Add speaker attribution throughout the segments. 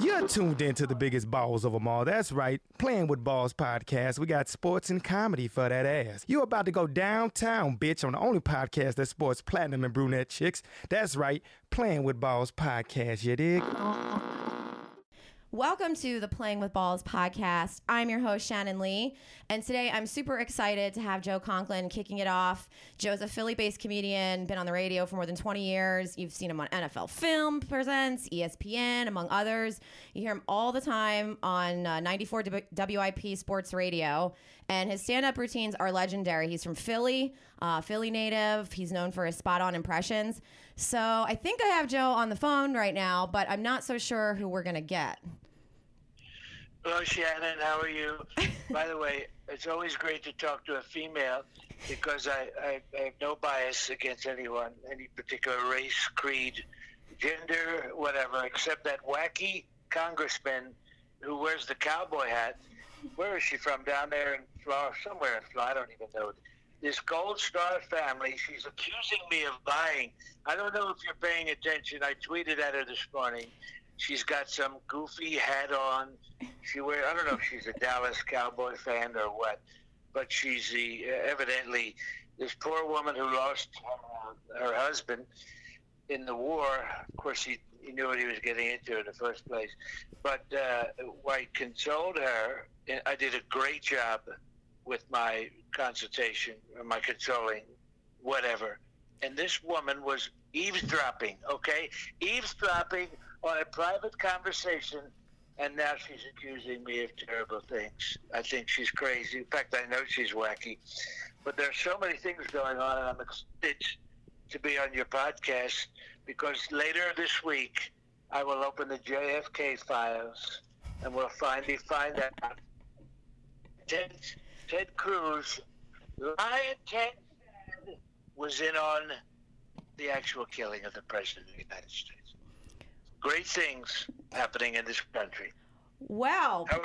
Speaker 1: You're tuned in to the biggest balls of them all. That's right, Playing with Balls podcast. We got sports and comedy for that ass. You're about to go downtown, bitch, on the only podcast that sports platinum and brunette chicks. That's right, Playing with Balls podcast. You dig?
Speaker 2: Welcome to the Playing with Balls podcast. I'm your host, Shannon Lee. And today I'm super excited to have Joe Conklin kicking it off. Joe's a Philly based comedian, been on the radio for more than 20 years. You've seen him on NFL Film Presents, E ESPN, among others. You hear him all the time on uh, 94 W- WIP Sports Radio. And his stand up routines are legendary. He's from Philly, uh, Philly native. He's known for his spot on impressions. So I think I have Joe on the phone right now, but I'm not so sure who we're going to get.
Speaker 3: Hello, Shannon. How are you? By the way, it's always great to talk to a female because I, I, I have no bias against anyone, any particular race, creed, gender, whatever, except that wacky congressman who wears the cowboy hat. Where is she from? Down there in Florida, somewhere in Florida. I don't even know. This Gold Star family, she's accusing me of lying. I don't know if you're paying attention. I tweeted at her this morning. She's got some goofy hat on. She wear I don't know if she's a Dallas Cowboy fan or what, but she's the evidently this poor woman who lost uh, her, her husband in the war. Of course, he, he knew what he was getting into in the first place. But uh, I consoled her. and I did a great job with my consultation, or my consoling, whatever. And this woman was eavesdropping, okay? Eavesdropping on a private conversation, and now she's accusing me of terrible things. I think she's crazy. In fact, I know she's wacky. But there are so many things going on, and I'm excited to be on your podcast because later this week I will open the JFK files and we'll finally find out Ted, Ted Cruz, Lion Ted, was in on the actual killing of the President of the United States. Great things happening in this country.
Speaker 2: Wow.
Speaker 3: How are,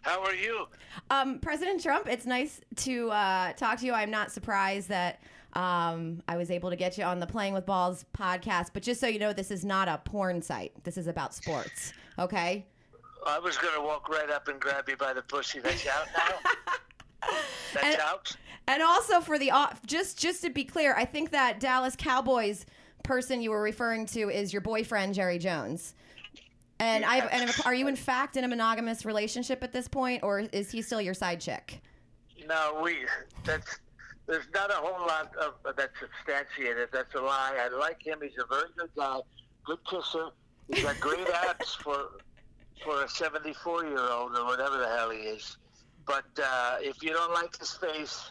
Speaker 3: how are you?
Speaker 2: Um, President Trump, it's nice to uh, talk to you. I'm not surprised that um, I was able to get you on the Playing with Balls podcast, but just so you know, this is not a porn site. This is about sports, okay?
Speaker 3: I was going to walk right up and grab you by the pussy. That's out now. That's
Speaker 2: And-
Speaker 3: out.
Speaker 2: And also for the off, just just to be clear, I think that Dallas Cowboys person you were referring to is your boyfriend Jerry Jones. And I and are you in fact in a monogamous relationship at this point, or is he still your side chick?
Speaker 3: No, we. That's there's not a whole lot of that's substantiated. That's a lie. I like him. He's a very good guy, good kisser. He's got great abs for for a 74 year old or whatever the hell he is. But uh, if you don't like his face,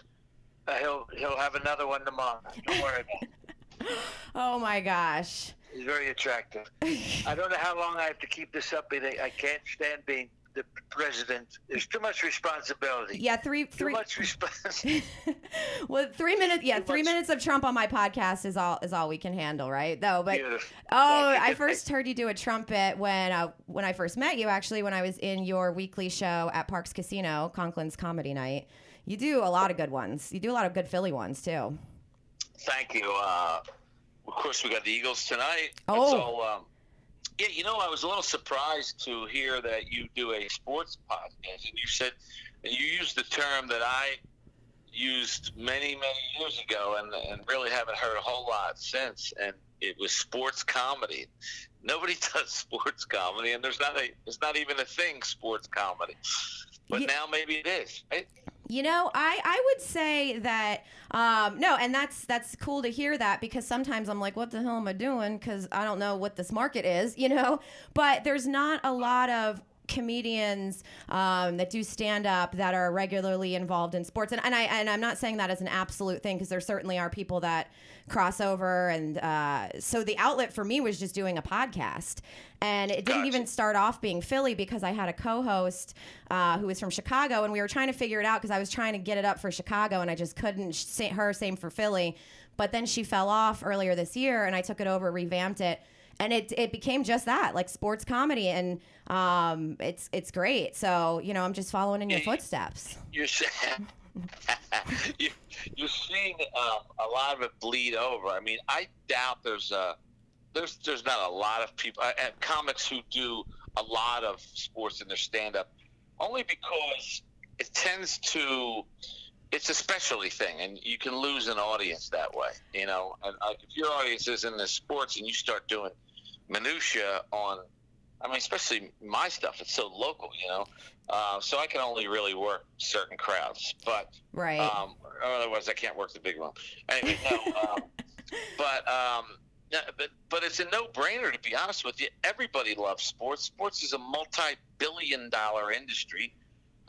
Speaker 3: uh, he'll he'll have another one tomorrow. Don't worry about it.
Speaker 2: Oh my gosh.
Speaker 3: He's very attractive. I don't know how long I have to keep this up. but I I can't stand being the president. There's too much responsibility.
Speaker 2: Yeah, three
Speaker 3: Too
Speaker 2: three
Speaker 3: much responsibility.
Speaker 2: well three minutes yeah,
Speaker 3: Too
Speaker 2: three
Speaker 3: much.
Speaker 2: minutes of Trump on my podcast is all is all we can handle, right? Though, but
Speaker 3: Beautiful.
Speaker 2: Oh,
Speaker 3: Thank you.
Speaker 2: I first heard you do a trumpet when uh, when I first met you. Actually, when I was in your weekly show at Parks Casino, Conklin's Comedy Night. You do a lot of good ones. You do a lot of good Philly ones too.
Speaker 4: Thank you. Uh, of course, we got the Eagles tonight.
Speaker 2: Oh.
Speaker 4: So, um, yeah, you know, I was a little surprised to hear that you do a sports podcast, and you said and you used the term that I used many, many years ago, and and really haven't heard a whole lot since. And it was sports comedy. Nobody does sports comedy, and there's not a it's not even a thing sports comedy. But
Speaker 2: Ye-
Speaker 4: now maybe it is. Right?
Speaker 2: You know, I, I would say that um, no, and that's that's cool to hear that because sometimes I'm like, what the hell am I doing? Because I don't know what this market is, you know. But there's not a lot of comedians um, that do stand up that are regularly involved in sports, and, and I and I'm not saying that as an absolute thing because there certainly are people that cross over, and uh, so the outlet for me was just doing a podcast, and it didn't
Speaker 4: Gotcha.
Speaker 2: even start off being Philly because I had a co-host uh, who was from Chicago, and we were trying to figure it out because I was trying to get it up for Chicago, and I just couldn't. Sh- sa- Her same for Philly, but then she fell off earlier this year, and I took it over, revamped it, and it it became just that, like sports comedy, and um, it's it's great. So you know, I'm just following in your
Speaker 4: Yeah, you-
Speaker 2: footsteps.
Speaker 4: you're se- you, you're seeing um, a lot of it bleed over. I mean, I doubt there's a
Speaker 3: there's there's not a lot of people uh, and comics who do a lot of sports in their stand up only because it tends to it's a specialty thing and you can lose an audience that way you know and uh, if your audience is in the sports and you start doing minutia on i mean especially my stuff it's so local you know uh, so i can only really work certain crowds but
Speaker 2: Right.
Speaker 4: Uh,
Speaker 3: um, otherwise i can't work the big room anyway no um, but um no, but but it's a no-brainer to be honest with you. Everybody loves sports. Sports is a multi-billion-dollar industry.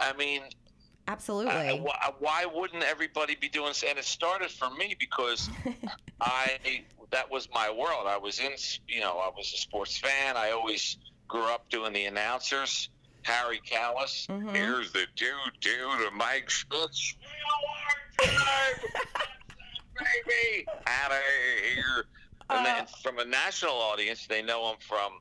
Speaker 3: I mean,
Speaker 2: Absolutely.
Speaker 3: I- why, why wouldn't everybody be doing? And it started for me because I that was my world. I was in, you know, I was a sports fan. I always grew up doing the announcers. Harry Callis,
Speaker 2: Mhm.
Speaker 3: here's the dude, dude, of Mike Schultz. We are time, baby, out of here. And then from a national audience, they know him from.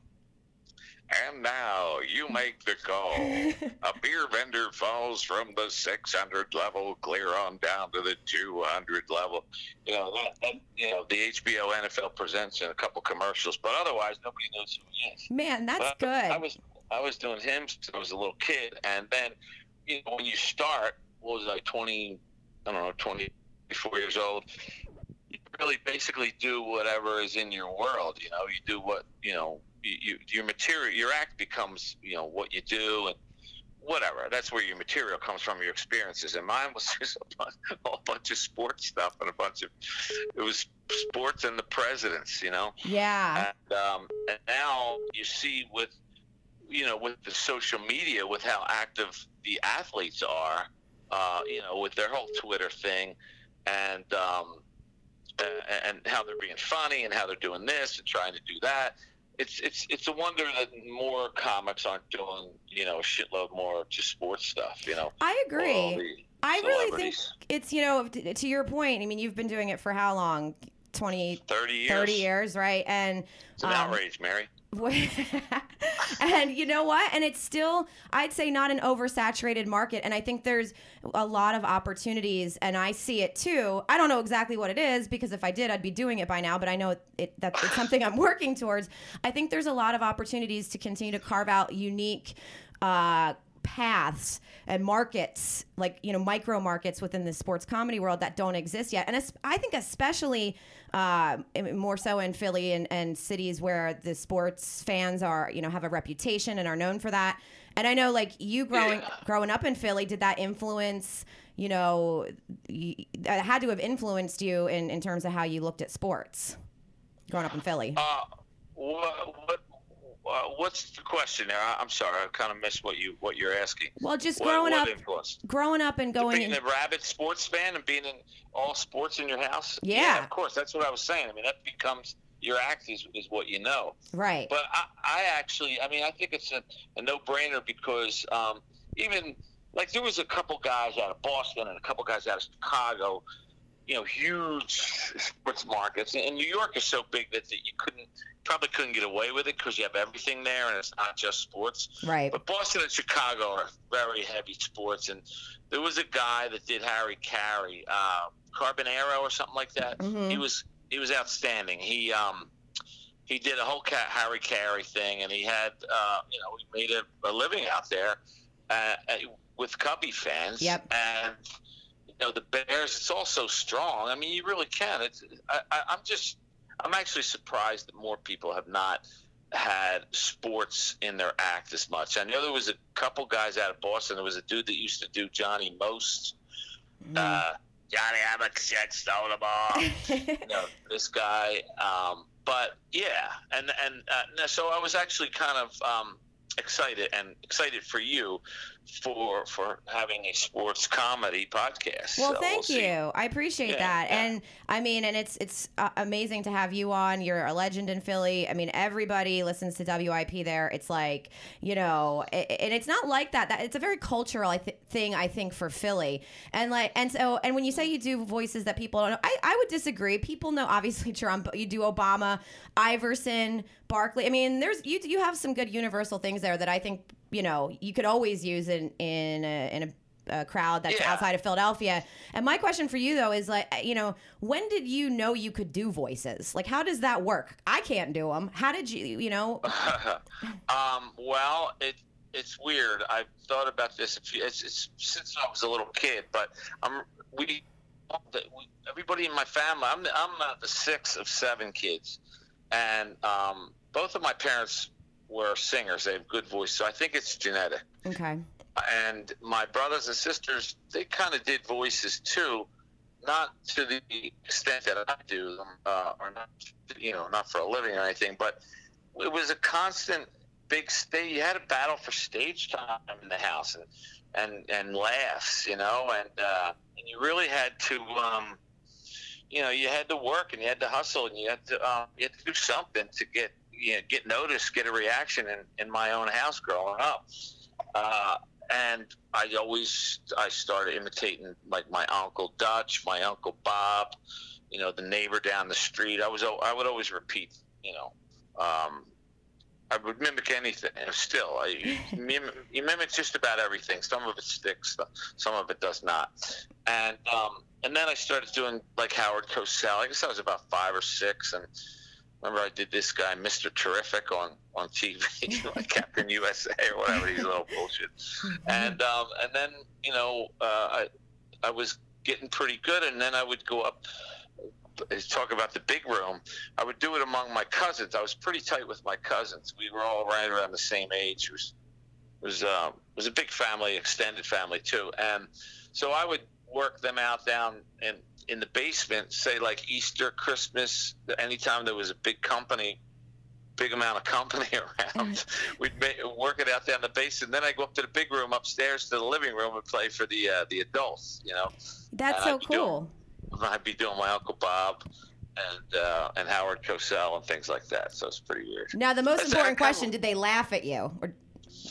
Speaker 3: And now you make the call. A beer vendor falls from the 600 level clear on down to the 200 level. You know, that, that, you know the HBO NFL presents and a couple commercials, but otherwise nobody knows who he is.
Speaker 2: Man, that's
Speaker 3: But
Speaker 2: good.
Speaker 3: I was I was doing him since I was a little kid, and then you know when you start, what was I 20? I don't know, 24 years old. You really basically do whatever is in your world. You know, you do what you know. You, you your material, your act becomes you know what you do and. Whatever. That's where your material comes from, your experiences. And mine was just a bunch, a bunch of sports stuff and a bunch of, it was sports and the presidents, you know?
Speaker 2: yeah.
Speaker 3: And, um, and now you see with you know with the social media, with how active the athletes are, uh, you know, with their whole Twitter thing, and um, uh, and how they're being funny and how they're doing this and trying to do that. It's it's it's a wonder that more comics aren't doing you know a shitload more just sports stuff. You know,
Speaker 2: I
Speaker 3: All
Speaker 2: agree.
Speaker 3: the
Speaker 2: I really think
Speaker 3: celebrities.
Speaker 2: it's, you know, t- to your point, I mean, you've been doing it for how long? 20,
Speaker 3: thirty years.
Speaker 2: 30 years, right? And
Speaker 3: It's an
Speaker 2: um,
Speaker 3: outrage, Mary.
Speaker 2: and you know what? And it's still, I'd say, not an oversaturated market. And I think there's a lot of opportunities, and I see it too. I don't know exactly what it is because if I did, I'd be doing it by now. But I know it, it that it's something I'm working towards. I think there's a lot of opportunities to continue to carve out unique. Uh, paths and markets like you know micro markets within the sports comedy world that don't exist yet and es- i think especially uh, in- more so in philly and, and cities where the sports fans are you know have a reputation and are known for that and i know like you growing
Speaker 3: Yeah.
Speaker 2: growing up in philly did that influence you know y- that had to have influenced you in, in terms of how you looked at sports growing up in philly
Speaker 3: Uh, what, what, uh, what's the question there? I, I'm sorry, I kind of missed what you what you're asking.
Speaker 2: well just
Speaker 3: What-
Speaker 2: growing up
Speaker 3: what influence?
Speaker 2: growing up and going
Speaker 3: being
Speaker 2: in-
Speaker 3: a rabid sports fan and being in all sports in your house.
Speaker 2: Yeah.
Speaker 3: of course. That's what I was saying. I mean, that becomes your act is, is what you know.
Speaker 2: right
Speaker 3: But I, I actually, I mean, I think it's a, a no brainer because um, even like there was a couple guys out of Boston and a couple guys out of Chicago, you know, huge sports markets. And New York is so big that, that you couldn't probably couldn't get away with it because you have everything there and it's not just sports.
Speaker 2: right
Speaker 3: But Boston and Chicago are very heavy sports, and there was a guy that did Harry Carey, uh, Carbonero or something like that.
Speaker 2: Mhm.
Speaker 3: He was he was outstanding. He um he did a whole cat Harry Carey thing, and he had uh, you know he made a, a living out there uh, uh, with Cubby fans.
Speaker 2: Yep.
Speaker 3: And you know the Bears, it's all so strong. I mean, you really can. It's I, I, I'm just I'm actually surprised that more people have not had sports in their act as much. I know there was a couple guys out of Boston. There was a dude that used to do Johnny Most.
Speaker 2: Mm-hmm.
Speaker 3: Uh, Johnny, I'm a shit, stole the ball. you know, this guy. Um, but yeah, and and uh, no, so I was actually kind of um, excited and excited for you for for having a sports comedy podcast.
Speaker 2: Well,
Speaker 3: So
Speaker 2: thank
Speaker 3: we'll see.
Speaker 2: you. I appreciate
Speaker 3: Yeah,
Speaker 2: that.
Speaker 3: yeah.
Speaker 2: And I mean, and it's it's uh, amazing to have you on. You're a legend in Philly. I mean, everybody listens to WIP there. It's like you know, i- i- and it's not like that. That it's a very cultural I th- thing. I think for Philly, and like, and so, and when you say you do voices that people don't know, I, I would disagree. People know obviously Trump. You do Obama, Iverson, Barkley. I mean, there's you you have some good universal things there that I think you know you could always use in in a, in a uh, crowd that's
Speaker 3: Yeah.
Speaker 2: outside of Philadelphia. And my question for you though is like, uh, you know, when did you know you could do voices? Like, how does that work? I can't do them. How did you, you know?
Speaker 3: um, well, it it's weird. I've thought about this. a few- It's, it's since I was a little kid, but I'm we, we everybody in my family. I'm the, I'm uh, the sixth of seven kids, and um, both of my parents were singers. They have good voice, so I think it's genetic
Speaker 2: Okay.
Speaker 3: and my brothers and sisters they kind of did voices too not to the extent that i do them uh, or not you know not for a living or anything but it was a constant big stage you had a battle for stage time in the house and and, and laughs you know and, uh, and you really had to um, you know you had to work and you had to hustle and you had to um, you had to do something to get you know, get noticed get a reaction in, in my own house growing up uh, and I always I started imitating like my uncle Dutch, my uncle Bob, you know, the neighbor down the street. I was al- I would always repeat, you know, um, I would mimic anything. And still, I you mim- you mimic just about everything. Some of it sticks, some of it does not. And um, and then I started doing like Howard Cosell. I guess I was about five or six, and remember I did this guy, Mr. Terrific, on on TV, like Captain USA or whatever. These little bullshit.
Speaker 2: Mm-hmm.
Speaker 3: And um, and then you know uh, I I was getting pretty good, and then I would go up. uh, Talk about the big room. I would do it among my cousins. I was pretty tight with my cousins. We were all right around the same age. It was was um, was a big family, extended family too. And so I would work them out down in in the basement. Say like Easter, Christmas, anytime there was a big company, big amount of company around, we'd ma- work it out down the basement. Then I go up to the big room upstairs to the living room and play for the uh, the adults. uh, You know.
Speaker 2: That's
Speaker 3: And
Speaker 2: so
Speaker 3: I'd be doing-
Speaker 2: cool.
Speaker 3: I'd be doing my Uncle Bob and uh, and Howard Cosell and things like that. So it's pretty weird.
Speaker 2: Now, the most
Speaker 3: That's-
Speaker 2: important
Speaker 3: I kinda-
Speaker 2: question: Did they laugh at you, or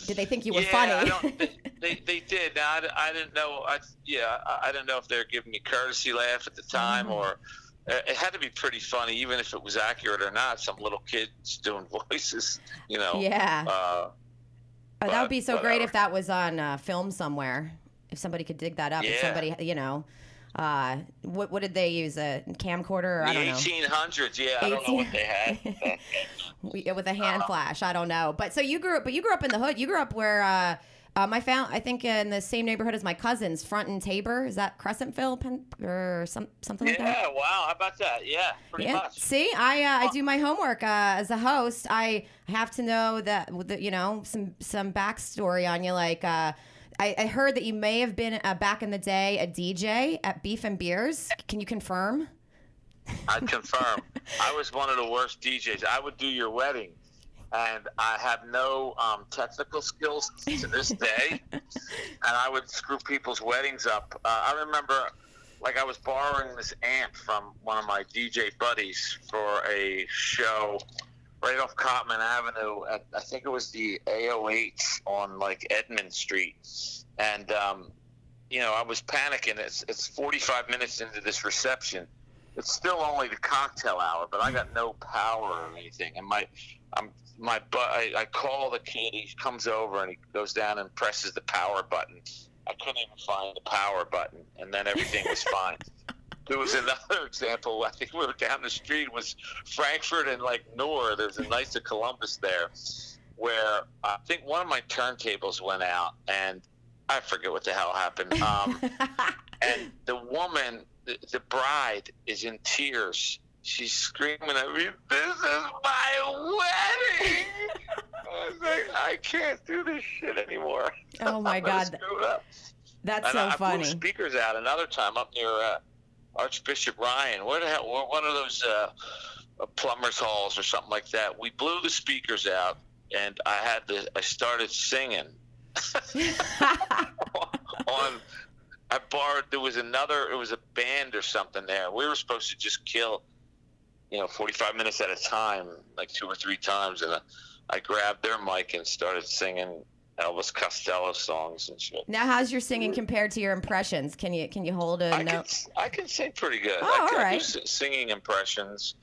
Speaker 2: did they think you were
Speaker 3: yeah, I
Speaker 2: funny?
Speaker 3: don't, they, they, they did. Now, I, I didn't know. I, yeah, I, I didn't know if they were giving me courtesy laugh at the time
Speaker 2: Mhm.
Speaker 3: or uh, it it had to be pretty funny, even if it was accurate or not. Some little kids doing voices, you know.
Speaker 2: yeah.
Speaker 3: Uh,
Speaker 2: Oh, that would be
Speaker 3: but
Speaker 2: so great
Speaker 3: whatever.
Speaker 2: if that was on uh, film somewhere. If somebody could dig that up. If
Speaker 3: Yeah.
Speaker 2: somebody, you know, uh, what what did they use a camcorder? Or, I
Speaker 3: the
Speaker 2: don't know.
Speaker 3: 1800s. Yeah, I don't know what they had.
Speaker 2: We- with a
Speaker 3: Oh.
Speaker 2: hand flash. I don't know. But so you grew up, but you grew up in the hood. You grew up where uh, um, I found, I think, in the same neighborhood as my cousins, Front and Tabor. Is that Crescentville Pen- or some, something like that?
Speaker 3: yeah. Wow. How about that? Yeah. Pretty
Speaker 2: Yeah.
Speaker 3: much.
Speaker 2: See, I uh, I do my homework uh, as a host. I have to know that with the- you know some some backstory on you. Like uh, I, I heard that you may have been uh, back in the day a DJ at Beef and Beers. Can you confirm?
Speaker 3: I confirm. I was one of the worst DJs. I would do your wedding, and I have no um, technical skills to this day. and I would screw people's weddings up. Uh, I remember, like, I was borrowing this amp from one of my DJ buddies for a show right off Cotman Avenue. At, I think it was the AO8 on like Edmond Street, and um, you know, I was panicking. It's it's 45 minutes into this reception. It's still only the cocktail hour, but I got no power or anything. And my, I'm my bu- I, I call the kid. He comes over and he goes down and presses the power button. I couldn't even find the power button, and then everything was fine. There was another example. I think we were down the street was Frankfurt and like Noor. There's a Knights of Columbus there, where I think one of my turntables went out, and I forget what the hell happened. Um, and the woman, the, the bride, is in tears. She's screaming at me, "This is my wedding!" I was like, "I can't do this shit anymore."
Speaker 2: oh my
Speaker 3: I'm gonna
Speaker 2: God,
Speaker 3: screw it up.
Speaker 2: that's
Speaker 3: and
Speaker 2: so
Speaker 3: I, I blew
Speaker 2: funny.
Speaker 3: speakers out another time up near uh, Archbishop Ryan. Where the hell? where- One of those uh, uh, plumbers halls or something like that. We blew the speakers out, and I had to. I started singing on. I borrowed. There was another. It was a band or something there. We were supposed to just kill, you know, forty-five minutes at a time, like two or three times, and I, I grabbed their mic and started singing Elvis Costello songs and shit.
Speaker 2: now, how's your singing compared to your impressions? Can you can you hold a
Speaker 3: I can
Speaker 2: note?
Speaker 3: s- I can sing pretty good.
Speaker 2: Mm, Oh,
Speaker 3: I can,
Speaker 2: all
Speaker 3: I do
Speaker 2: right.
Speaker 3: s- singing impressions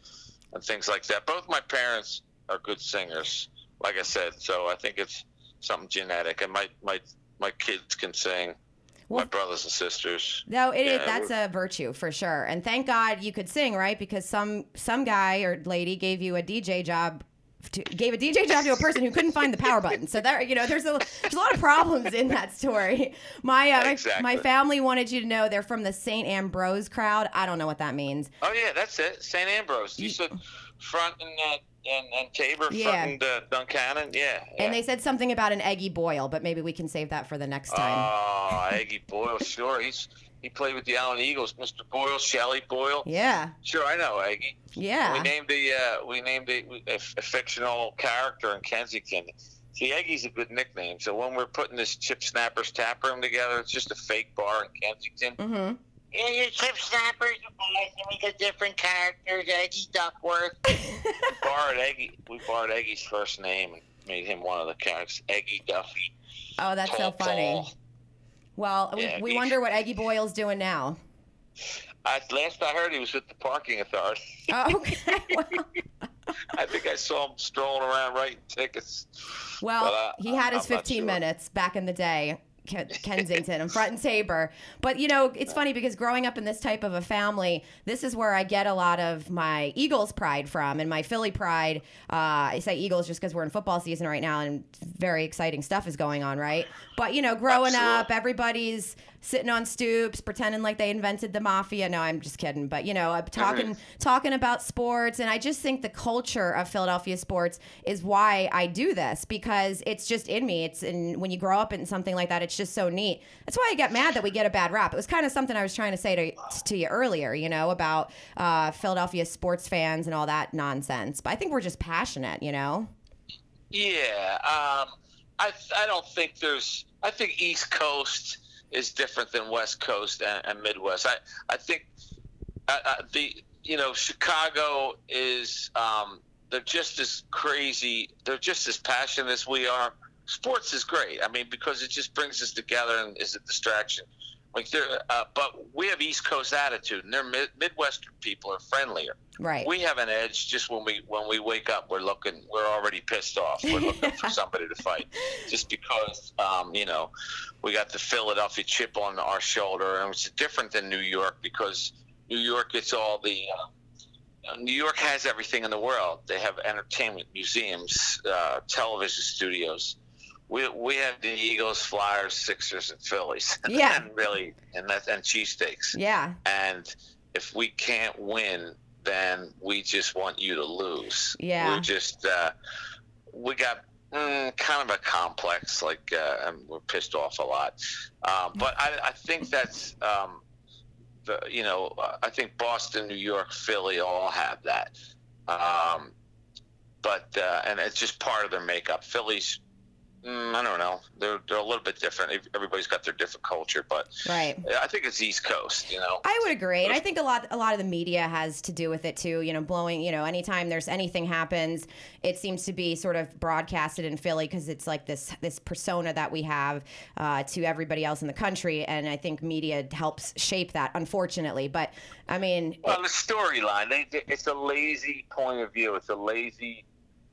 Speaker 3: and things like that. Both my parents are good singers, like I said. So I think it's something genetic, and my my my kids can sing. my brothers and sisters.
Speaker 2: No, it is.
Speaker 3: Yeah,
Speaker 2: That's a virtue for sure. And thank God you could sing, right? Because some some guy or lady gave you a DJ job, to, gave a DJ job to a person who couldn't find the power button. So there, you know, there's a there's a lot of problems in that story. My uh, my-
Speaker 3: Exactly.
Speaker 2: my family wanted you to know they're from the St. Ambrose crowd. I don't know what that means.
Speaker 3: Oh yeah, that's it. St. Ambrose. You said front and uh, and, and Tabor,
Speaker 2: Yeah.
Speaker 3: front and uh, Duncannon. Yeah.
Speaker 2: And
Speaker 3: yeah.
Speaker 2: they said something about an eggy boil, but maybe we can save that for the next time.
Speaker 3: Oh, Aggie Boyle. Sure, he's he played with the Allen Eagles. Mr. Boyle, Shelly Boyle.
Speaker 2: yeah,
Speaker 3: Sure, I know Aggie. We
Speaker 2: yeah.
Speaker 3: named the uh, we named a, a, a fictional character in Kensington. See, Eggie's a good nickname. So when we're putting this Chip Snappers tap room together, it's just a fake bar in Kensington.
Speaker 2: Mm-hmm.
Speaker 5: Yeah, your chip snappers are boys, and we got different characters. Eddie Duckworth.
Speaker 3: We borrowed Eggie. We borrowed Eggie's first name and made him one of the characters. Eggie Duffy.
Speaker 2: Oh, that's so
Speaker 3: Tall
Speaker 2: funny.
Speaker 3: Paul.
Speaker 2: Well, we,
Speaker 3: Yeah,
Speaker 2: we
Speaker 3: he-
Speaker 2: wonder what Eggy Boyle's doing now.
Speaker 3: I, last I heard, he was with the parking authority.
Speaker 2: Oh, okay. Well,
Speaker 3: I think I saw him strolling around writing tickets.
Speaker 2: Well,
Speaker 3: But, uh,
Speaker 2: he had
Speaker 3: I-
Speaker 2: his
Speaker 3: I'm not
Speaker 2: 15
Speaker 3: sure.
Speaker 2: minutes back in the day, Ken- Kensington and front and Tabor. But you know, it's funny because growing up in this type of a family, this is where I get a lot of my Eagles pride from and my Philly pride. Uh, I say Eagles just because we're in football season right now and very exciting stuff is going on, right? But you know, growing
Speaker 3: Absolutely.
Speaker 2: up, everybody's sitting on stoops pretending like they invented the mafia. No, I'm just kidding. But you know, I'm talking talking about sports, and I just think the culture of Philadelphia sports is why I do this because it's just in me. It's in when you grow up in something like that, it's just so neat. That's why I get mad that we get a bad rap. It was kind of something I was trying to say to to you earlier, you know, about uh, Philadelphia sports fans and all that nonsense. But I think we're just passionate, you know.
Speaker 3: Yeah, um, I I don't think there's. I think East Coast is different than West Coast and, and Midwest. I I think uh, uh, the you know Chicago is um, they're just as crazy. They're just as passionate as we are. Sports is great. I mean, because it just brings us together and is a distraction. Like they're, uh, but we have East Coast attitude, and their mid- Midwestern people are friendlier.
Speaker 2: Right.
Speaker 3: We have an edge just when we when we wake up. We're looking. We're already pissed off. We're looking for somebody to fight, just because um, you know we got the Philadelphia chip on our shoulder, and it's different than New York because New York gets all the. Uh, New York has everything in the world. They have entertainment, museums, uh, television studios. We, we have the Eagles, Flyers, Sixers, and Phillies.
Speaker 2: Yeah.
Speaker 3: and really, and that's and cheesesteaks.
Speaker 2: yeah.
Speaker 3: And if we can't win, then we just want you to lose.
Speaker 2: Yeah.
Speaker 3: We're just, uh, we got mm, kind of a complex, like, uh, and we're pissed off a lot. Um, but I, I think that's, um, the, you know, uh, I think Boston, New York, Philly all have that. Um, but, uh, and it's just part of their makeup. Philly's, mm, I don't know, they're, they're a little bit different. Everybody's got their different culture, but
Speaker 2: Right.
Speaker 3: I think it's East Coast, you know.
Speaker 2: I would agree. And I think a lot a lot of the media has to do with it too. You know, blowing, you know, anytime there's anything happens, it seems to be sort of broadcasted in Philly because it's like this this persona that we have uh, to everybody else in the country. And I think media helps shape that, unfortunately. But I mean,
Speaker 3: Well, the storyline, they, they- it's a lazy point of view. It's a lazy,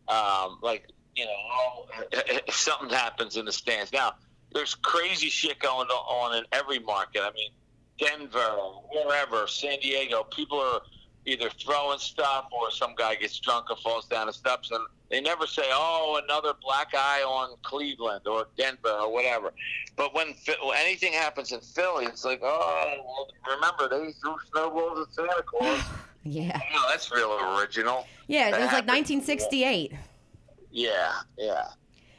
Speaker 3: um, like, you know, all- if something happens in the stands. Now, there's crazy shit going on in every market. I mean, Denver, wherever, San Diego, people are either throwing stuff or some guy gets drunk and falls down the steps. And they never say, oh, another black eye on Cleveland or Denver or whatever. But when, Phi- when anything happens in Philly, it's like, oh, well, remember, they threw snowballs at Santa Claus.
Speaker 2: yeah,
Speaker 3: Wow, that's real original.
Speaker 2: yeah, it
Speaker 3: That
Speaker 2: was like
Speaker 3: happened.
Speaker 2: 1968.
Speaker 3: Yeah, yeah.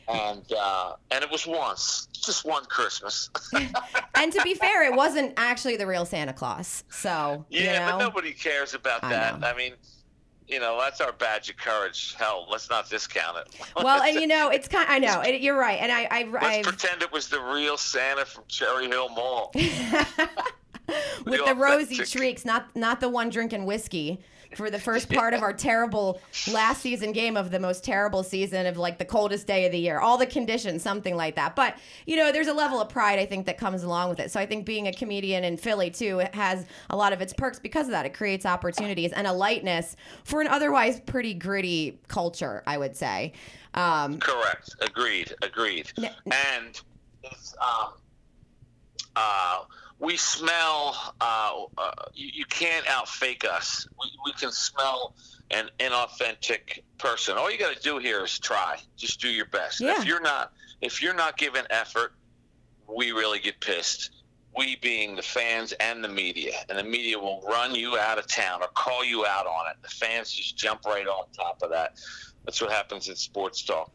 Speaker 3: And uh, and it was once, just one Christmas.
Speaker 2: And to be fair, it wasn't actually the real Santa Claus. So
Speaker 3: yeah,
Speaker 2: you know,
Speaker 3: but nobody cares about
Speaker 2: I
Speaker 3: that.
Speaker 2: know.
Speaker 3: I, mean, you know, that's our badge of courage. Hell, let's not discount it.
Speaker 2: well, and you know, it's kind. I know it, you're right, and I, I,
Speaker 3: let's
Speaker 2: I
Speaker 3: pretend it was the real Santa from Cherry Hill Mall.
Speaker 2: with the
Speaker 3: authentic-
Speaker 2: rosy streaks, not not the one drinking whiskey for the first part of our terrible last season game of the most terrible season of like the coldest day of the year, all the conditions, something like that. But you know, there's a level of pride I think that comes along with it. So I think being a comedian in Philly too it has a lot of its perks because of that. It creates opportunities and a lightness for an otherwise pretty gritty culture, I would say. Um,
Speaker 3: Correct. Agreed. Agreed.
Speaker 2: N-
Speaker 3: And it's, um, uh, we smell. Uh, uh, you, you can't out fake us. We, we can smell an inauthentic person. All you got to do here is try. Just do your best.
Speaker 2: Yeah.
Speaker 3: If you're not, if you're not giving effort, we really get pissed. We being the fans and the media, and the media will run you out of town or call you out on it. The fans just jump right on top of that. That's what happens in sports talk.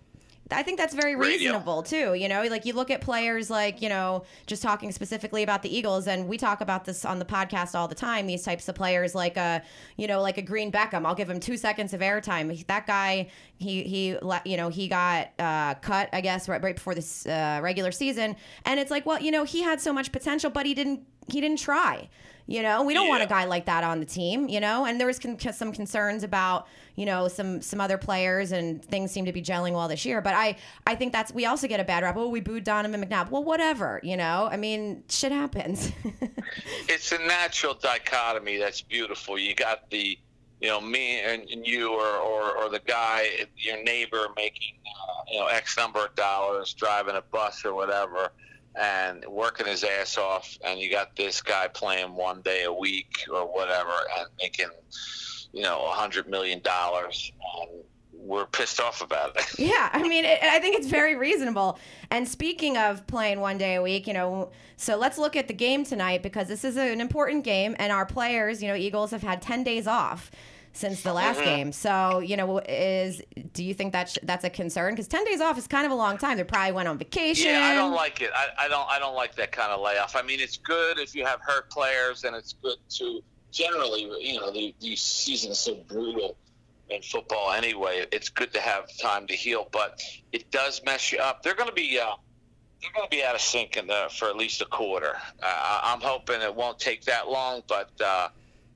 Speaker 2: I think that's very
Speaker 3: Radio.
Speaker 2: reasonable too. You know, like you look at players like, you know, just talking specifically about the Eagles, and we talk about this on the podcast all the time. These types of players, like a, you know, like a Green Beckham, I'll give him two seconds of airtime. He- That guy, he he, le- you know, he got uh, cut, I guess, right, right before this uh, regular season, and it's like, well, you know, he had so much potential, but he didn't he didn't try. You know, we don't want a
Speaker 3: Yeah.
Speaker 2: guy like that on the team. You know, and there was con- some concerns about you know some some other players and things seem to be gelling well this year. But I I think that's we also get a bad rap. Oh, we booed Donovan McNabb. Well, whatever. You know, I mean, shit happens.
Speaker 3: it's a natural dichotomy that's beautiful. You got the, you know, me and, and you, or, or, or the guy, your neighbor making, uh, you know, X number of dollars, driving a bus or whatever, and working his ass off. And you got this guy playing one day a week or whatever and making, you know, a $100 million. And we're pissed off about it.
Speaker 2: yeah, I mean, it, I think it's very reasonable. And speaking of playing one day a week, you know, so let's look at the game tonight because this is an important game, and our players, you know, Eagles have had ten days off since the
Speaker 3: Mm-hmm.
Speaker 2: last game. So, you know, is do you think that's that's a concern? Because ten days off is kind of a long time. They probably went on vacation.
Speaker 3: Yeah, I don't like it. I, I don't I don't like that kind of layoff. I mean, it's good if you have hurt players, and it's good to generally, you know, the the season's so brutal in football anyway. It's good to have time to heal, but it does mess you up. They're going to be. Uh, they're going to be out of sync in the, for at least a quarter. Uh, I- I'm hoping it won't take that long, but uh,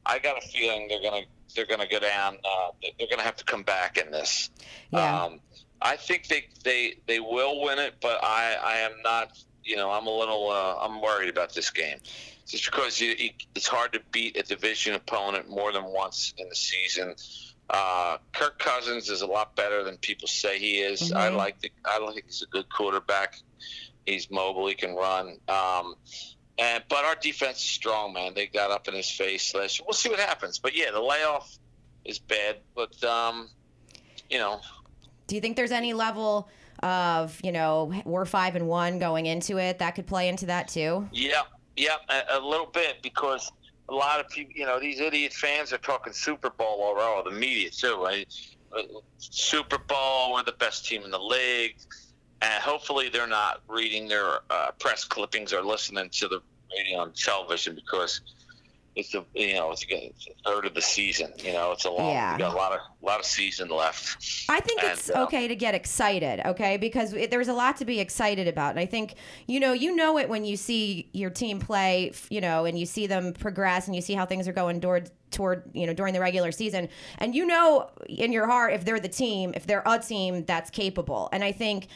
Speaker 3: I got a feeling they're going to they're going to go down. Uh, they're going to have to come back in this.
Speaker 2: Yeah.
Speaker 3: Um, I think they, they they will win it, but I, I am not. You know, I'm a little uh, I'm worried about this game, just because you, you, it's hard to beat a division opponent more than once in the season. Uh, Kirk Cousins is a lot better than people say he is. I
Speaker 2: Mhm.
Speaker 3: like the I like he's a good quarterback. He's mobile. He can run. Um, and but our defense is strong, man. They got up in his face last year. We'll see what happens. But yeah, the layoff is bad. But um, you know,
Speaker 2: Do you think there's any level of you know we're five and one going into it that could play into that too?
Speaker 3: Yeah, yeah, a, a little bit because a lot of people, you know, these idiot fans are talking Super Bowl all over the media too. Right? Uh, Super Bowl, we're the best team in the league, and hopefully they're not reading their uh, press clippings or listening to the radio on television because it's a you know it's a it's a third of the season. You know, it's a long.
Speaker 2: Yeah.
Speaker 3: We got a lot of lot of season left.
Speaker 2: I think
Speaker 3: And,
Speaker 2: it's
Speaker 3: uh,
Speaker 2: okay to get excited, okay? Because it, there's a lot to be excited about. And I think, you know, you know it when you see your team play, f- you know, and you see them progress and you see how things are going toward, toward you know, during the regular season. And you know in your heart if they're the team, if they're a team that's capable. And I think,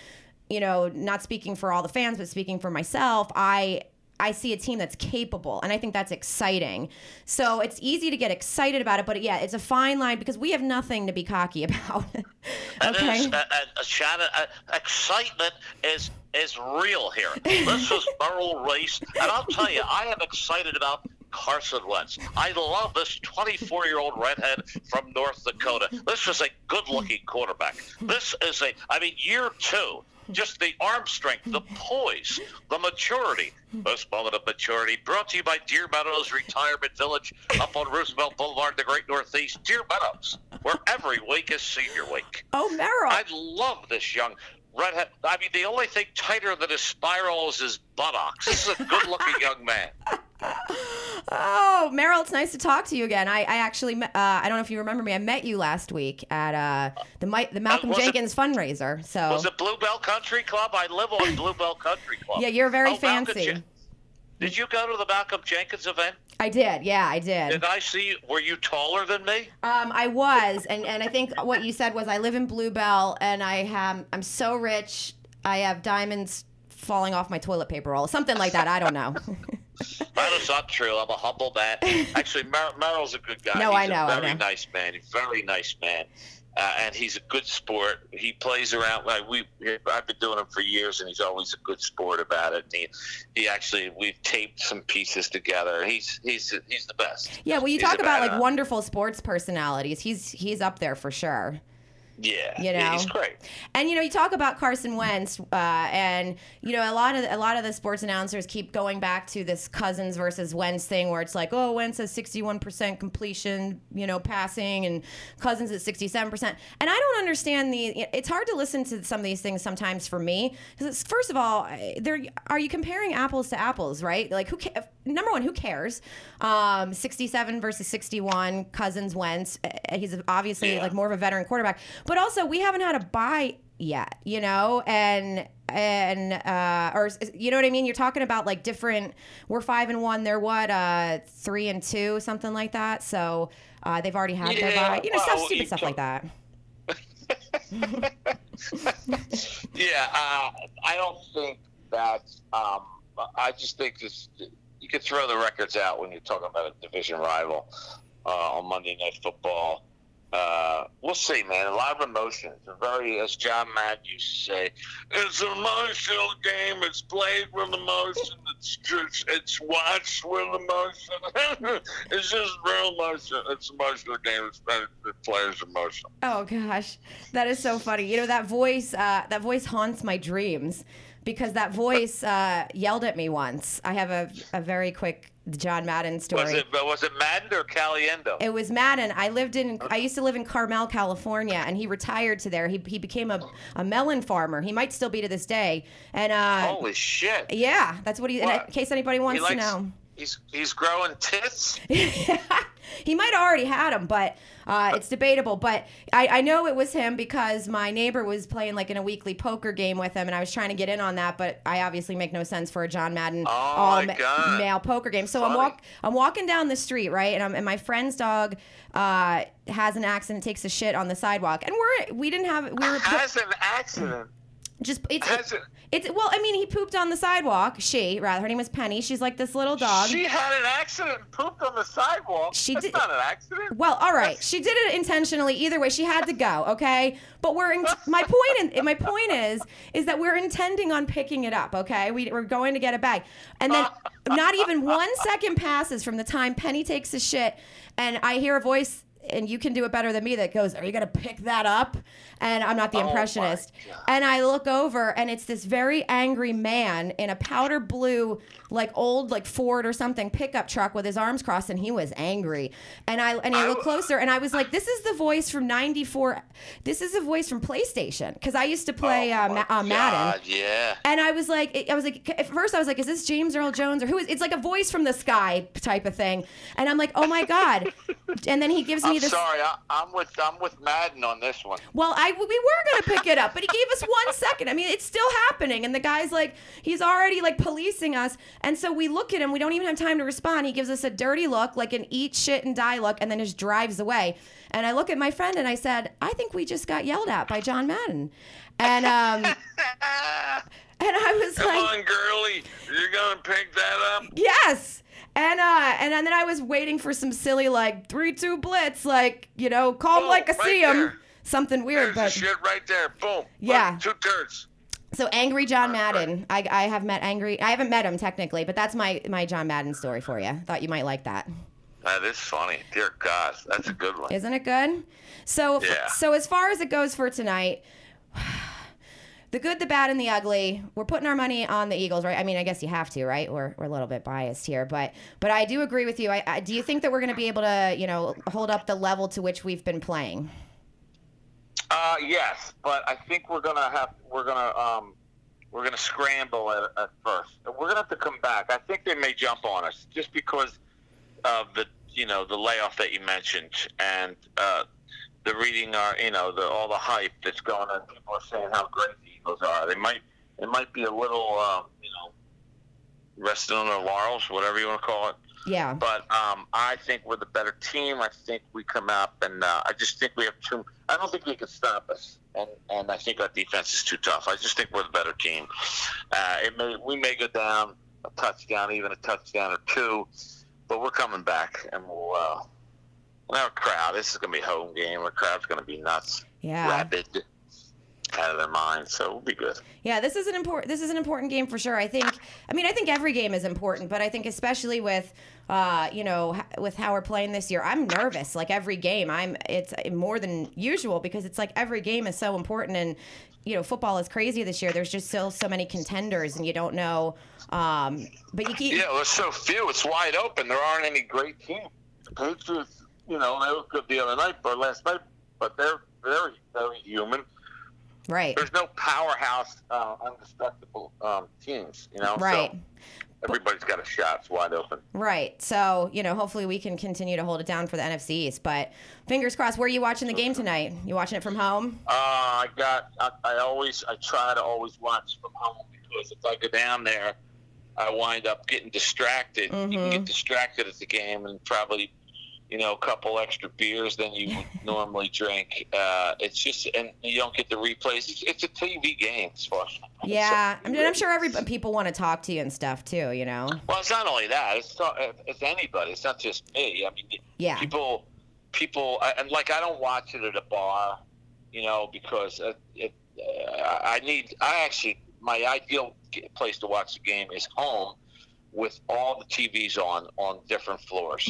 Speaker 2: you know, not speaking for all the fans, but speaking for myself, I I see a team that's capable, and I think that's exciting. So it's easy to get excited about it, but yeah, it's a fine line because we have nothing to be cocky about.
Speaker 3: And there's,
Speaker 2: okay.
Speaker 3: uh, uh, Shannon, uh, excitement is is real here. This is Merle Race, and I'll tell you, I am excited about Carson Wentz. I love this 24-year-old redhead from North Dakota. This is a good-looking quarterback. This is a, I mean, year two. Just the arm strength, the poise, the maturity. This moment of maturity brought to you by Deer Meadows Retirement Village up on Roosevelt Boulevard, the Great Northeast. Deer Meadows, where every week is senior week.
Speaker 2: Oh, Merrill.
Speaker 3: I love this young redhead. I mean, the only thing tighter than his spiral is his buttocks. This is a good-looking young man.
Speaker 2: oh, Merrill, it's nice to talk to you again. I, I actually, met, uh, I don't know if you remember me. I met you last week at uh, the Mi- the Malcolm
Speaker 3: was it-
Speaker 2: Jenkins fundraiser. So
Speaker 3: Was it Bluebell Country Club? I live on Bluebell Country Club.
Speaker 2: yeah, you're very
Speaker 3: Oh, Malcolm
Speaker 2: fancy.
Speaker 3: Jen- Did you go to the Malcolm Jenkins event?
Speaker 2: I did. Yeah, I did.
Speaker 3: Did I see? Were you taller than me?
Speaker 2: Um, I was, and, and I think what you said was I live in Bluebell, and I have I'm so rich, I have diamonds falling off my toilet paper roll, something like that. I don't know.
Speaker 3: That is not true. I'm a humble man. Actually, Mer- Merrill's a good guy.
Speaker 2: No,
Speaker 3: He's
Speaker 2: I know,
Speaker 3: A
Speaker 2: I
Speaker 3: very
Speaker 2: know.
Speaker 3: nice man. Very nice man. uh, and he's a good sport. He plays around. Like we, I've been doing him for years, and he's always a good sport about it. And he, he actually, we've taped some pieces together. He's he's he's the best.
Speaker 2: Yeah, well, you
Speaker 3: He's
Speaker 2: talk about
Speaker 3: about,
Speaker 2: like
Speaker 3: uh,
Speaker 2: wonderful sports personalities. He's he's up there for sure.
Speaker 3: Yeah,
Speaker 2: You
Speaker 3: yeah, he's
Speaker 2: know.
Speaker 3: great.
Speaker 2: And you know, you talk about Carson Wentz, uh, and you know, a lot of a lot of the sports announcers keep going back to this Cousins versus Wentz thing, where it's like, oh, Wentz has sixty-one percent completion, you know, passing, and Cousins at sixty-seven percent. And I don't understand the. It's hard to listen to some of these things sometimes for me because first of all, I- there are you comparing apples to apples, right? Like who? Ca- number one, who cares? Um, sixty-seven versus sixty-one, Cousins Wentz. uh, He's obviously
Speaker 3: Yeah.
Speaker 2: like more of a veteran quarterback. But also, we haven't had a bye yet, you know, and and uh, or you know what I mean. You're talking about like different. We're five and one. They're what uh, three and two, something like that. So uh, they've already had their
Speaker 3: Yeah,
Speaker 2: bye. You know,
Speaker 3: well,
Speaker 2: stuff stupid
Speaker 3: you
Speaker 2: stuff
Speaker 3: talk-
Speaker 2: like that.
Speaker 3: Yeah, uh, I don't think that. Um, I just think this. You could throw the records out when you're talking about a division rival uh, on Monday Night Football. Uh, we'll see, man. A lot of emotions. A very, as John Madden used to say, it's an emotional game. It's played with emotion. It's just, it's watched with emotion. it's just real emotion. It's an emotional game. It's the players' emotion.
Speaker 2: Oh gosh, that is so funny. You know that voice. Uh, that voice haunts my dreams because that voice uh, yelled at me once. I have a, a very quick John Madden story.
Speaker 3: Was it was it Madden or Caliendo?
Speaker 2: It was Madden. I lived in. I used to live in Carmel, California, and he retired to there. He, he became a, a melon farmer. He might still be to this day. And uh,
Speaker 3: Holy shit!
Speaker 2: yeah, that's what he. and In
Speaker 3: What?
Speaker 2: case anybody wants to know,
Speaker 3: He's he's growing tits.
Speaker 2: he might have already had him, but uh, it's debatable. But I, I know it was him because my neighbor was playing like in a weekly poker game with him, and I was trying to get in on that, but I obviously make no sense for a John Madden
Speaker 3: Oh,
Speaker 2: all
Speaker 3: my
Speaker 2: ma-
Speaker 3: God.
Speaker 2: male poker game. So I'm
Speaker 3: Funny.
Speaker 2: walk I'm walking down the street, right, and, I'm, and my friend's dog uh, has an accident, takes a shit on the sidewalk, and we're we didn't have we were
Speaker 3: Has an accident.
Speaker 2: just it's
Speaker 3: Has it?
Speaker 2: it's well, I mean, he pooped on the sidewalk. She rather her name was Penny. She's like this little dog.
Speaker 3: She had an accident and pooped on the sidewalk.
Speaker 2: She
Speaker 3: That's
Speaker 2: did-
Speaker 3: not an accident.
Speaker 2: Well, all right. She did it intentionally. Either way, she had to go. Okay, but we're in, my point. In, my point is is that we're intending on picking it up. Okay, we, we're going to get a bag, and then not even one second passes from the time Penny takes a shit, and I hear a voice. And you can do it better than me. That goes, Are you going to pick that up? And I'm not the
Speaker 3: my
Speaker 2: impressionist.
Speaker 3: God.
Speaker 2: And I look over, and it's this very angry man in a powder blue, like old, like Ford or something pickup truck with his arms crossed, and he was angry. And I and I
Speaker 3: I
Speaker 2: look
Speaker 3: w-
Speaker 2: closer, and I was like, "This is the voice from '94. This is a voice from PlayStation because I used to play
Speaker 3: Oh
Speaker 2: uh,
Speaker 3: my
Speaker 2: Ma- uh, Madden."
Speaker 3: God, yeah.
Speaker 2: And I was like, I was like, at first I was like, is this James Earl Jones or who is? It's like a voice from the sky type of thing. And I'm like, oh my god. and then he gives me
Speaker 3: I'm
Speaker 2: this.
Speaker 3: sorry. I, I'm with I'm with Madden on this one.
Speaker 2: Well, I we were gonna pick it up, but he gave us one second. I mean, it's still happening, and the guy's like, he's already like policing us, and so we look at him. We don't even have time to respond. He gives us a dirty look, like an eat shit and die look, and then just drives away. And I look at my friend and I said, I think we just got yelled at by John Madden, and um, and
Speaker 3: Ah,
Speaker 2: I was
Speaker 3: come
Speaker 2: like,
Speaker 3: on, girly. You're gonna pick that up.
Speaker 2: yes. And uh, and, and then I was waiting for some silly like three two blitz, like you know, calm
Speaker 3: Oh,
Speaker 2: like I
Speaker 3: right
Speaker 2: see him,
Speaker 3: there.
Speaker 2: something weird,
Speaker 3: There's the
Speaker 2: but.
Speaker 3: shit right there. Boom.
Speaker 2: Yeah.
Speaker 3: Two thirds.
Speaker 2: So angry John Madden. I, I have met angry. I haven't met him technically, but that's my my John Madden story for you. Thought you might like that.
Speaker 3: That is funny. Dear God, that's a good one.
Speaker 2: Isn't it good? So
Speaker 3: Yeah.
Speaker 2: so as far as it goes for tonight, the good, the bad, and the ugly. We're putting our money on the Eagles, right? I mean, I guess you have to, right? We're, we're a little bit biased here, but but I do agree with you. I, I do you think that we're going to be able to you know hold up the level to which we've been playing?
Speaker 3: Uh, yes, but I think we're gonna have we're gonna um we're gonna scramble at, at first. We're gonna have to come back. I think they may jump on us just because of the you know the layoff that you mentioned and uh, the reading our you know the all the hype that's going on. People are saying how great the Eagles are. They might it might be a little um, you know resting on their laurels, whatever you want to call it.
Speaker 2: Yeah.
Speaker 3: But um, I think we're the better team. I think we come up, and uh, I just think we have too. I don't think they can stop us, and and I think our defense is too tough. I just think we're the better team. Uh, it may we may go down a touchdown, even a touchdown or two, but we're coming back, and we'll uh, Our crowd. This is gonna be a home game. The crowd's gonna be nuts,
Speaker 2: Yeah.
Speaker 3: rabid, out of their mind. So we'll be good.
Speaker 2: Yeah, this is an important this is an important game for sure. I think I mean I think every game is important, but I think especially with uh, you know h- with how we're playing this year, I'm nervous. Like every game, I'm it's more than usual because it's like every game is so important and you know football is crazy this year. There's just still so many contenders and you don't know um, but you keep
Speaker 3: Yeah, well, there's so few. It's wide open. There aren't any great teams. The Patriots, you know, they were good the other night or last night, but they're very, very human.
Speaker 2: right.
Speaker 3: There's no powerhouse, uh, undestructible um, teams, you know?
Speaker 2: Right.
Speaker 3: So everybody's got a shot. It's wide open.
Speaker 2: Right. So, you know, hopefully we can continue to hold it down for the NFC East, but fingers crossed. Where are you watching the game tonight? You watching it from home?
Speaker 3: Uh, I got, I, I always, I try to always watch from home because if I go down there, I wind up getting distracted. You can
Speaker 2: Mhm.
Speaker 3: get distracted at the game and probably, you know, a couple extra beers than you would normally drink. Uh, it's just, and you don't get the replays. It's, it's a TV game. It's fun.
Speaker 2: Yeah, I mean, I'm sure every people want to talk to you and stuff too. You know.
Speaker 3: Well, it's not only that. It's not, it's anybody. It's not just me. I mean,
Speaker 2: Yeah.
Speaker 3: people, people, I- and like I don't watch it at a bar, you know, because it, it, uh, I need. I actually, my ideal g- place to watch the game is home, with all the TVs on on different floors.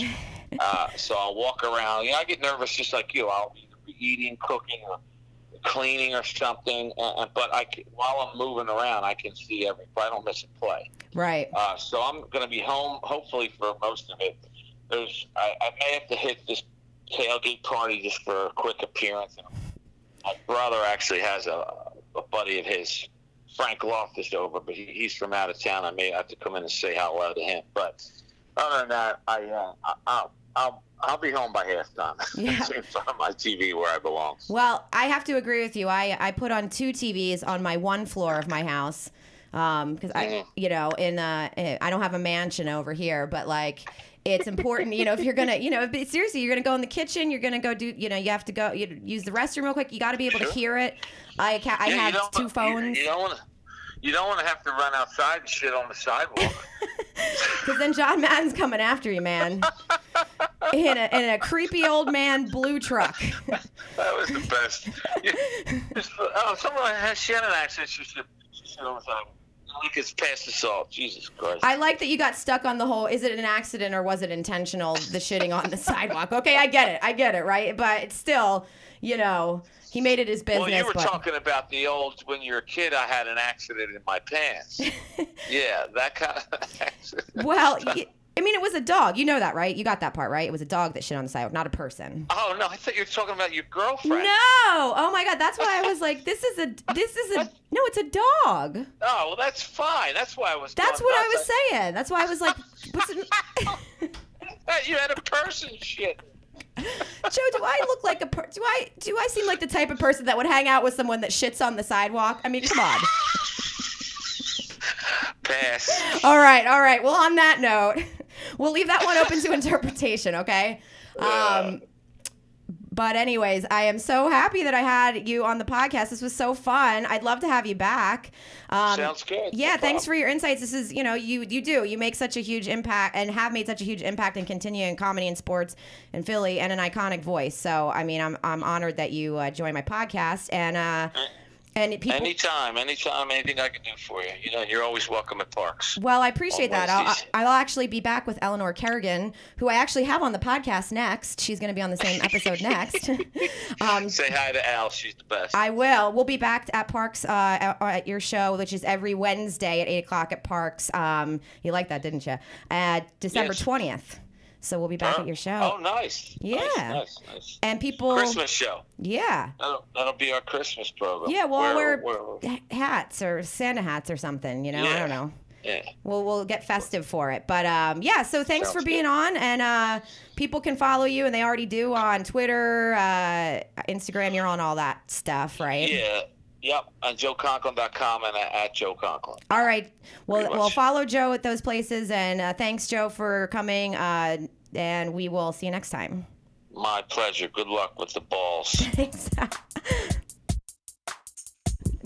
Speaker 3: uh, so I'll walk around. You know, I get nervous just like you. I'll either be eating, cooking, or cleaning or something. Uh, uh, but I, c- while I'm moving around, I can see every. I don't miss a play.
Speaker 2: Right.
Speaker 3: Uh, so I'm going to be home hopefully for most of it. There's I, I may have to hit this tailgate party just for a quick appearance. My brother actually has a, a buddy of his, Frank Loftus, over, but he, he's from out of town. I may have to come in and say hello to him. But other than that, I uh, I, I'll, I'll I'll be home by halftime.
Speaker 2: Yeah.
Speaker 3: it's in front of my TV where I belong.
Speaker 2: Well, I have to agree with you. I I put on two TVs on my one floor of my house because I
Speaker 3: Mhm.
Speaker 2: you know in uh eh, I don't have a mansion over here, but like. It's important, you know, if you're gonna, you know, but seriously, you're gonna go in the kitchen, you're gonna go do, you know, you have to go, you use the restroom real quick. You got to be able to
Speaker 3: Sure.
Speaker 2: hear it. I ca- I
Speaker 3: Yeah, you
Speaker 2: have
Speaker 3: don't-
Speaker 2: two
Speaker 3: you-
Speaker 2: phones
Speaker 3: You, don't want to. You don't want to have to run outside and shit on the sidewalk.
Speaker 2: because then John Madden's coming after you, man, in a in a creepy old man blue truck.
Speaker 3: That was the best. Yeah. Just, oh, someone has Shannon accent. She should. She should always have. Like it's past assault. Jesus Christ.
Speaker 2: I like that you got stuck on the whole is it an accident or was it intentional the shitting on the sidewalk. Okay, I get it. I get it, right? But it's still, you know, he made it his business.
Speaker 3: well, you were
Speaker 2: but
Speaker 3: talking about the old when you were a kid. I had an accident in my pants. yeah, that kind of accident.
Speaker 2: Well, y- I mean it was a dog. You know that, right? You got that part, right? It was a dog that shit on the sidewalk, not a person.
Speaker 3: Oh no, I thought you were talking about your girlfriend.
Speaker 2: No. Oh my god, that's why I was like this is a this is a No, it's a dog.
Speaker 3: Oh well, that's fine. That's why I was.
Speaker 2: That's
Speaker 3: going
Speaker 2: what I was
Speaker 3: nuts.
Speaker 2: saying. That's why I was like what's it-
Speaker 3: I- You had a person shit.
Speaker 2: Joe, do I look like a per- do I do I seem like the type of person that would hang out with someone that shits on the sidewalk? I mean, come on.
Speaker 3: Pass.
Speaker 2: All right, all right. Well, on that note, we'll leave that one open to interpretation, okay? Um, but anyways, I am so happy that I had you on the podcast. This was so fun. I'd love to have you back. Um,
Speaker 3: Sounds good.
Speaker 2: Yeah,
Speaker 3: No
Speaker 2: thanks
Speaker 3: problem.
Speaker 2: for your insights. This is, you know, you you do you make such a huge impact and have made such a huge impact and continue in comedy and sports in Philly and an iconic voice. So, I mean, I'm I'm honored that you uh, joined my podcast and uh, and people.
Speaker 3: Anytime, anytime, anything I can do for you. You know, you're always welcome at Parks.
Speaker 2: Well, I appreciate that. I'll,
Speaker 3: Wednesdays.
Speaker 2: I'll actually be back with Eleanor Kerrigan, who I actually have on the podcast next. She's going to be on the same episode next. um,
Speaker 3: Say hi to Al. She's the best.
Speaker 2: I will. We'll be back at Parks uh, at, at your show, which is every Wednesday at eight o'clock at Parks. Um, you liked that, didn't you? Uh, December
Speaker 3: Yes.
Speaker 2: twentieth. So we'll be back
Speaker 3: Huh?
Speaker 2: at your show.
Speaker 3: Oh, nice.
Speaker 2: Yeah.
Speaker 3: Nice, nice, nice.
Speaker 2: And people,
Speaker 3: Christmas show.
Speaker 2: yeah,
Speaker 3: That'll, that'll be our Christmas program.
Speaker 2: yeah. Well,
Speaker 3: Where-
Speaker 2: wear
Speaker 3: where-
Speaker 2: h- hats or Santa hats or something. You know, I
Speaker 3: Yeah.
Speaker 2: don't know.
Speaker 3: yeah.
Speaker 2: We'll we'll get festive for it. But um, yeah, so thanks
Speaker 3: Sounds
Speaker 2: for being on, and uh, people can follow you, and they already do on Twitter, uh, Instagram. You're on all that stuff, right?
Speaker 3: Yeah. Yep. On joeconklin.com and at Joe Conklin.
Speaker 2: All right. Well,
Speaker 3: Pretty much.
Speaker 2: we'll follow Joe at those places, and uh, thanks, Joe, for coming. Uh, and we will see you next time.
Speaker 3: My pleasure. Good luck with the balls.
Speaker 2: Thanks.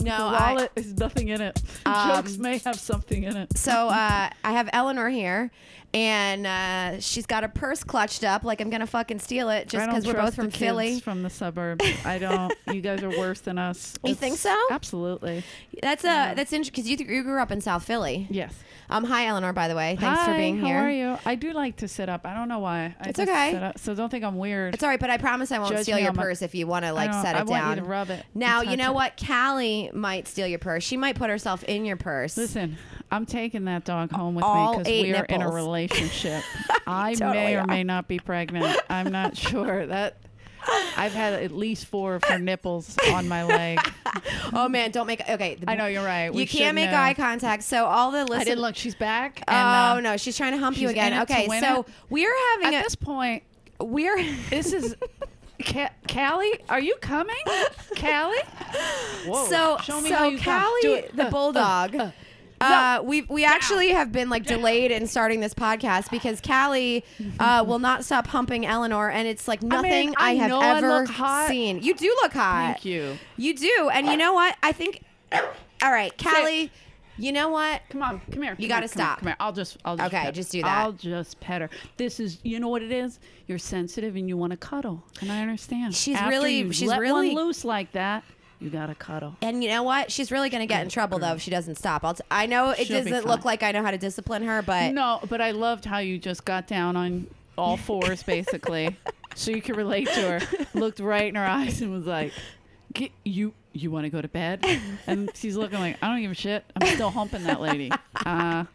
Speaker 2: No,
Speaker 6: the
Speaker 2: Oh, I-
Speaker 6: wallet is nothing in it.
Speaker 2: Um,
Speaker 6: Jokes may have something in it.
Speaker 2: So uh, I have Eleanor here, and uh, she's got a purse clutched up like I'm gonna fucking steal it
Speaker 6: I
Speaker 2: just
Speaker 6: don't
Speaker 2: because we're
Speaker 6: trust
Speaker 2: both from
Speaker 6: the kids
Speaker 2: Philly.
Speaker 6: from the suburbs. I don't. You guys are worse than us.
Speaker 2: You
Speaker 6: It's-
Speaker 2: think so?
Speaker 6: Absolutely.
Speaker 2: That's
Speaker 6: Um,
Speaker 2: uh, that's interesting because you, th- you grew up in South Philly.
Speaker 6: Yes.
Speaker 2: Um, hi Eleanor, by the way. Thanks
Speaker 6: Hi,
Speaker 2: for being here.
Speaker 6: How are you? I do like to sit up. I don't know why. I
Speaker 2: It's
Speaker 6: just
Speaker 2: okay.
Speaker 6: sit up, so don't think I'm weird.
Speaker 2: It's all right, but I promise I won't
Speaker 6: Judge
Speaker 2: steal
Speaker 6: me
Speaker 2: your
Speaker 6: on my-
Speaker 2: purse if you want to like
Speaker 6: don't-
Speaker 2: set it
Speaker 6: I
Speaker 2: down.
Speaker 6: want you to rub it and
Speaker 2: Now you
Speaker 6: touch
Speaker 2: know
Speaker 6: it.
Speaker 2: what? Callie might steal your purse. She might put herself in your purse.
Speaker 6: Listen, I'm taking that dog home with
Speaker 2: All
Speaker 6: me because
Speaker 2: eight
Speaker 6: we are in a
Speaker 2: nipples.
Speaker 6: relationship. I
Speaker 2: totally
Speaker 6: may or
Speaker 2: are.
Speaker 6: may not be pregnant. I'm not sure. That I've had at least four of her nipples on my leg.
Speaker 2: Oh man, don't make okay. the-
Speaker 6: I know, you're right. We
Speaker 2: You can't
Speaker 6: shouldn't
Speaker 2: make
Speaker 6: have.
Speaker 2: eye contact. So all the listen.
Speaker 6: I didn't look. She's back.
Speaker 2: Oh
Speaker 6: And, uh,
Speaker 2: no, she's trying to hump you
Speaker 6: she's
Speaker 2: again.
Speaker 6: in it to
Speaker 2: Okay,
Speaker 6: win
Speaker 2: so
Speaker 6: it.
Speaker 2: we're having a
Speaker 6: At this point,
Speaker 2: we're
Speaker 6: this is. Ca- Callie, are you coming? Callie? Whoa.
Speaker 2: so
Speaker 6: Show me
Speaker 2: so
Speaker 6: how you come. Do
Speaker 2: Callie
Speaker 6: it.
Speaker 2: the
Speaker 6: Uh,
Speaker 2: bulldog.
Speaker 6: uh,
Speaker 2: Uh,
Speaker 6: uh.
Speaker 2: we we actually have been like delayed in starting this podcast because Callie uh, will not stop humping Eleanor, and it's like nothing I,
Speaker 6: I
Speaker 2: have
Speaker 6: know I
Speaker 2: ever
Speaker 6: look hot.
Speaker 2: seen. You do look hot.
Speaker 6: Thank you.
Speaker 2: You do, and you know what? I think. All right, Callie.
Speaker 6: Say-
Speaker 2: You know what?
Speaker 6: Come on, come here. come
Speaker 2: gotta
Speaker 6: here, come
Speaker 2: stop.
Speaker 6: Here, come here. I'll just, I'll just.
Speaker 2: Okay,
Speaker 6: pet her.
Speaker 2: just do that.
Speaker 6: I'll just pet her. This is, you know what it is. You're sensitive and you want to cuddle, and I understand.
Speaker 2: She's
Speaker 6: After
Speaker 2: really-
Speaker 6: you
Speaker 2: she's
Speaker 6: let
Speaker 2: really-
Speaker 6: one loose like that. You gotta cuddle.
Speaker 2: And you know what? She's really going to get in trouble though if she doesn't stop. I'll t- I know it
Speaker 6: Mm. She'll be
Speaker 2: doesn't look
Speaker 6: fine.
Speaker 2: like I know how to discipline her, but
Speaker 6: No, but I loved how you just got down on all fours basically, so you could relate to her. Looked right in her eyes and was like, "Get you." You want to go to bed? And she's looking like, I don't give a shit. I'm still humping that lady. Uh,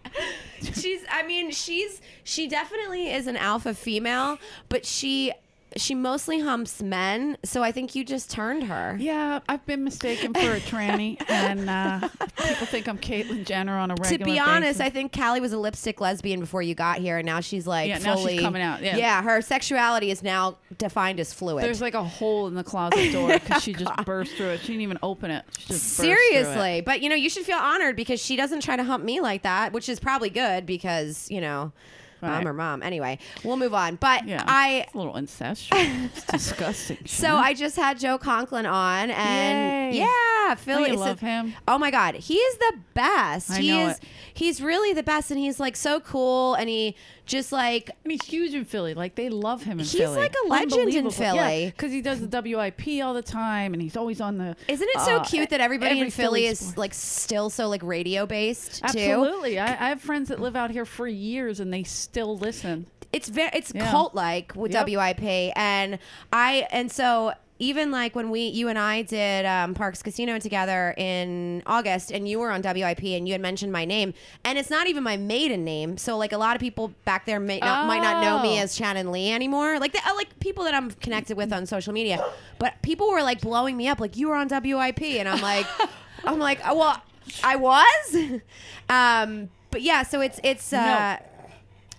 Speaker 2: she's i mean she's she definitely is an alpha female but she she mostly humps men so i think you just turned her
Speaker 6: Yeah, I've been mistaken for a tranny, and uh, people think I'm Caitlyn Jenner on a regular.
Speaker 2: to be honest,
Speaker 6: basis.
Speaker 2: I think Callie was a lipstick lesbian before you got here, and now she's like
Speaker 6: Yeah, now she's
Speaker 2: fully
Speaker 6: coming out, yeah.
Speaker 2: her sexuality is now defined as fluid.
Speaker 6: there's like a hole in the closet door because she just burst through it. She didn't even open it. She just burst through it.
Speaker 2: Seriously, but you know you should feel honored because she doesn't try to hump me like that, which is probably good because you know
Speaker 6: Right.
Speaker 2: I'm her mom. Anyway, we'll move on. But
Speaker 6: Yeah,
Speaker 2: I
Speaker 6: it's a little incestuous. It's disgusting.
Speaker 2: So I just had Joe Conklin on, and
Speaker 6: Mm-hmm. Yay.
Speaker 2: yeah, Philly.
Speaker 6: you
Speaker 2: so-
Speaker 6: love him?
Speaker 2: Oh my God, he is the best.
Speaker 6: I
Speaker 2: he
Speaker 6: know
Speaker 2: is.
Speaker 6: it.
Speaker 2: He's really the best, and he's like so cool, and he just like
Speaker 6: And he's huge in Philly. Like they love him in
Speaker 2: He's
Speaker 6: Philly.
Speaker 2: like a legend in Philly.
Speaker 6: because he does the WIP all the time, and he's always on the.
Speaker 2: isn't it so
Speaker 6: uh,
Speaker 2: cute that everybody
Speaker 6: every
Speaker 2: in Philly, is
Speaker 6: sport.
Speaker 2: like still so like radio based too?
Speaker 6: Absolutely, I, I have friends that live out here for years, and they still listen.
Speaker 2: It's very it's
Speaker 6: Yeah.
Speaker 2: cult like with
Speaker 6: Yep.
Speaker 2: WIP, and I and so. Even like when we, you and I did um, Parks Casino together in August, and you were on WIP, and you had mentioned my name, and it's not even my maiden name. So like a lot of people back there may not, might not know me
Speaker 6: Oh.
Speaker 2: as Shannon Lee anymore. Like the, uh, like people that I'm connected with on social media, but people were like blowing me up, like you were on WIP, and I'm like, I'm like, "Oh, well, I was, um, but yeah. So it's it's. Uh,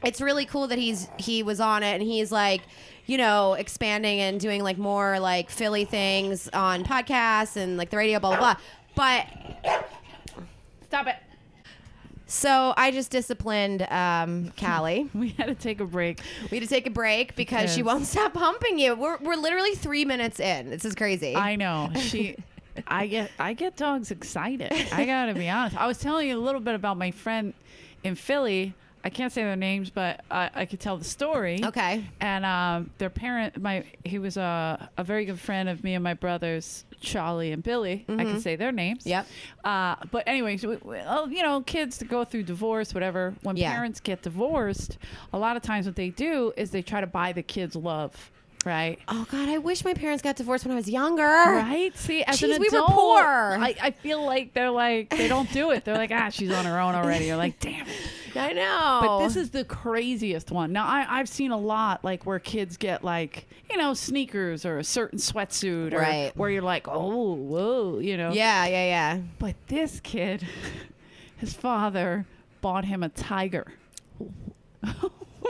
Speaker 2: it's really cool that he's he was on it and he's like you know expanding and doing like more like philly things on podcasts and like the radio blah blah blah but
Speaker 6: Stop it.
Speaker 2: so i just disciplined um callie
Speaker 6: We had to take a break.
Speaker 2: we had to take a break because she
Speaker 6: Because-
Speaker 2: won't stop humping you we're, we're literally three minutes in this is crazy
Speaker 6: I know. She I get I get dogs excited. I gotta be honest. I was telling you a little bit about my friend in Philly. I can't say their names, but I, I could tell the story.
Speaker 2: Okay.
Speaker 6: And um, their parent, my he was a, a very good friend of me and my brothers, Charlie and Billy. I can say their names.
Speaker 2: Yep.
Speaker 6: Uh, but anyways, we, we- oh, you know, kids to go through divorce, whatever. When
Speaker 2: Yeah.
Speaker 6: parents get divorced, a lot of times what they do is they try to buy the kids love, right?
Speaker 2: oh god i wish my parents got divorced when i was younger
Speaker 6: Right? See, as an
Speaker 2: Jeez,
Speaker 6: adult,
Speaker 2: we were poor.
Speaker 6: I, I feel like they're like they don't do it. They're like, ah, she's on her own already. You're like, damn it. Oh.
Speaker 2: i know
Speaker 6: But this is the craziest one. Now, I, I've seen a lot like where kids get like, you know, sneakers or a certain sweatsuit, or
Speaker 2: Right.
Speaker 6: where you're like, oh, whoa, you know.
Speaker 2: yeah yeah yeah
Speaker 6: But this kid, his father bought him a tiger.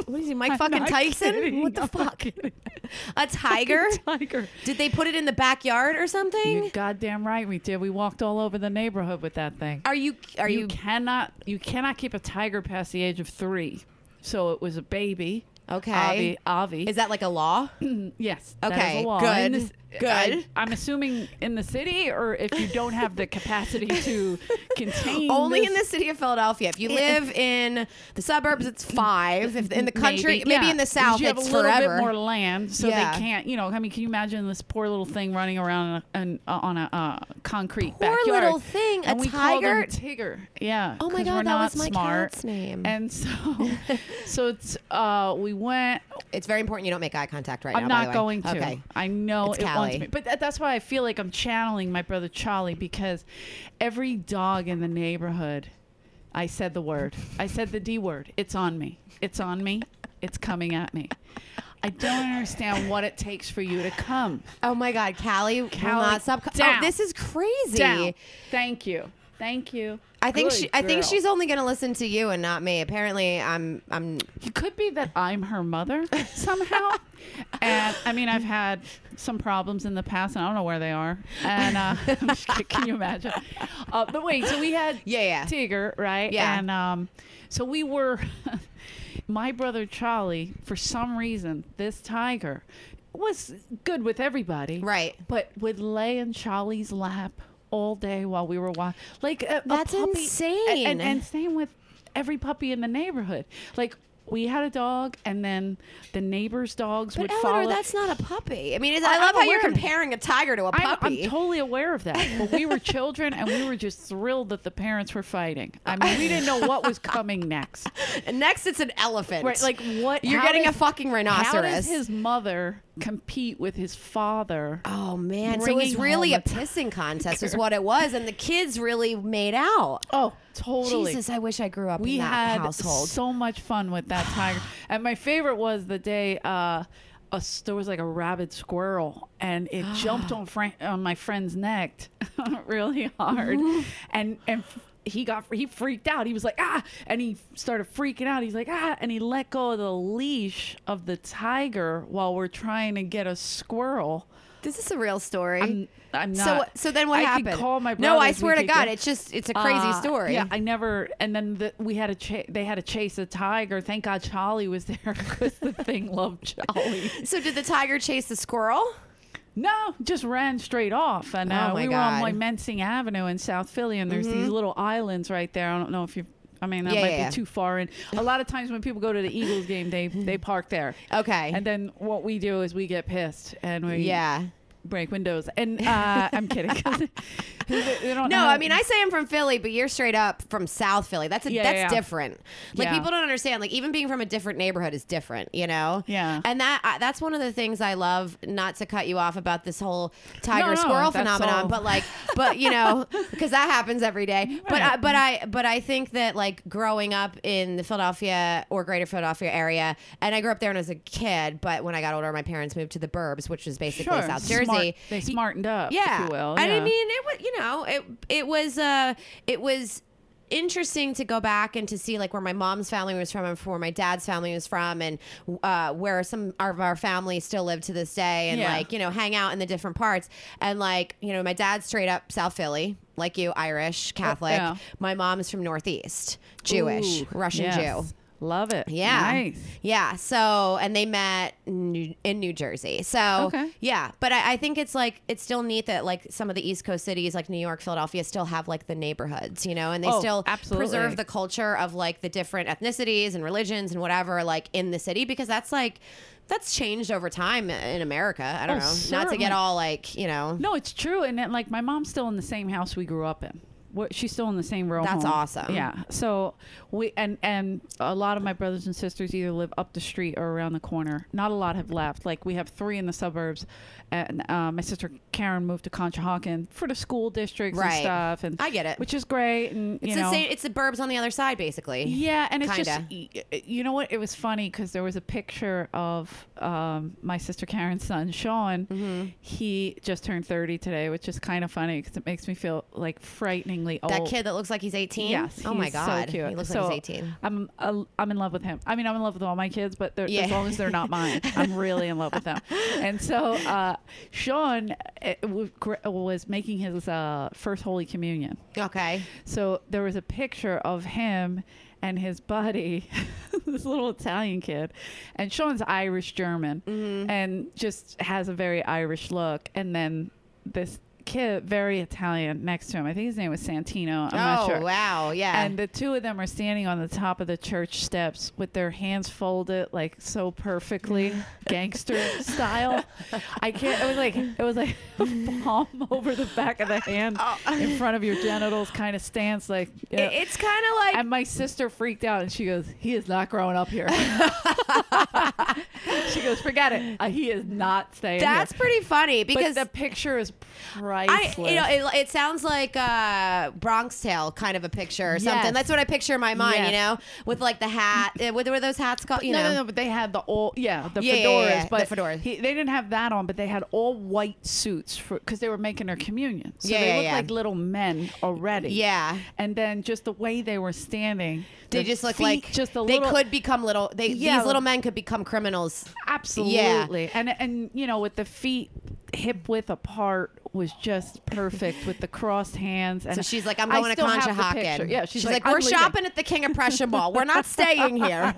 Speaker 2: what is he mike
Speaker 6: I'm
Speaker 2: fucking
Speaker 6: not
Speaker 2: tyson
Speaker 6: kidding.
Speaker 2: what the
Speaker 6: I'm not
Speaker 2: fuck
Speaker 6: kidding.
Speaker 2: a tiger
Speaker 6: tiger.
Speaker 2: Did they put it in the backyard or something?
Speaker 6: You're goddamn right we did. We walked all over the neighborhood with that thing.
Speaker 2: are you are
Speaker 6: you,
Speaker 2: you,
Speaker 6: cannot you cannot keep a tiger past the age of three. So it was a baby.
Speaker 2: okay?
Speaker 6: Avi. Avi.
Speaker 2: Is that like a law?
Speaker 6: yes.
Speaker 2: Okay,
Speaker 6: That is a law.
Speaker 2: good.
Speaker 6: In this,
Speaker 2: Good.
Speaker 6: I, am assuming in the city, or if you don't have the capacity to contain.
Speaker 2: Only in the
Speaker 6: this-
Speaker 2: city of Philadelphia. If you live in the suburbs, it's five. If in the country, maybe,
Speaker 6: yeah.
Speaker 2: in the
Speaker 6: Because
Speaker 2: south,
Speaker 6: you have
Speaker 2: it's
Speaker 6: a little
Speaker 2: forever.
Speaker 6: bit more land, so
Speaker 2: Yeah.
Speaker 6: they can't. You know, I mean, can you imagine this poor little thing running around on a, on a uh, concrete
Speaker 2: Poor
Speaker 6: backyard?
Speaker 2: little thing, a
Speaker 6: and we call them
Speaker 2: tiger?
Speaker 6: Tigger. Yeah.
Speaker 2: Oh my
Speaker 6: 'cause
Speaker 2: God,
Speaker 6: we're
Speaker 2: that was
Speaker 6: not
Speaker 2: my
Speaker 6: smart.
Speaker 2: cat's name.
Speaker 6: And so, so it's uh, we went.
Speaker 2: It's very important you don't make eye contact right now.
Speaker 6: I'm
Speaker 2: by
Speaker 6: not
Speaker 2: the way.
Speaker 6: going to.
Speaker 2: Okay.
Speaker 6: I know
Speaker 2: It's
Speaker 6: it
Speaker 2: Callie.
Speaker 6: wants me, but that, that's why I feel like I'm channeling my brother Charlie because every dog in the neighborhood, I said the word. I said the D word. It's on me. It's on me. It's coming at me. I don't understand what it takes for you to come
Speaker 2: Oh my God, Callie, will
Speaker 6: Callie,
Speaker 2: not stop.
Speaker 6: down.
Speaker 2: Oh, this is crazy.
Speaker 6: down. Thank you. Thank you.
Speaker 2: I think
Speaker 6: Good
Speaker 2: she, I think
Speaker 6: girl.
Speaker 2: she's only going to listen to you and not me. Apparently, I'm I'm
Speaker 6: It could be that I'm her mother somehow. and I mean, I've had some problems in the past, and I don't know where they are. And uh, I'm just kidding. can you imagine? Uh, but wait, so we had
Speaker 2: Yeah, yeah.
Speaker 6: Tigger, right?
Speaker 2: Yeah.
Speaker 6: And um, so we were. my brother Charlie, for some reason, this tiger was good with everybody,
Speaker 2: Right.
Speaker 6: But would lay in Charlie's lap all day while we were watching. Like a, a
Speaker 2: That's
Speaker 6: puppy-
Speaker 2: insane.
Speaker 6: and- and same with every puppy in the neighborhood. Like we had a dog, and then the neighbors' dogs
Speaker 2: But
Speaker 6: would
Speaker 2: Eleanor,
Speaker 6: follow.
Speaker 2: that's not a puppy. I mean, it's,
Speaker 6: I-
Speaker 2: I love
Speaker 6: I'm
Speaker 2: how you're
Speaker 6: aware.
Speaker 2: comparing a tiger to a
Speaker 6: I, I'm
Speaker 2: puppy.
Speaker 6: totally aware of that, but we were children and we were just thrilled that the parents were fighting. I mean, we didn't know what was coming next.
Speaker 2: And Next, it's an elephant.
Speaker 6: Right, like what?
Speaker 2: You're
Speaker 6: how
Speaker 2: getting
Speaker 6: does-
Speaker 2: a fucking rhinoceros.
Speaker 6: How does his mother compete with his father?
Speaker 2: Oh man! So it was
Speaker 6: bringing
Speaker 2: really a
Speaker 6: home a
Speaker 2: pissing contest, is what it was, and the kids really made out.
Speaker 6: Oh, totally.
Speaker 2: Jesus, I wish I grew up
Speaker 6: we
Speaker 2: in that
Speaker 6: had
Speaker 2: household.
Speaker 6: so much fun with that tiger and my favorite was the day uh a, s- there was like a rabid squirrel and it jumped on Frank on my friend's neck really hard and and f- he got he freaked out he was like ah and he started freaking out he's like ah and he let go of the leash of the tiger while we're trying to get a squirrel
Speaker 2: this is a real story.
Speaker 6: I'm- I'm
Speaker 2: So,
Speaker 6: not-
Speaker 2: so then what
Speaker 6: I could
Speaker 2: happened?
Speaker 6: call my
Speaker 2: no, I
Speaker 6: brothers, we
Speaker 2: swear to
Speaker 6: could
Speaker 2: God,
Speaker 6: go-
Speaker 2: it's just it's a crazy
Speaker 6: Uh,
Speaker 2: story.
Speaker 6: Yeah, I never. And then the, we had a cha- they had to chase a tiger. Thank God Charlie was there because the thing loved Charlie.
Speaker 2: so did the tiger chase the squirrel?
Speaker 6: No, just ran straight off. And uh,
Speaker 2: Oh, my
Speaker 6: we were
Speaker 2: God. Mm-hmm.
Speaker 6: on like Mensing Avenue in South Philly, and there's these little islands right there. I don't know if you. I mean, that
Speaker 2: Yeah,
Speaker 6: might
Speaker 2: yeah, yeah.
Speaker 6: be too far in. A lot of times when people go to the Eagles game, they they park there.
Speaker 2: Okay.
Speaker 6: And then what we do is we get pissed and we
Speaker 2: yeah.
Speaker 6: break windows. And uh, I'm kidding. 'cause they- they don't know
Speaker 2: No,
Speaker 6: how-
Speaker 2: I mean I say I'm from Philly, but you're straight up from South Philly. That's a,
Speaker 6: Yeah,
Speaker 2: that's
Speaker 6: yeah.
Speaker 2: different. Like
Speaker 6: Yeah.
Speaker 2: people don't understand. Like even being from a different neighborhood is different, you know.
Speaker 6: Yeah.
Speaker 2: And that I, that's one of the things I love. Not to cut you off about this whole tiger
Speaker 6: No, no,
Speaker 2: squirrel
Speaker 6: that's
Speaker 2: phenomenon,
Speaker 6: all.
Speaker 2: but like, but you know, because that happens every day. But I,
Speaker 6: Right.
Speaker 2: but I but I think that like growing up in the Philadelphia or Greater Philadelphia area, and I grew up there when I was a kid. But when I got older, my parents moved to the Burbs, which is basically
Speaker 6: Sure,
Speaker 2: South Jersey
Speaker 6: smart- they smartened up,
Speaker 2: yeah.
Speaker 6: if you will.
Speaker 2: And I
Speaker 6: yeah.
Speaker 2: mean, it was you know it it was uh it was interesting to go back and to see like where my mom's family was from and where my dad's family was from and uh, where some of our family still live to this day and
Speaker 6: Yeah.
Speaker 2: like you know hang out in the different parts and like you know my dad's straight up South Philly like you Irish Catholic
Speaker 6: yeah.
Speaker 2: my mom's from Northeast Jewish
Speaker 6: Ooh,
Speaker 2: Russian
Speaker 6: yes.
Speaker 2: Jew
Speaker 6: Love it.
Speaker 2: yeah.
Speaker 6: Nice.
Speaker 2: Yeah. So, and they met in in New Jersey. So,
Speaker 6: Okay.
Speaker 2: yeah. But I, I think it's like, it's still neat that like some of the East Coast cities, like New York, Philadelphia, still have like the neighborhoods, you know, and they
Speaker 6: Oh,
Speaker 2: still
Speaker 6: absolutely.
Speaker 2: preserve the culture of like the different ethnicities and religions and whatever, like in the city, because that's like, that's changed over time in America. I don't
Speaker 6: Oh,
Speaker 2: know. Not to
Speaker 6: certainly.
Speaker 2: get all like, you know,
Speaker 6: No, it's true. And then, like, my mom's still in the same house we grew up in. We're- She's still in the same row.
Speaker 2: That's
Speaker 6: home.
Speaker 2: awesome.
Speaker 6: Yeah. So we and and a lot of my brothers and sisters either live up the street or around the corner. Not a lot have left. Like we have three in the suburbs, and uh, my sister Karen moved to Conshohocken for the school districts
Speaker 2: Right.
Speaker 6: and stuff. And
Speaker 2: I get it.
Speaker 6: which is great. And you
Speaker 2: it's
Speaker 6: know,
Speaker 2: the same, it's the burbs on the other side, basically.
Speaker 6: Yeah, and it's
Speaker 2: Kinda.
Speaker 6: just y- y- you know what? It was funny because there was a picture of um, my sister Karen's son Sean.
Speaker 2: Mm-hmm.
Speaker 6: He just turned thirty today, which is kind of funny because it makes me feel like frighteningly old.
Speaker 2: That kid that looks like he's 18.
Speaker 6: Yes.
Speaker 2: Oh my
Speaker 6: he's
Speaker 2: God.
Speaker 6: So cute.
Speaker 2: He looks
Speaker 6: So
Speaker 2: like he's 18.
Speaker 6: I'm uh, I'm in love with him. I mean, I'm in love with all my kids, but they're,
Speaker 2: Yeah.
Speaker 6: as long as they're not mine, I'm really in love with them. And so uh, Sean uh, w- gr- was making his uh, first Holy Communion.
Speaker 2: Okay.
Speaker 6: So there was a picture of him and his buddy this little Italian kid, and Sean's Irish German, and just has a very Irish look. And then this kid, very Italian, next to him. I think his name was Santino. I'm
Speaker 2: oh
Speaker 6: not sure.
Speaker 2: wow, yeah.
Speaker 6: And the two of them are standing on the top of the church steps with their hands folded, like so perfectly gangster style. I can't. It was like it was like a palm over the back of the hand in front of your genitals, kind of stance. Like yeah.
Speaker 2: Oh. It- it's kind of like
Speaker 6: and my sister freaked out, and she goes, "He is not growing up here." she goes, "Forget it. Uh, he is not staying."
Speaker 2: that's
Speaker 6: here.
Speaker 2: pretty funny because
Speaker 6: But the picture is
Speaker 2: I,
Speaker 6: priceless.
Speaker 2: you know, it, it sounds like uh, Bronx Tale kind of a picture or something.
Speaker 6: Yes.
Speaker 2: That's what I picture in my mind, you know,
Speaker 6: Yes.
Speaker 2: with like the hat. Uh, What were those hats called? You
Speaker 6: no,
Speaker 2: know,
Speaker 6: no, no, but they had the all yeah the
Speaker 2: Yeah,
Speaker 6: fedoras,
Speaker 2: yeah, yeah, yeah,
Speaker 6: but
Speaker 2: the fedoras.
Speaker 6: He, they didn't have that on, but they had all white suits for because they were making their communion. So
Speaker 2: Yeah,
Speaker 6: they
Speaker 2: yeah,
Speaker 6: looked
Speaker 2: yeah.
Speaker 6: like little men already.
Speaker 2: Yeah.
Speaker 6: and then just the way they were standing,
Speaker 2: they
Speaker 6: their
Speaker 2: just look
Speaker 6: feet
Speaker 2: like
Speaker 6: just a
Speaker 2: they
Speaker 6: little,
Speaker 2: could become little. They
Speaker 6: Yeah.
Speaker 2: these little men could become criminals.
Speaker 6: absolutely, and and you know with the feet hip width apart was just perfect with the crossed hands. And
Speaker 2: So she's like, I'm
Speaker 6: I
Speaker 2: going to
Speaker 6: still have the
Speaker 2: Conshohocken.
Speaker 6: picture. Yeah, she's,
Speaker 2: like,
Speaker 6: "I'm
Speaker 2: we're
Speaker 6: leaving."
Speaker 2: shopping at the King of Prussia Mall. We're not staying here.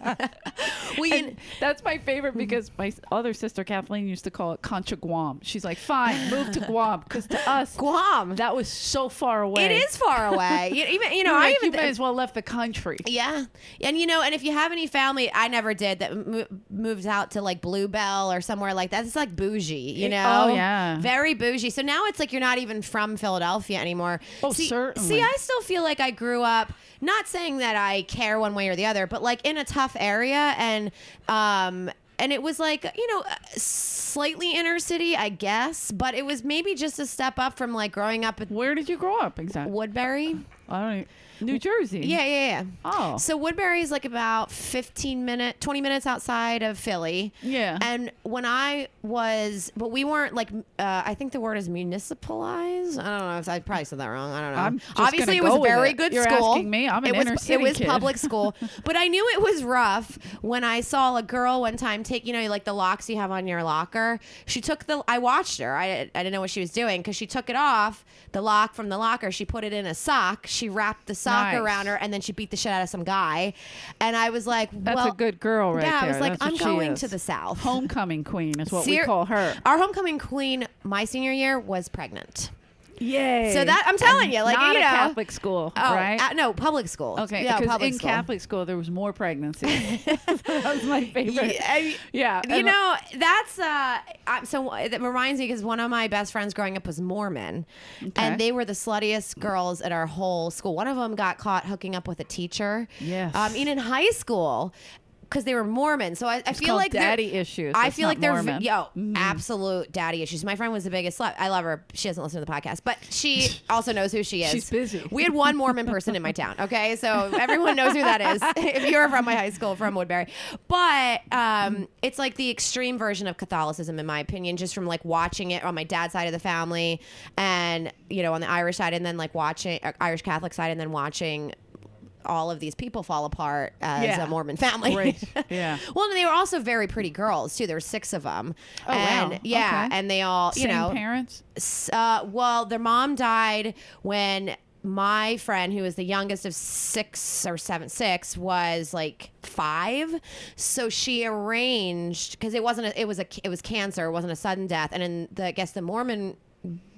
Speaker 2: we
Speaker 6: And that's my
Speaker 2: Mm-hmm.
Speaker 6: favorite because my s- other sister Kathleen used to call it Concha Guam. She's like, fine, move to Guam because to us,
Speaker 2: Guam.
Speaker 6: that was so far away.
Speaker 2: it is far away. You, even you know,
Speaker 6: You're
Speaker 2: I
Speaker 6: like,
Speaker 2: even
Speaker 6: you might as well left the country.
Speaker 2: Yeah, and you know, and if you have any family, I never did that mo- moves out to like Bluebell or somewhere like that. It's like bougie, you know.
Speaker 6: oh, yeah.
Speaker 2: very bougie. So now it's like you're not even from Philadelphia anymore.
Speaker 6: Oh,
Speaker 2: see,
Speaker 6: certainly.
Speaker 2: See, I still feel like I grew up. Not saying that I care one way or the other, but like in a tough area, and um, and it was like you know, slightly inner city, I guess, but it was maybe just a step up from like growing up with
Speaker 6: Where did you grow up exactly?
Speaker 2: Woodbury.
Speaker 6: I don't even- New Jersey.
Speaker 2: Yeah, yeah, yeah.
Speaker 6: Oh.
Speaker 2: So Woodbury is like about 15 minute, 20 minutes outside of Philly.
Speaker 6: Yeah.
Speaker 2: And when I was, but we weren't like, uh, I think the word is municipalized. I don't know if I probably said that wrong. I don't know.
Speaker 6: I'm just
Speaker 2: Obviously,
Speaker 6: gonna
Speaker 2: it was
Speaker 6: go
Speaker 2: a
Speaker 6: with
Speaker 2: very
Speaker 6: it.
Speaker 2: good
Speaker 6: You're
Speaker 2: school.
Speaker 6: asking me? I'm an
Speaker 2: it was,
Speaker 6: inner
Speaker 2: It
Speaker 6: city
Speaker 2: was
Speaker 6: kid.
Speaker 2: public school, but I knew it was rough when I saw a girl one time take, you know, like the locks you have on your locker. She took the, I watched her. I, I didn't know what she was doing because she took it off the lock from the locker. She put it in a sock. She wrapped the sock
Speaker 6: Nice.
Speaker 2: around her and then she beat the shit out of some guy. And I was like,
Speaker 6: That's
Speaker 2: well,
Speaker 6: a good girl right
Speaker 2: yeah, I
Speaker 6: there.
Speaker 2: was like,
Speaker 6: That's what
Speaker 2: I'm
Speaker 6: she
Speaker 2: going
Speaker 6: is.
Speaker 2: to the South.
Speaker 6: Homecoming queen is what
Speaker 2: Ser- uh,
Speaker 6: we call her.
Speaker 2: Our homecoming queen, my senior year, was pregnant.
Speaker 6: Yay.
Speaker 2: So that I'm telling you, like
Speaker 6: um, Not
Speaker 2: you
Speaker 6: a
Speaker 2: know,
Speaker 6: Catholic school,
Speaker 2: Oh,
Speaker 6: right?
Speaker 2: uh, no, public school.
Speaker 6: Okay,
Speaker 2: yeah,
Speaker 6: because
Speaker 2: public
Speaker 6: in
Speaker 2: school.
Speaker 6: Catholic school there was more pregnancy. that was my favorite.
Speaker 2: Yeah, I-
Speaker 6: Yeah,
Speaker 2: You
Speaker 6: and-
Speaker 2: know, that's uh, I, so it reminds me because one of my best friends growing up was Mormon,
Speaker 6: Okay.
Speaker 2: and they were the sluttiest girls at our whole school. One of them got caught hooking up with a teacher.
Speaker 6: Yes.
Speaker 2: um, even in high school. Because they were Mormon, so I, I feel
Speaker 6: called
Speaker 2: like they're-
Speaker 6: daddy issues.
Speaker 2: I
Speaker 6: It's
Speaker 2: feel
Speaker 6: not
Speaker 2: like they're v-
Speaker 6: Mormon.
Speaker 2: yo absolute daddy issues. My friend was the biggest slut. I love her. She doesn't listen to the podcast, but she also knows who she is.
Speaker 6: She's busy.
Speaker 2: We had one Mormon person in my town. Okay, so everyone knows who that is. if you're from my high school, from Woodbury, but um, it's like the extreme version of Catholicism, in my opinion, just from like watching it on my dad's side of the family, and you know on the Irish side, and then like watching uh, Irish Catholic side, and then watching all of these people fall apart as
Speaker 6: Yeah.
Speaker 2: a Mormon family.
Speaker 6: Right. Yeah.
Speaker 2: Well, and they were also very pretty girls too. There were six of them.
Speaker 6: Oh,
Speaker 2: and,
Speaker 6: wow.
Speaker 2: Yeah,
Speaker 6: Okay.
Speaker 2: and they all, you
Speaker 6: Same
Speaker 2: know,
Speaker 6: parents.
Speaker 2: s- uh, well, their mom died when my friend, who was the youngest of six or seven, six was like five. So she arranged because it wasn't a, it was a it was cancer. It wasn't a sudden death. And in the I guess the Mormon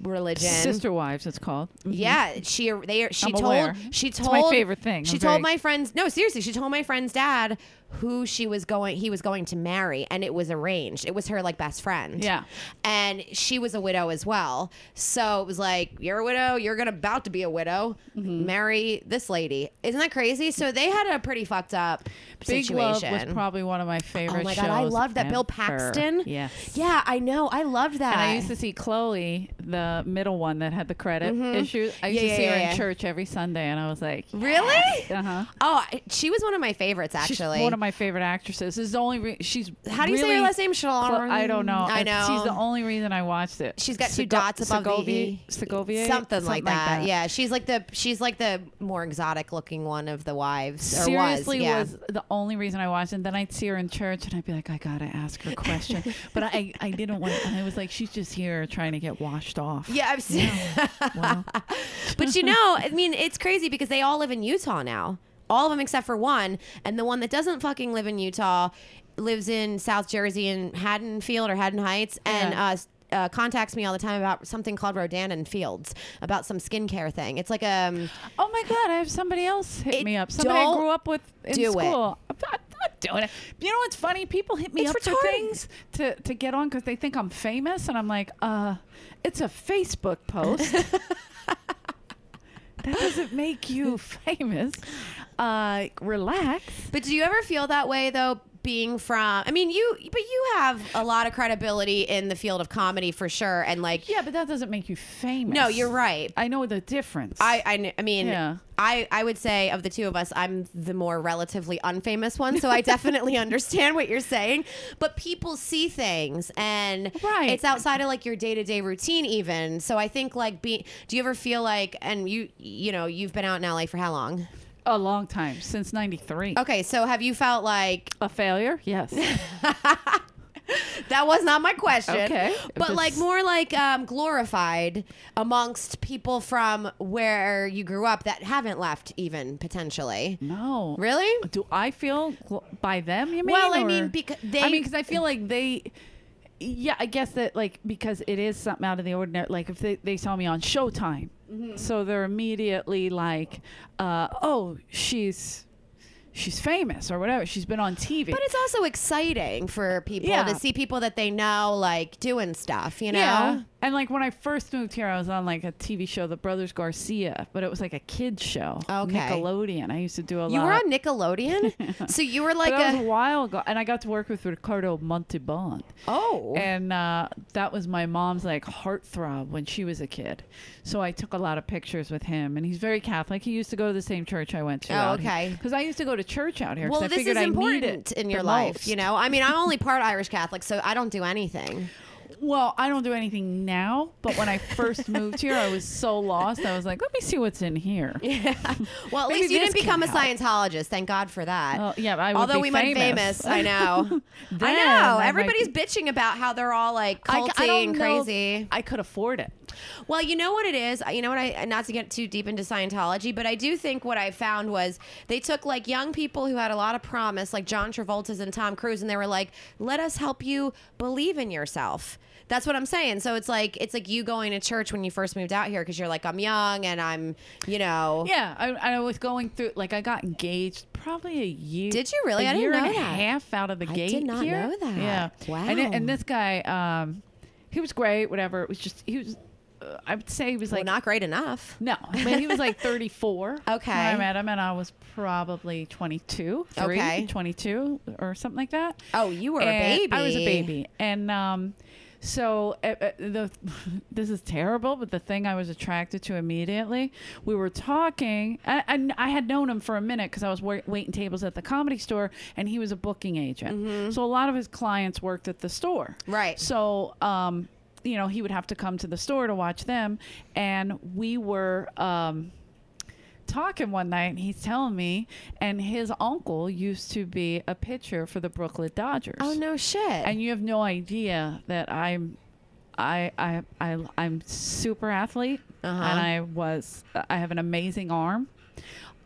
Speaker 2: religion,
Speaker 6: Sister wives, it's called.
Speaker 2: yeah, she they she
Speaker 6: Mm-hmm. I'm
Speaker 2: told
Speaker 6: aware.
Speaker 2: she
Speaker 6: It's
Speaker 2: told
Speaker 6: my favorite thing.
Speaker 2: She
Speaker 6: I'm
Speaker 2: told
Speaker 6: very-
Speaker 2: my friends no seriously she told my friend's dad who she was going he was going to marry and it was arranged. It was her like best friend.
Speaker 6: Yeah.
Speaker 2: and she was a widow as well. So it was like you're a widow, you're gonna about to be a widow,
Speaker 6: Mm-hmm.
Speaker 2: marry this lady. Isn't that crazy? So they had a pretty fucked up
Speaker 6: Big Love
Speaker 2: situation.
Speaker 6: was probably one of my favorite
Speaker 2: oh my god, I
Speaker 6: shows
Speaker 2: loved that Bill
Speaker 6: ever.
Speaker 2: Paxton.
Speaker 6: Yes.
Speaker 2: yeah, I know, I loved that.
Speaker 6: And I used to see Chloe, the middle one that had the credit issues. I
Speaker 2: Mm-hmm.
Speaker 6: used
Speaker 2: Yeah,
Speaker 6: to
Speaker 2: yeah,
Speaker 6: see her
Speaker 2: yeah, yeah.
Speaker 6: in church every Sunday, and I was like,
Speaker 2: really.
Speaker 6: uh huh.
Speaker 2: Oh, I- she was one of my favorites
Speaker 6: She's
Speaker 2: actually.
Speaker 6: one of my favorite actresses. This is the only re- she's.
Speaker 2: How do you say her
Speaker 6: really
Speaker 2: last name? Sharon?
Speaker 6: I don't know.
Speaker 2: I
Speaker 6: It's- She's
Speaker 2: know.
Speaker 6: the only reason I watched it.
Speaker 2: She's got two
Speaker 6: Sego-
Speaker 2: dots above the
Speaker 6: Segovia,
Speaker 2: E.
Speaker 6: Segovia,
Speaker 2: something, like that. Yeah, she's like the she's like the more exotic looking one of the wives. Or
Speaker 6: seriously
Speaker 2: was, yeah.
Speaker 6: was the only reason I watched. it. And then I'd see her in church, and I'd be like, I gotta ask her a question, but I I didn't want. And I was like, she's just here trying to get washed off.
Speaker 2: Yeah, I've seen.
Speaker 6: Well,
Speaker 2: but you know, I mean, it's crazy because they all live in Utah now. all of them except for one, and the one that doesn't fucking live in Utah lives in South Jersey in Haddonfield or Haddon Heights, and
Speaker 6: Yeah.
Speaker 2: uh, s- uh, contacts me all the time about something called Rodan and Fields about some skincare thing. It's like um,
Speaker 6: Oh my God, I have somebody else hit
Speaker 2: It-
Speaker 6: me up. Somebody I
Speaker 2: don't
Speaker 6: grew up with in
Speaker 2: do it.
Speaker 6: school. I'm not, I'm not doing it. You know what's funny? People hit me
Speaker 2: It's
Speaker 6: up for
Speaker 2: retarded.
Speaker 6: things to, to get on because they think I'm famous. And I'm like, uh, it's a Facebook post. that doesn't make you famous. Uh, relax.
Speaker 2: But do you ever feel that way though? Being from, I mean, you, but you have a lot of credibility in the field of comedy for sure, and like,
Speaker 6: Yeah, but that doesn't make you famous.
Speaker 2: no, you're right.
Speaker 6: I know the difference.
Speaker 2: I, I, kn- I mean,
Speaker 6: Yeah.
Speaker 2: I, I would say of the two of us, I'm the more relatively unfamous one, so I definitely understand what you're saying. But people see things, and
Speaker 6: Right.
Speaker 2: it's outside of like your day to day routine, even. So I think like, be, do you ever feel like, and you, you know, you've been out in LA for how long?
Speaker 6: a long time since '93.
Speaker 2: Okay, so have you felt like
Speaker 6: A failure? Yes.
Speaker 2: That was not my question.
Speaker 6: Okay.
Speaker 2: But
Speaker 6: Just-
Speaker 2: like more like um, glorified amongst people from where you grew up that haven't left even potentially.
Speaker 6: no.
Speaker 2: Really?
Speaker 6: Do I feel gl- by them? You mean?
Speaker 2: Well, I mean,
Speaker 6: or-
Speaker 2: becau- they-
Speaker 6: I mean, because I feel like they. Yeah, I guess that like because it is something out of the ordinary. Like if they, they saw me on Showtime,
Speaker 2: Mm-hmm.
Speaker 6: so they're immediately like, uh, "Oh, she's she's famous or whatever. She's been on TV."
Speaker 2: But it's also exciting for people
Speaker 6: Yeah.
Speaker 2: to see people that they know like doing stuff, you know?
Speaker 6: yeah. And like when I first moved here, I was on like a TV show, The Brothers Garcia, but it was like a kids show,
Speaker 2: Okay.
Speaker 6: Nickelodeon. I used to do a lot.
Speaker 2: You were on Nickelodeon? so you were like
Speaker 6: But that was a
Speaker 2: a
Speaker 6: while ago, and I got to work with Ricardo Montalban.
Speaker 2: Oh.
Speaker 6: and uh, that was my mom's like heartthrob when she was a kid. So I took a lot of pictures with him, and he's very Catholic. He used to go to the same church I went to.
Speaker 2: Oh, okay.
Speaker 6: Because I used to go to church out here. 'cause
Speaker 2: Well,
Speaker 6: I
Speaker 2: this is
Speaker 6: figured I need
Speaker 2: important
Speaker 6: it
Speaker 2: in
Speaker 6: the
Speaker 2: your life,
Speaker 6: most.
Speaker 2: you know? I mean, I'm only part Irish Catholic, so I don't do anything.
Speaker 6: Well, I don't do anything now, but when I first moved here, I was so lost. I was like, let me see what's in here.
Speaker 2: Well, at
Speaker 6: Maybe
Speaker 2: least you
Speaker 6: this
Speaker 2: didn't become a
Speaker 6: can help.
Speaker 2: Scientologist. Thank God for that.
Speaker 6: Oh, yeah, I would
Speaker 2: Although
Speaker 6: be
Speaker 2: we went
Speaker 6: famous.
Speaker 2: famous, I know. I
Speaker 6: Then I
Speaker 2: know.
Speaker 6: might
Speaker 2: Everybody's
Speaker 6: be-
Speaker 2: bitching about how they're all like culty
Speaker 6: don't
Speaker 2: and
Speaker 6: know if
Speaker 2: crazy.
Speaker 6: I could afford it.
Speaker 2: Well, you know what it is. You know what I not to get too deep into Scientology, but I do think what I found was they took like young people who had a lot of promise, like John Travolta's and Tom Cruise, and they were like, "Let us help you believe in yourself." That's what I'm saying. So it's like it's like you going to church when you first moved out here because you're like, "I'm young and I'm, you know."
Speaker 6: Yeah, I, I was going through. Like, I got engaged probably a year.
Speaker 2: Did you really?
Speaker 6: I
Speaker 2: I didn't
Speaker 6: year
Speaker 2: know
Speaker 6: and a
Speaker 2: that.
Speaker 6: half out of the
Speaker 2: I
Speaker 6: gate.
Speaker 2: did not
Speaker 6: here.
Speaker 2: know that.
Speaker 6: Yeah. And,
Speaker 2: Wow.
Speaker 6: and this guy, um, he was great. Whatever. It was just he was. Uh, I would say he was
Speaker 2: Well,
Speaker 6: like
Speaker 2: not great enough.
Speaker 6: no, but he was like 34.
Speaker 2: Okay.
Speaker 6: When I met him, and I was probably 22, three,
Speaker 2: Okay.
Speaker 6: 22 or something like that.
Speaker 2: Oh, you were a
Speaker 6: And I was a
Speaker 2: baby.
Speaker 6: baby, and um, so uh, uh, the this is terrible, but the thing I was attracted to immediately, we were talking, and, and I had known him for a minute because I was wait, waiting tables at the comedy store, and he was a booking agent, so a lot of his clients worked at the store,
Speaker 2: Mm-hmm. Right.
Speaker 6: So um. You know, he would have to come to the store to watch them, and we were um, talking one night and he's telling me and his uncle used to be a pitcher for the Brooklyn Dodgers.
Speaker 2: Oh no shit.
Speaker 6: And you have no idea that I'm I I I I'm super athlete
Speaker 2: Uh-huh.
Speaker 6: and I was I have an amazing arm.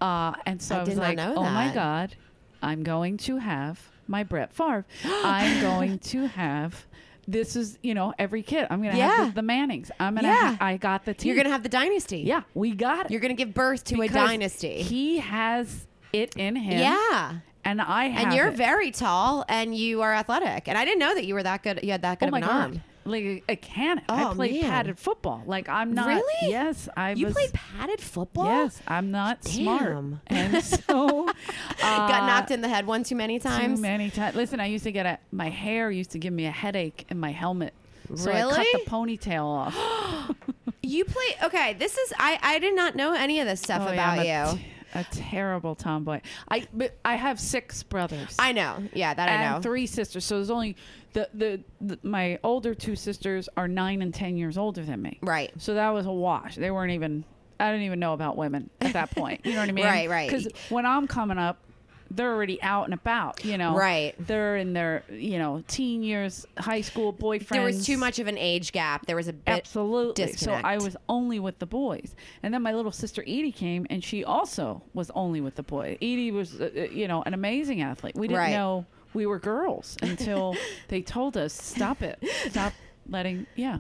Speaker 6: Uh and so
Speaker 2: I
Speaker 6: I, was
Speaker 2: did not
Speaker 6: like,
Speaker 2: know
Speaker 6: "Oh my
Speaker 2: that."
Speaker 6: god, I'm going to have my Brett Favre. I'm going to have this is, you know, every kid. I'm going to
Speaker 2: Yeah.
Speaker 6: have the, the Mannings. I'm going to
Speaker 2: Yeah.
Speaker 6: ha- I got the team.
Speaker 2: You're gonna have the dynasty.
Speaker 6: Yeah, we got it
Speaker 2: You're gonna give birth to a
Speaker 6: because
Speaker 2: dynasty.
Speaker 6: He has it in him.
Speaker 2: yeah.
Speaker 6: And I have
Speaker 2: And you're
Speaker 6: it.
Speaker 2: very tall and you are athletic. And I didn't know that you were that good you had that good
Speaker 6: Oh
Speaker 2: of
Speaker 6: my
Speaker 2: an
Speaker 6: god.
Speaker 2: arm.
Speaker 6: Like a, a cannon.
Speaker 2: Oh,
Speaker 6: I played
Speaker 2: man.
Speaker 6: padded football. Like I'm not
Speaker 2: Really?
Speaker 6: Yes, I
Speaker 2: You
Speaker 6: was
Speaker 2: played padded football?
Speaker 6: Yes, I'm not
Speaker 2: Damn.
Speaker 6: smart. And so uh,
Speaker 2: Got knocked in the head one too many
Speaker 6: too
Speaker 2: times.
Speaker 6: many times. Listen, I used to get a my hair used to give me a headache in my helmet. So I cut
Speaker 2: Really?
Speaker 6: the ponytail off.
Speaker 2: You play okay, this is I, I did not know any of this stuff
Speaker 6: Oh, yeah,
Speaker 2: about
Speaker 6: I'm a
Speaker 2: you.
Speaker 6: t- A terrible tomboy. I but I have six brothers.
Speaker 2: I know. Yeah, that
Speaker 6: and
Speaker 2: I know.
Speaker 6: three sisters. So there's only the, the the my older two sisters are nine and ten years older than me.
Speaker 2: Right.
Speaker 6: So that was a wash. They weren't even. I didn't even know about women at that point. You know what I mean?
Speaker 2: Right, right.
Speaker 6: Because when I'm coming up, they're already out and about, you know.
Speaker 2: Right.
Speaker 6: They're in their, you know, teen years, high school boyfriends.
Speaker 2: There was too much of an age gap. There was a bit
Speaker 6: Absolutely.
Speaker 2: disconnect.
Speaker 6: So I was only with the boys, and then my little sister Edie came, and she also was only with the boys. Edie was, uh, uh, you know, an amazing athlete. We didn't
Speaker 2: Right.
Speaker 6: know we were girls until they told us, "Stop it! Stop letting, yeah,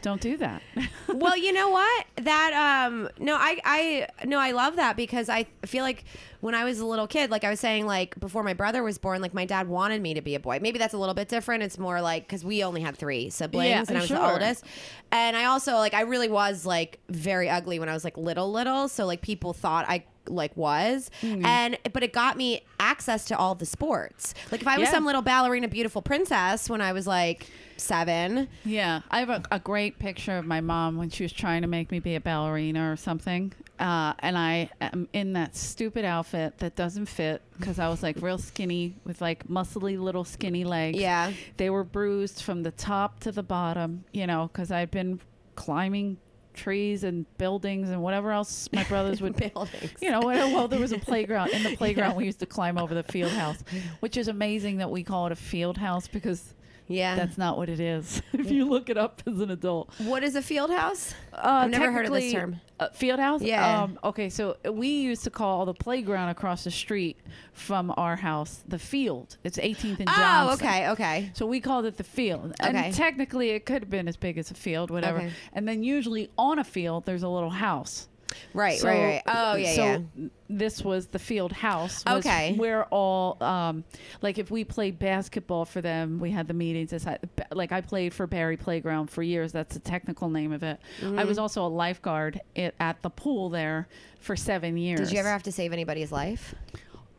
Speaker 6: don't do that."
Speaker 2: well, you know what? That um no, I I no, I love that because I feel like when I was a little kid, like I was saying, like before my brother was born, like my dad wanted me to be a boy. Maybe that's a little bit different. It's more like because we only had three siblings
Speaker 6: Yeah,
Speaker 2: and I was the
Speaker 6: sure.
Speaker 2: oldest, and I also like I really was like very ugly when I was like little, little. So like people thought I like was
Speaker 6: Mm-hmm.
Speaker 2: and but it got me access to all the sports like if i was
Speaker 6: Yeah.
Speaker 2: some little ballerina beautiful princess when i was like seven
Speaker 6: Yeah, I have a, a great picture of my mom when she was trying to make me be a ballerina or something. Uh, and I am in that stupid outfit that doesn't fit because I was like real skinny with like muscly little skinny legs.
Speaker 2: Yeah.
Speaker 6: They were bruised from the top to the bottom, you know, because I'd been climbing trees and buildings and whatever else my brothers would
Speaker 2: Buildings.
Speaker 6: you know well, well there was a playground in the playground we used to climb over the field house which is amazing that we call it a field house because
Speaker 2: yeah
Speaker 6: that's not what it is. If you look it up as an adult,
Speaker 2: What is a field house?
Speaker 6: uh,
Speaker 2: I've never heard of this
Speaker 6: technically,
Speaker 2: term.
Speaker 6: Uh, field house.
Speaker 2: Yeah.
Speaker 6: Um, okay, so we used to call the playground across the street from our house the field. It's 18th and Johnson.
Speaker 2: Oh, okay, okay.
Speaker 6: So we called it the field.
Speaker 2: Okay.
Speaker 6: And technically, it could have been as big as a field, whatever.
Speaker 2: Okay.
Speaker 6: And then usually on a field, there's a little house.
Speaker 2: Right,
Speaker 6: So-
Speaker 2: right, right. Oh, yeah,
Speaker 6: so
Speaker 2: yeah.
Speaker 6: This was the field house. was
Speaker 2: Okay.
Speaker 6: where all um, like if we played basketball for them, we had the meetings. It's like- Like I played for Barry Playground for years. That's the technical name of it. I
Speaker 2: Mm-hmm.
Speaker 6: was also a lifeguard at, at the pool there for seven years.
Speaker 2: Did you ever have to save anybody's life?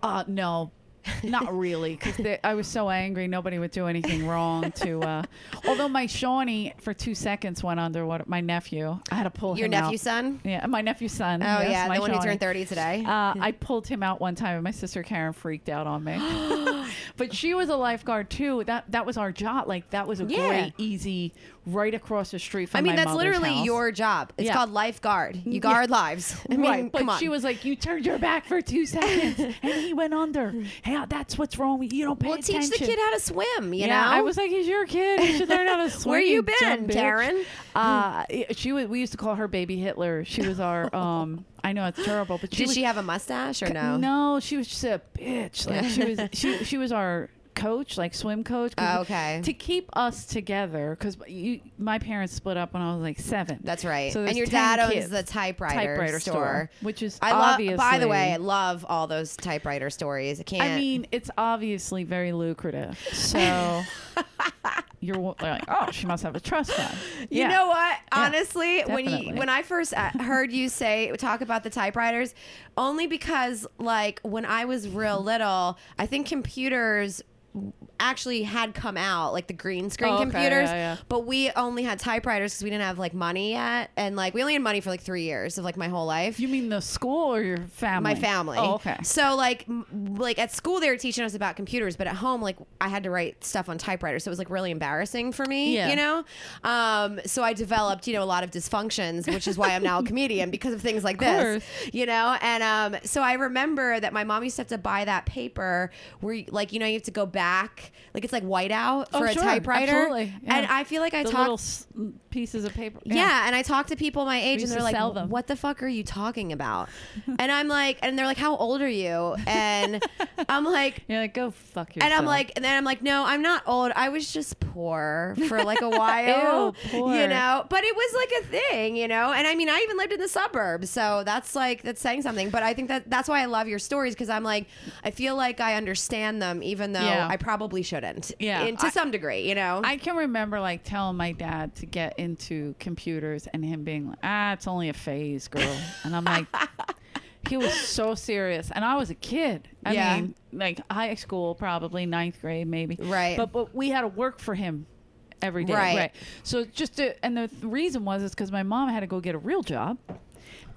Speaker 6: Uh, no, not really. Because I was so angry, nobody would do anything wrong. To uh, although my Shawnee for two seconds went underwater. My nephew, I had to pull
Speaker 2: Your
Speaker 6: him
Speaker 2: nephew's
Speaker 6: out.
Speaker 2: son?
Speaker 6: Yeah, my nephew's son.
Speaker 2: Oh,
Speaker 6: yes,
Speaker 2: yeah,
Speaker 6: my
Speaker 2: the one who
Speaker 6: Shawnee.
Speaker 2: turned 30 today.
Speaker 6: Uh, I pulled him out one time, and my sister Karen freaked out on me. but she was a lifeguard too. That that was our job. Like that was a
Speaker 2: Yeah.
Speaker 6: great, easy, right across the street from.
Speaker 2: I mean,
Speaker 6: my
Speaker 2: that's
Speaker 6: mother's
Speaker 2: literally
Speaker 6: house.
Speaker 2: your job. It's
Speaker 6: Yeah.
Speaker 2: called lifeguard. You guard lives. I mean,
Speaker 6: right, but
Speaker 2: come on.
Speaker 6: she was like, "You turned your back for two seconds, and he went under. Yeah, that's what's wrong with you. You Don't pay
Speaker 2: well,
Speaker 6: attention."
Speaker 2: teach the kid how to swim, you
Speaker 6: yeah,
Speaker 2: know?
Speaker 6: I was like, "He's your kid. He should learn how to swim."
Speaker 2: Where you
Speaker 6: dumb
Speaker 2: been,
Speaker 6: bitch."
Speaker 2: Taryn?
Speaker 6: Uh, she was. We used to call her Baby Hitler. She was our. Um, I know it's terrible, but she
Speaker 2: Did
Speaker 6: was,
Speaker 2: she have a mustache or no?
Speaker 6: no, she was just a bitch. Like she was she she was our coach, like swim coach. 'Cause
Speaker 2: Oh, okay.
Speaker 6: To keep us together, because you my parents split up when I was like seven.
Speaker 2: That's right.
Speaker 6: So
Speaker 2: and
Speaker 6: there's
Speaker 2: your dad
Speaker 6: 10
Speaker 2: owns
Speaker 6: kids.
Speaker 2: the typewriter, store,
Speaker 6: which is
Speaker 2: I
Speaker 6: obviously.
Speaker 2: love. By the way, I love all those typewriter stories. I can't.
Speaker 6: I mean, it's obviously very lucrative. So you're wa- like, oh, she must have a trust fund.
Speaker 2: You
Speaker 6: Yeah.
Speaker 2: know what? Honestly, when you
Speaker 6: definitely.
Speaker 2: when I first uh, heard you say talk about the typewriters, only because like when I was real little, I think computers actually had come out like the green screen
Speaker 6: Oh, okay.
Speaker 2: computers
Speaker 6: Yeah, yeah.
Speaker 2: but we only had typewriters because we didn't have like money yet and like we only had money for like three years of like my whole life
Speaker 6: You mean the school or your family?
Speaker 2: my family.
Speaker 6: Oh, okay.
Speaker 2: So like m- like at school they were teaching us about computers, but at home like I had to write stuff on typewriters, so it was like really embarrassing for me.
Speaker 6: Yeah.
Speaker 2: You know, um, so I developed you know a lot of dysfunctions, which is why I'm now a comedian because of things like
Speaker 6: course.
Speaker 2: this. You know, and um, so I remember that my mom used to have to buy that paper where you- like you know you have to go back like it's like whiteout
Speaker 6: Oh,
Speaker 2: for a
Speaker 6: sure.
Speaker 2: typewriter,
Speaker 6: Absolutely. Yeah.
Speaker 2: and I feel like I
Speaker 6: the
Speaker 2: talked
Speaker 6: little s- pieces of paper.
Speaker 2: yeah. and I talk to people my age,
Speaker 6: used
Speaker 2: and
Speaker 6: to
Speaker 2: they're like,
Speaker 6: sell them.
Speaker 2: "What the fuck are you talking about?" and I'm like, and they're like, "How old are you?" And I'm like,
Speaker 6: You're like, go fuck yourself.
Speaker 2: and I'm like, and then I'm like, "No, I'm not old. I was just poor for like a while,
Speaker 6: Ew, poor.
Speaker 2: you know." But it was like a thing, you know. And I mean, I even lived in the suburbs, so that's like that's saying something. But I think that that's why I love your stories because I'm like, I feel like I understand them, even though
Speaker 6: Yeah.
Speaker 2: I probably shouldn't,
Speaker 6: Yeah.
Speaker 2: in- to
Speaker 6: I-
Speaker 2: some degree, you know.
Speaker 6: I can remember like telling my dad to get into computers and him being like, ah, it's only a phase, girl. And I'm like, he was so serious. And I was a kid. I
Speaker 2: Yeah.
Speaker 6: mean, like high school, probably ninth grade, maybe.
Speaker 2: Right.
Speaker 6: But, but we had to work for him every day.
Speaker 2: Right.
Speaker 6: right. So just to, and the th- reason was is because my mom had to go get a real job.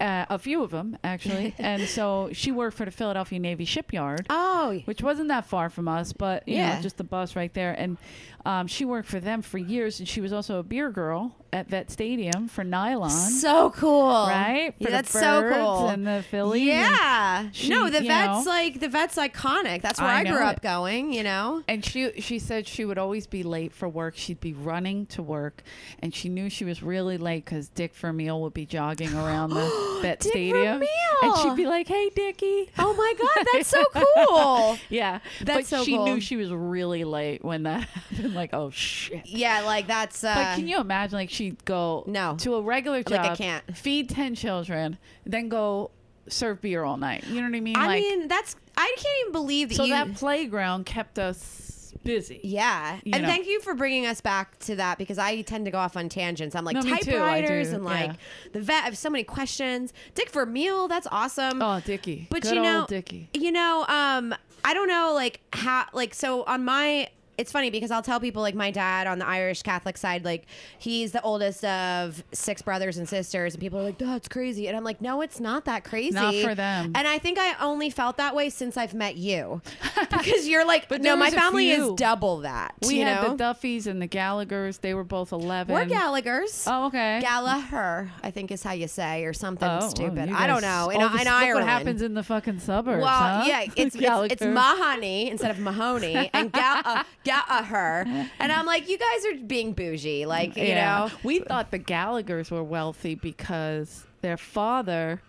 Speaker 6: uh, a few of them actually. and so she worked for the Philadelphia Navy Shipyard.
Speaker 2: Oh,
Speaker 6: which wasn't that far from us, but you
Speaker 2: Yeah.
Speaker 6: know, just the bus right there. And um, she worked for them for years, and she was also a beer girl at Vet Stadium for Nylon.
Speaker 2: so cool,
Speaker 6: Right? For
Speaker 2: Yeah,
Speaker 6: the
Speaker 2: that's so
Speaker 6: birds
Speaker 2: cool.
Speaker 6: and the Phillies
Speaker 2: Yeah.
Speaker 6: she-
Speaker 2: no, the
Speaker 6: you
Speaker 2: vet's
Speaker 6: know.
Speaker 2: like the vet's iconic. That's where I,
Speaker 6: I
Speaker 2: grew
Speaker 6: know
Speaker 2: up
Speaker 6: it.
Speaker 2: going. You know.
Speaker 6: And she she said she would always be late for work. She'd be running to work, and she knew she was really late because Dick Vermeil would be jogging around the Bet
Speaker 2: Dick
Speaker 6: Stadium, and
Speaker 2: Vermeil!
Speaker 6: she'd be like, "Hey, Dickie."
Speaker 2: Oh my God, that's so cool.
Speaker 6: Yeah,
Speaker 2: That's
Speaker 6: but
Speaker 2: so
Speaker 6: she
Speaker 2: cool.
Speaker 6: knew she was really late when that happened. Like, oh shit.
Speaker 2: Yeah, like that's. Uh,
Speaker 6: But can you imagine, like, she'd go
Speaker 2: No.
Speaker 6: to a regular job,
Speaker 2: Like, I can't.
Speaker 6: feed ten children, then go serve beer all night. You know what I mean?
Speaker 2: I
Speaker 6: like,
Speaker 2: mean, that's. I can't even believe that
Speaker 6: so
Speaker 2: you.
Speaker 6: that playground kept us busy.
Speaker 2: yeah,
Speaker 6: you
Speaker 2: and
Speaker 6: know.
Speaker 2: thank you for bringing us back to that because I tend to go off on tangents. I'm like
Speaker 6: No, me too, I
Speaker 2: typewriters
Speaker 6: do,
Speaker 2: and like
Speaker 6: yeah.
Speaker 2: the vet. I have so many questions. Dick Vermeil, that's awesome.
Speaker 6: Oh, Dickie.
Speaker 2: But
Speaker 6: Good
Speaker 2: you
Speaker 6: old
Speaker 2: know,
Speaker 6: Dickie.
Speaker 2: you know, um, I don't know, like how, like so on my. It's funny because I'll tell people like my dad on the Irish Catholic side, like he's the oldest of six brothers and sisters, and people are like, "That's crazy," and I'm like, "No, it's not that crazy."
Speaker 6: Not for them.
Speaker 2: And I think I only felt that way since I've met you, because you're like,
Speaker 6: But
Speaker 2: "No,
Speaker 6: there
Speaker 2: my
Speaker 6: was a
Speaker 2: family is
Speaker 6: few.
Speaker 2: double that."
Speaker 6: We
Speaker 2: you
Speaker 6: had
Speaker 2: know?
Speaker 6: the Duffys and the Gallaghers. They were both 11.
Speaker 2: We're Gallagher's.
Speaker 6: Oh, okay.
Speaker 2: Gallagher, I think is how you say, or something
Speaker 6: Oh, well,
Speaker 2: stupid.
Speaker 6: you
Speaker 2: I don't
Speaker 6: guys-
Speaker 2: know. In,
Speaker 6: all
Speaker 2: in
Speaker 6: this- look
Speaker 2: Ireland,
Speaker 6: what happens in the fucking suburbs?
Speaker 2: Well,
Speaker 6: huh?
Speaker 2: yeah, it's it's, it's
Speaker 6: Gallagher.
Speaker 2: Mahoney instead of Mahoney and Gal uh, Gallagher, and I'm like, you guys are being bougie, like you
Speaker 6: Yeah.
Speaker 2: know.
Speaker 6: we thought the Gallagher's were wealthy because their father.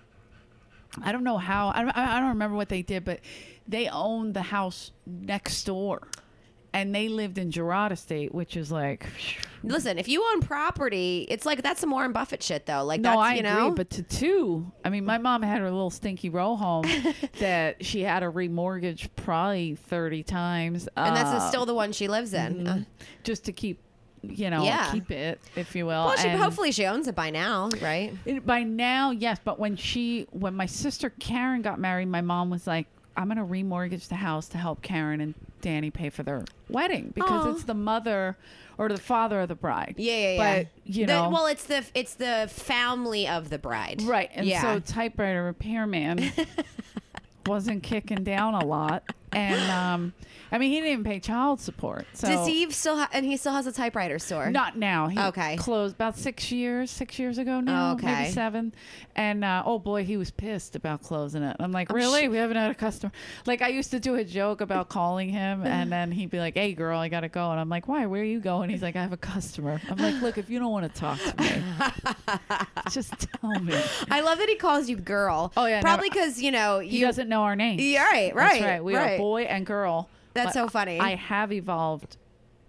Speaker 6: I don't know how. I don't, I don't remember what they did, but they owned the house next door, and they lived in Gerard Estate, which is like.
Speaker 2: Listen, if you own property, it's like that's some Warren Buffett shit, though. Like
Speaker 6: No,
Speaker 2: that's,
Speaker 6: I
Speaker 2: you
Speaker 6: agree.
Speaker 2: know,
Speaker 6: But to two, I mean, my mom had her little stinky row home that she had to remortgage probably thirty times,
Speaker 2: and that's
Speaker 6: uh, Mm-hmm.
Speaker 2: still the one she lives in. Uh,
Speaker 6: just to keep, you know,
Speaker 2: Yeah.
Speaker 6: keep it, if you will.
Speaker 2: well, she,
Speaker 6: And-
Speaker 2: hopefully she owns it by now, right?
Speaker 6: It- by now, yes. But when she, when my sister Karen got married, my mom was like, "I'm gonna remortgage the house to help Karen and Danny pay for their wedding because
Speaker 2: Aw.
Speaker 6: it's the mother or the father of the bride."
Speaker 2: Yeah, yeah, yeah.
Speaker 6: But you
Speaker 2: The-
Speaker 6: know,
Speaker 2: well, it's the it's the family of the bride,
Speaker 6: right? And
Speaker 2: yeah.
Speaker 6: so typewriter repairman wasn't kicking down a lot, and um, I mean, he didn't even pay child support. So
Speaker 2: Does he still ha- and he still has a typewriter store?
Speaker 6: Not now. He
Speaker 2: Okay. Oh,
Speaker 6: Closed about six years, six years ago now,
Speaker 2: Okay.
Speaker 6: maybe seven. And uh, oh boy, he was pissed about closing it. I'm like, really?
Speaker 2: sure-
Speaker 6: We haven't had a customer. Like I used to do a joke about calling him, and then he'd be like, "Hey, girl, I gotta go." And I'm like, "Why? Where are you going?" He's like, "I have a customer." I'm like, "Look, if you don't want to talk to me, just tell me."
Speaker 2: I love that he calls you girl.
Speaker 6: Oh, yeah, no,
Speaker 2: probably because you know
Speaker 6: He
Speaker 2: you
Speaker 6: doesn't know our name.
Speaker 2: Yeah, right,
Speaker 6: That's
Speaker 2: right,
Speaker 6: right. We
Speaker 2: right.
Speaker 6: are boy and girl.
Speaker 2: That's
Speaker 6: But
Speaker 2: so funny.
Speaker 6: I have evolved.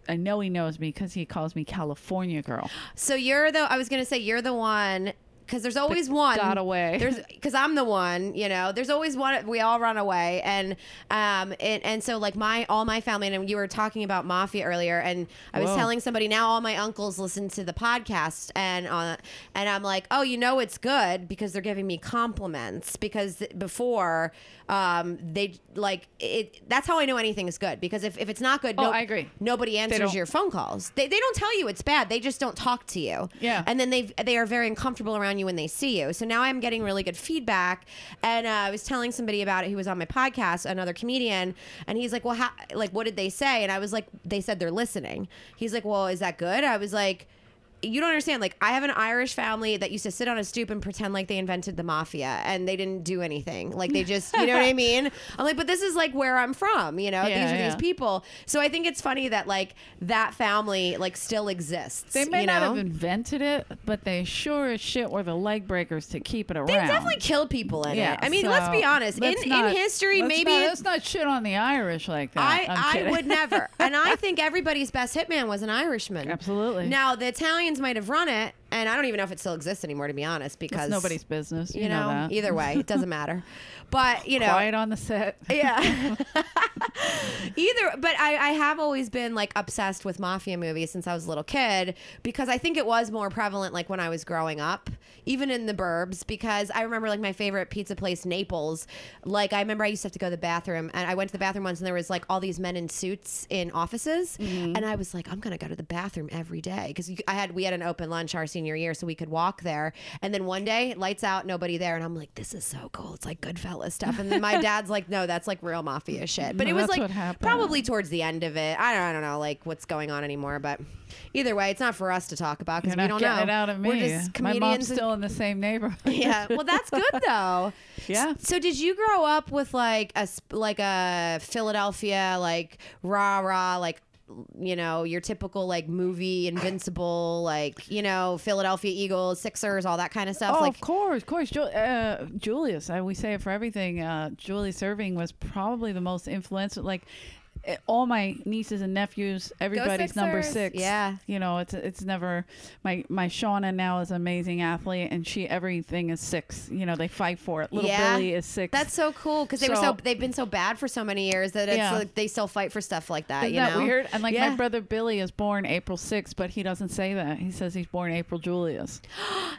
Speaker 6: I know he knows me because he calls me California girl.
Speaker 2: So you're the. I was gonna say you're the one because there's always one
Speaker 6: got away.
Speaker 2: There's because I'm the one. You know, there's always one. We all run away, and um, and, and so like my all my family and you were talking about mafia earlier, and I was
Speaker 6: Whoa.
Speaker 2: telling somebody now all my uncles listen to the podcast, and uh, and I'm like, oh, you know, it's good because they're giving me compliments because th- before um they like it. That's how I know anything is good because if, if it's not good,
Speaker 6: Oh, I agree.
Speaker 2: Nobody answers
Speaker 6: don't-
Speaker 2: your phone calls. They, they don't tell you it's bad. They just don't talk to you.
Speaker 6: Yeah.
Speaker 2: And then they they are very uncomfortable around you when they see you. So now I'm getting really good feedback. And uh, I was telling somebody about it who was on my podcast, another comedian, and he's like, "Well, how, like, what did they say?" And I was like, "They said they're listening." He's like, "Well, is that good?" I was like. You don't understand. Like, I have an Irish family that used to sit on a stoop and pretend like they invented the mafia and they didn't do anything. Like, they just, you know what I mean? I'm like, but this is like where I'm from, you know?
Speaker 6: Yeah,
Speaker 2: these are
Speaker 6: yeah.
Speaker 2: these people people. So I think it's funny that like that family like still exists.
Speaker 6: They may
Speaker 2: you
Speaker 6: not
Speaker 2: know?
Speaker 6: have invented it, but they sure as shit were the leg breakers to keep it around.
Speaker 2: They definitely killed people in
Speaker 6: Yeah,
Speaker 2: it. I mean,
Speaker 6: so
Speaker 2: let's be honest.
Speaker 6: let's
Speaker 2: In
Speaker 6: not-
Speaker 2: in history,
Speaker 6: let's
Speaker 2: maybe
Speaker 6: not,
Speaker 2: it's
Speaker 6: let's not shit on the Irish like that. I'm
Speaker 2: I, I
Speaker 6: kidding.
Speaker 2: would never. And I think everybody's best hitman was an Irishman.
Speaker 6: Absolutely.
Speaker 2: Now, the Italians might have run it, and I don't even know if it still exists anymore, to be honest, because.
Speaker 6: It's nobody's business. You,
Speaker 2: You know,
Speaker 6: that.
Speaker 2: either way, it doesn't matter. But, you know.
Speaker 6: Quiet on the set.
Speaker 2: Yeah. Either, but I, I have always been like obsessed with mafia movies since I was a little kid because I think it was more prevalent like when I was growing up, even in the burbs. Because I remember like my favorite pizza place, Naples. Like I remember I used to have to go to the bathroom, and I went to the bathroom once, and there was like all these men in suits in offices, and I was like, I'm gonna go to the bathroom every day because I had we had an open lunch, RC senior year, so we could walk there. And then one day, lights out, nobody there, and I'm like, this is so cool. It's like Goodfellas stuff. And then my dad's like, no, that's like real mafia shit. But
Speaker 6: No,
Speaker 2: it was
Speaker 6: that's
Speaker 2: like
Speaker 6: what happened.
Speaker 2: probably towards the end of it. I don't, I don't know like what's going on anymore, but either way, it's not for us to talk about because
Speaker 6: You're
Speaker 2: we don't
Speaker 6: not getting
Speaker 2: know.
Speaker 6: it out of me.
Speaker 2: We're just
Speaker 6: My
Speaker 2: comedians.
Speaker 6: mom's
Speaker 2: and-
Speaker 6: still in the same neighborhood.
Speaker 2: yeah. Well, that's good though.
Speaker 6: Yeah.
Speaker 2: So did you grow up with like a sp- like a Philadelphia like rah rah like you know your typical like movie Invincible like you know Philadelphia Eagles Sixers all that kind of stuff
Speaker 6: Oh,
Speaker 2: like
Speaker 6: of course, of course. Ju- uh, Julius, I, we say it for everything. Uh, Julie Serving was probably the most influential. Like eh, all my nieces and nephews, everybody's number
Speaker 7: Sixers.
Speaker 6: six.
Speaker 2: Yeah.
Speaker 6: you know, it's it's never my my Shauna now is an amazing athlete, and she everything is six. You know, they fight for it. Little
Speaker 2: Yeah.
Speaker 6: Billy is six.
Speaker 2: that's so cool because they were so
Speaker 6: So-
Speaker 2: they've been so bad for so many years that it's
Speaker 6: Yeah.
Speaker 2: like they still fight for stuff like that
Speaker 6: Isn't
Speaker 2: uh, you
Speaker 6: that
Speaker 2: know
Speaker 6: weird? And like
Speaker 2: Yeah.
Speaker 6: my brother Billy is born April 6th, but he doesn't say that. He says he's born April Julius.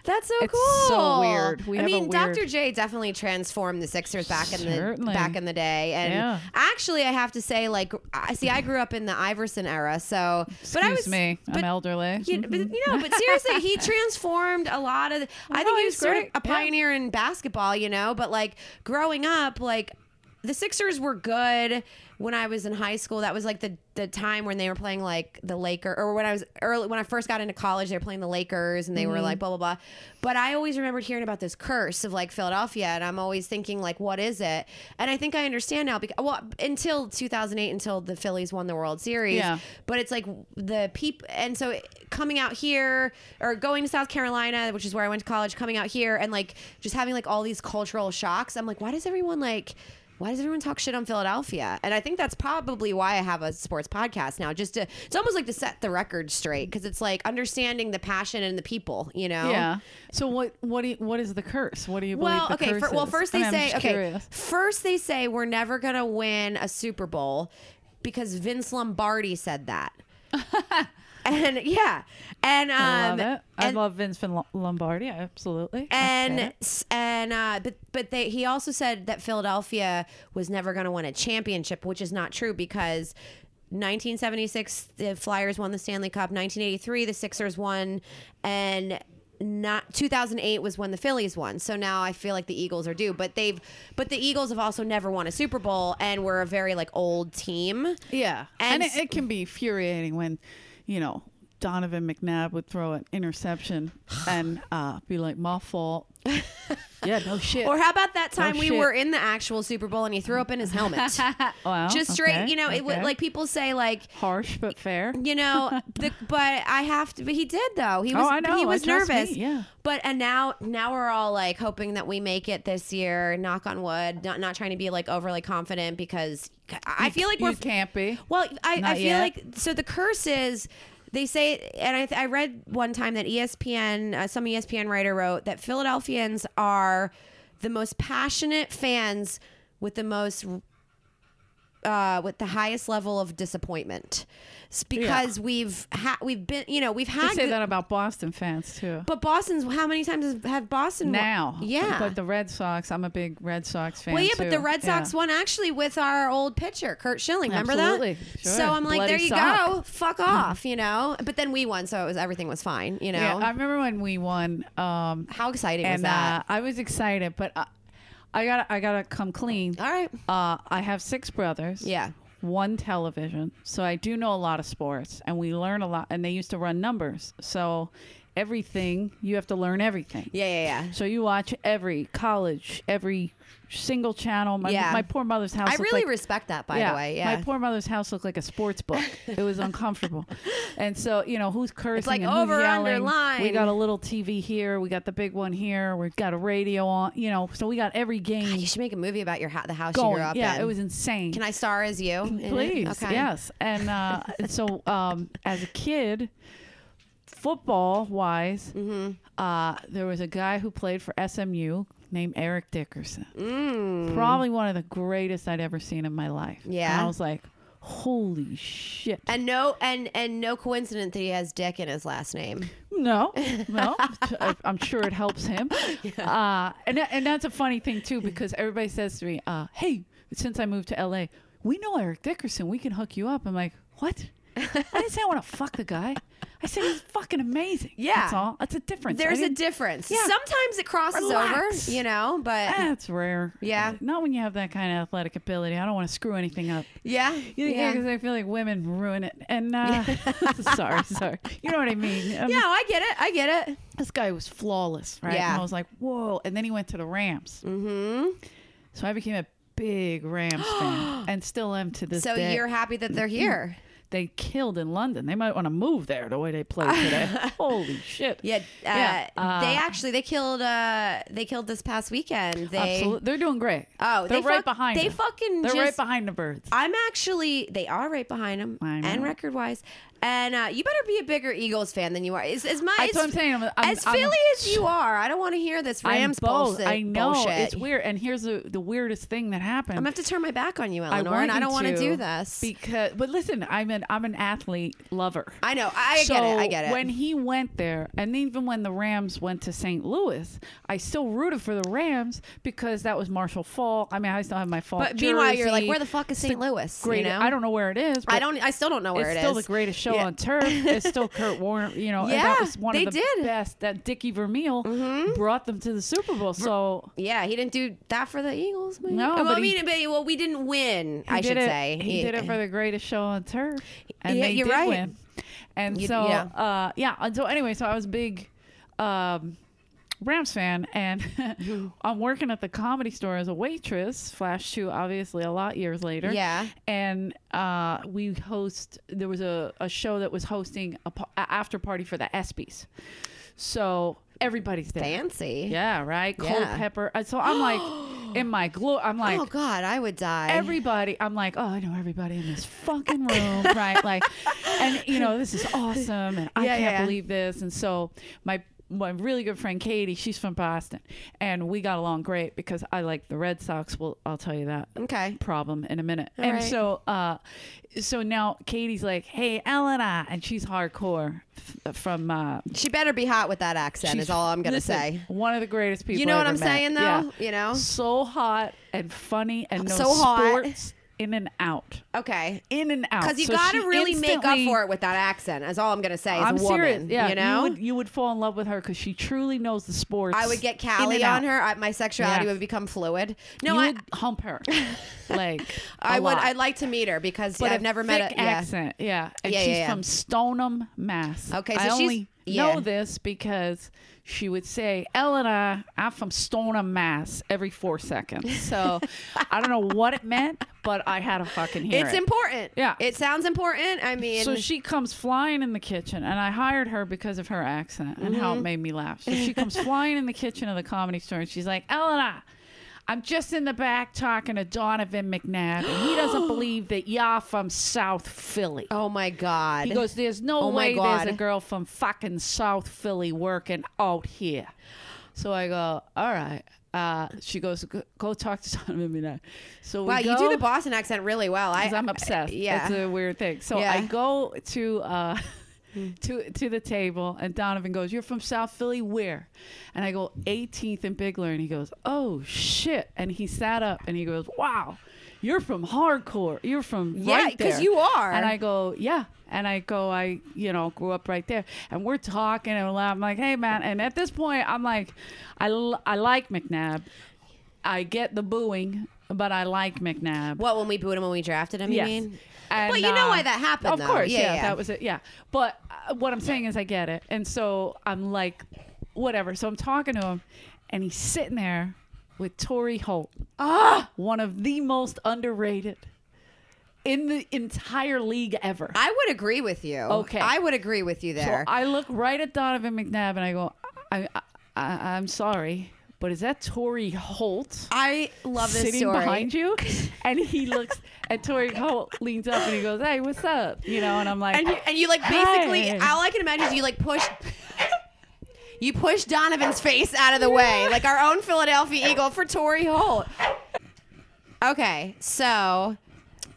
Speaker 2: That's so
Speaker 6: It's
Speaker 2: cool.
Speaker 6: so weird. We
Speaker 2: I
Speaker 6: have a
Speaker 2: mean, Dr.
Speaker 6: weird-
Speaker 2: J definitely transformed the Sixers back in the
Speaker 6: Certainly.
Speaker 2: back in the day. And
Speaker 6: Yeah.
Speaker 2: actually, I have to say, like, I see, I grew up in the Iverson era, so but I
Speaker 6: Excuse
Speaker 2: was
Speaker 6: me.
Speaker 2: but
Speaker 6: I'm elderly. Mm-hmm.
Speaker 2: you, but, you know, but seriously, he transformed a lot of. The, I
Speaker 6: no,
Speaker 2: think he
Speaker 6: he
Speaker 2: was
Speaker 6: was
Speaker 2: sort of
Speaker 6: great.
Speaker 2: a
Speaker 6: Yeah.
Speaker 2: pioneer in basketball, you know. But like growing up, like the Sixers were good when I was in high school. That was like the the time when they were playing like the Laker, or when I was early when I first got into college, they were playing the Lakers, and they were
Speaker 6: Mm-hmm.
Speaker 2: like blah blah blah. But I always remembered hearing about this curse of like Philadelphia, and I'm always thinking like, what is it? And I think I understand now because well, until 2008, until the Phillies won the World Series,
Speaker 6: Yeah.
Speaker 2: but it's like the people and so it- coming out here or going to south carolina which is where i went to college coming out here and like just having like all these cultural shocks i'm like why does everyone like why does everyone talk shit on Philadelphia? And I think that's probably why I have a sports podcast now. Just to, it's almost like to set the record straight because it's like understanding the passion and the people, you know?
Speaker 6: Yeah. So what what do you, what is the curse? What do you believe?
Speaker 2: Well,
Speaker 6: the
Speaker 2: okay.
Speaker 6: Curse
Speaker 2: fir- well,
Speaker 6: is?
Speaker 2: first
Speaker 6: I
Speaker 2: they
Speaker 6: mean, I'm
Speaker 2: say
Speaker 6: just
Speaker 2: okay.
Speaker 6: curious.
Speaker 2: First they say we're never gonna win a Super Bowl because Vince Lombardi said that. and yeah, and um,
Speaker 6: I love it.
Speaker 2: and-
Speaker 6: I love Vince Fin- Lombardi. I Absolutely. I get
Speaker 2: and
Speaker 6: it.
Speaker 2: s- and uh, but but they he also said that Philadelphia was never going to win a championship, which is not true because 1976 the Flyers won the Stanley Cup, 1983 the Sixers won, and not 2008 was when the Phillies won. So now I feel like the Eagles are due, but they've but the Eagles have also never won a Super Bowl and we're a very like old team.
Speaker 6: yeah,
Speaker 2: and
Speaker 6: and,
Speaker 2: s-
Speaker 6: it, it can be infuriating when, you know, Donovan McNabb would throw an interception and uh, be like, "My fault." yeah, no shit.
Speaker 2: Or how about that time we
Speaker 6: Oh, shit.
Speaker 2: were in the actual Super Bowl and he threw up in his helmet?
Speaker 6: Wow,
Speaker 2: Just straight,
Speaker 6: okay,
Speaker 2: you know, it would
Speaker 6: okay.
Speaker 2: like people say like
Speaker 6: harsh but fair.
Speaker 2: You know, the, but I have to. But he did though. He was.
Speaker 6: Oh, I know.
Speaker 2: He
Speaker 6: I
Speaker 2: was
Speaker 6: trust me.
Speaker 2: nervous.
Speaker 6: Yeah.
Speaker 2: But and now, now we're all like hoping that we make it this year. Knock on wood. Not not trying to be like overly confident because I I feel like we're
Speaker 6: you can't be.
Speaker 2: well, I, I
Speaker 6: Not
Speaker 2: feel
Speaker 6: yet.
Speaker 2: like so the curse is they say, and I, I read one time that ESPN, uh, some ESPN writer wrote that Philadelphians are the most passionate fans with the most. Uh, with the highest level of disappointment, It's because we've ha- we've been you know we've
Speaker 6: They
Speaker 2: had
Speaker 6: say
Speaker 2: good-
Speaker 6: that about Boston fans too.
Speaker 2: but Boston's how many times has- have Boston won?
Speaker 6: now,
Speaker 2: yeah
Speaker 6: But the Red Sox. I'm a big Red Sox fan.
Speaker 2: Well, yeah,
Speaker 6: too.
Speaker 2: but the Red Sox
Speaker 6: Yeah.
Speaker 2: won actually with our old pitcher, Kurt Schilling. Remember
Speaker 6: Absolutely.
Speaker 2: that?
Speaker 6: Sure.
Speaker 2: So I'm like,
Speaker 6: Bloody
Speaker 2: there you
Speaker 6: sock.
Speaker 2: go. Fuck off, you know. But then we won, so it was everything was fine, you know.
Speaker 6: Yeah, I remember when we won. Um,
Speaker 2: How exciting was
Speaker 6: and uh,
Speaker 2: that?
Speaker 6: I was excited, but I, I gotta I gotta come clean.
Speaker 2: All right.
Speaker 6: Uh, I have six brothers.
Speaker 2: Yeah.
Speaker 6: One television, so I do know a lot of sports, and we learn a lot. And they used to run numbers, so everything you have to learn everything.
Speaker 2: Yeah, yeah, yeah.
Speaker 6: So you watch every college, every single channel. My,
Speaker 2: Yeah.
Speaker 6: my poor mother's house.
Speaker 2: I
Speaker 6: looked
Speaker 2: really
Speaker 6: like,
Speaker 2: respect that, by the way. Yeah.
Speaker 6: My poor mother's house looked like a sports book. It was uncomfortable. and so, you know, who's cursing?
Speaker 2: like
Speaker 6: and who's
Speaker 2: over, under,
Speaker 6: yelling.
Speaker 2: line.
Speaker 6: We got a little TV here. We got the big one here. We've got a radio on, you know, so we got every game
Speaker 2: Ah, you should make a movie about your ho- the house you
Speaker 6: going.
Speaker 2: grew up
Speaker 6: yeah,
Speaker 2: in.
Speaker 6: it was insane.
Speaker 2: Can I star as you? in it?
Speaker 6: Please. Yes. And uh, so, um, as a kid, football wise,
Speaker 2: Mm-hmm.
Speaker 6: uh, there was a guy who played for SMU named Eric Dickerson. Probably one of the greatest I'd ever seen in my life.
Speaker 2: Mm. Yeah.
Speaker 6: And I was like, holy shit.
Speaker 2: And no, and and no coincidence that he has Dick in his last name.
Speaker 6: No, no. I- I'm sure it helps him. Uh, and, tha- and that's a funny thing, too, because everybody says to me, uh, hey, since I moved to LA, we know Eric Dickerson. We can hook you up. I'm like, what? I didn't say I want to fuck the guy. I said he's fucking amazing.
Speaker 2: Yeah.
Speaker 6: That's all. That's a difference. I
Speaker 2: There's a
Speaker 6: didn't-
Speaker 2: difference.
Speaker 6: Yeah.
Speaker 2: Sometimes it crosses
Speaker 6: Relax.
Speaker 2: over, you know, but
Speaker 6: That's rare.
Speaker 2: Yeah.
Speaker 6: Not when you have that kind of athletic ability. I don't want to screw anything up.
Speaker 2: yeah.
Speaker 6: Yeah,
Speaker 2: yeah.
Speaker 6: because I feel like women ruin it. And uh, sorry, sorry. You know what I mean? I mean,
Speaker 2: Yeah, I get it. I get it.
Speaker 6: This guy was flawless, right?
Speaker 2: Yeah.
Speaker 6: And I was like, whoa. And then he went to the Rams. Mm-hmm. So I became a big Rams fan, and still am to this
Speaker 2: So
Speaker 6: day.
Speaker 2: you're happy that they're here.
Speaker 6: they killed in London. They might want to move there the way they played today. Holy shit!
Speaker 2: Yeah, uh,
Speaker 6: Yeah, uh,
Speaker 2: they actually they killed uh they killed this past weekend. They
Speaker 6: Absolutely, they're doing great.
Speaker 2: Oh,
Speaker 6: they're
Speaker 2: they
Speaker 6: right
Speaker 2: fuck-
Speaker 6: behind.
Speaker 2: they
Speaker 6: them.
Speaker 2: fucking
Speaker 6: They're right
Speaker 2: just-
Speaker 6: behind the birds.
Speaker 2: I'm actually they are right behind them
Speaker 6: I know.
Speaker 2: and record wise. And uh, you better be a bigger Eagles fan than you are. As, as my
Speaker 6: That's
Speaker 2: as-
Speaker 6: what I'm saying. I'm- I'm-
Speaker 2: as
Speaker 6: I'm-
Speaker 2: Philly as you are, I don't want to hear this
Speaker 6: I'm
Speaker 2: Rams
Speaker 6: both.
Speaker 2: bullshit.
Speaker 6: I know
Speaker 2: bullshit.
Speaker 6: it's weird. And here's the, the weirdest thing that happened.
Speaker 2: I'm gonna have to turn my back on you,
Speaker 6: I
Speaker 2: Eleanor,
Speaker 6: want
Speaker 2: and I
Speaker 6: you
Speaker 2: don't want to
Speaker 6: to
Speaker 2: do this.
Speaker 6: because. But listen, I'm an I'm an athlete lover.
Speaker 2: I know. I get it. I
Speaker 6: So
Speaker 2: get it.
Speaker 6: When he went there, and even when the Rams went to St. Louis, I still rooted for the Rams because that was Marshall Falk. I mean, I still have my Falk.
Speaker 2: But meanwhile, you're like,
Speaker 6: jersey.
Speaker 2: where the fuck is
Speaker 6: It's the
Speaker 2: St. Louis? You
Speaker 6: Great.
Speaker 2: know?
Speaker 6: I don't know where it is.
Speaker 2: I
Speaker 6: but
Speaker 2: don't. I still don't know where
Speaker 6: it's
Speaker 2: it
Speaker 6: still
Speaker 2: is.
Speaker 6: the greatest show
Speaker 2: Yeah.
Speaker 6: on turf. It's still Kurt Warner, you know, and
Speaker 2: Yeah,
Speaker 6: that was one
Speaker 2: they
Speaker 6: of the
Speaker 2: did. Mm-hmm.
Speaker 6: best. That Dickie Vermeil brought them to the Super Bowl. So
Speaker 2: Yeah, he didn't do that for the Eagles. Maybe.
Speaker 6: No,
Speaker 2: well,
Speaker 6: but
Speaker 2: I
Speaker 6: he-
Speaker 2: mean, but, well, we didn't win. I
Speaker 6: He
Speaker 2: should
Speaker 6: did it-
Speaker 2: say
Speaker 6: he, did it for the greatest show on turf, and
Speaker 2: Yeah,
Speaker 6: they
Speaker 2: you're
Speaker 6: did
Speaker 2: right.
Speaker 6: win. And
Speaker 2: You-
Speaker 6: so,
Speaker 2: yeah.
Speaker 6: uh, yeah. And so, anyway, so I was a big um, Rams fan, and I'm working at the comedy store as a waitress. Flash to obviously a lot years later.
Speaker 2: Yeah.
Speaker 6: And uh, we host. There was a, a show that was hosting a, pa- a after party for the ESPYS. So everybody's there.
Speaker 2: fancy.
Speaker 6: Yeah. Right. Cold
Speaker 2: Yeah.
Speaker 6: pepper. And so I'm like, in my glow. I'm like
Speaker 2: oh God, I would die.
Speaker 6: everybody i'm like oh i know everybody in this fucking room right like and you know this is awesome and i
Speaker 2: Yeah,
Speaker 6: can't
Speaker 2: yeah.
Speaker 6: believe this and so my my really good friend katie she's from boston and we got along great because i like the red sox well i'll tell you that
Speaker 2: Okay.
Speaker 6: problem in a minute and
Speaker 2: right.
Speaker 6: so uh so now katie's like hey elena and she's hardcore f- from uh
Speaker 2: she better be hot with that accent.
Speaker 6: She's-
Speaker 2: is all I'm gonna
Speaker 6: listen,
Speaker 2: say.
Speaker 6: One of the greatest people.
Speaker 2: You know
Speaker 6: I
Speaker 2: what
Speaker 6: ever
Speaker 2: I'm
Speaker 6: met.
Speaker 2: saying, though?
Speaker 6: Yeah.
Speaker 2: You know? Uh,
Speaker 6: so hot and funny and knows
Speaker 2: So hot.
Speaker 6: sports in and out,
Speaker 2: Okay.
Speaker 6: in and out.
Speaker 2: Because you
Speaker 6: So
Speaker 2: gotta
Speaker 6: she
Speaker 2: really make up
Speaker 6: instantly-
Speaker 2: for it with that accent. Is all I'm gonna say. As
Speaker 6: I'm
Speaker 2: a woman,
Speaker 6: serious. Yeah,
Speaker 2: you know.
Speaker 6: would, you would fall in love with her because she truly knows the sports.
Speaker 2: I would get
Speaker 6: in and
Speaker 2: Callie
Speaker 6: out.
Speaker 2: on her. I, my sexuality
Speaker 6: Yeah.
Speaker 2: would become fluid.
Speaker 6: You
Speaker 2: No, I,
Speaker 6: would hump her. like I
Speaker 2: I would. I'd like to meet her because
Speaker 6: But
Speaker 2: I've
Speaker 6: a
Speaker 2: never met
Speaker 6: thick
Speaker 2: a yeah.
Speaker 6: accent. Yeah, and
Speaker 2: Yeah,
Speaker 6: she's
Speaker 2: yeah, yeah.
Speaker 6: from Stoneham, Mass.
Speaker 2: Okay,
Speaker 6: I
Speaker 2: so she's-
Speaker 6: only
Speaker 2: yeah.
Speaker 6: know this because she would say, "Elena, I'm from Stoneham, Mass," every four seconds. So I don't know what it meant, but I had to fucking hear
Speaker 2: It's
Speaker 6: it.
Speaker 2: important.
Speaker 6: Yeah.
Speaker 2: it sounds important. I mean,
Speaker 6: So she comes flying in the kitchen, and I hired her because of her accent and how
Speaker 2: Mm-hmm.
Speaker 6: it made me laugh. So she comes flying in the kitchen of the comedy store, and she's like, Elena, I'm just in the back talking to Donovan McNabb, and he doesn't believe that y'all from South Philly.
Speaker 2: oh my god.
Speaker 6: He goes, There's no
Speaker 2: Oh my
Speaker 6: way there's a
Speaker 2: God.
Speaker 6: girl from fucking South Philly working out here. So I go, All right. Uh, she goes, Go, go talk to Donovan McNabb. So
Speaker 2: Wow,
Speaker 6: we
Speaker 2: you do
Speaker 6: go-
Speaker 2: the Boston accent really well. I,
Speaker 6: because I'm obsessed.
Speaker 2: yeah.
Speaker 6: it's a weird thing. So
Speaker 2: Yeah. Mm.
Speaker 6: I go to uh, to to the table, and Donovan goes, "You're from South Philly, where?" And I go, "18th and Bigler," and he goes, "Oh shit!" And he sat up, and he goes, "Wow, you're from hardcore. You're from
Speaker 2: Yeah,
Speaker 6: right
Speaker 2: 'cause
Speaker 6: there."
Speaker 2: you are.
Speaker 6: And I go, "Yeah." And I go, I you know grew up right there, and we're talking and I'm like, "Hey man!" And at this point, I'm like, I, l- I like McNabb. I get the booing, but I like McNabb.
Speaker 2: What when we booed him when we drafted him?
Speaker 6: Yes.
Speaker 2: You mean?
Speaker 6: And,
Speaker 2: well, you know
Speaker 6: uh,
Speaker 2: why that happened.
Speaker 6: Of
Speaker 2: though.
Speaker 6: course,
Speaker 2: yeah,
Speaker 6: yeah, that was it. Yeah, but uh, what I'm saying is, I get it, and so I'm like, whatever. So I'm talking to him, and he's sitting there with Tori Holt, ah, one of the most underrated in the entire league ever.
Speaker 2: I would agree with you.
Speaker 6: Okay.
Speaker 2: I would agree with you
Speaker 6: So
Speaker 2: there.
Speaker 6: I look right at Donovan McNabb, and I go, I, I, I I'm sorry, but is that Tori Holt?
Speaker 2: I, love this
Speaker 6: sitting
Speaker 2: story.
Speaker 6: behind you, and he looks at Tori "Oh, Holt, leans up, and he goes, "Hey, what's up?" You know, and I'm like,
Speaker 2: and you, and you like basically
Speaker 6: Hey.
Speaker 2: all I can imagine is you like push. You push Donovan's face out of the way, like our own Philadelphia Eagle for Tory Holt. Okay, so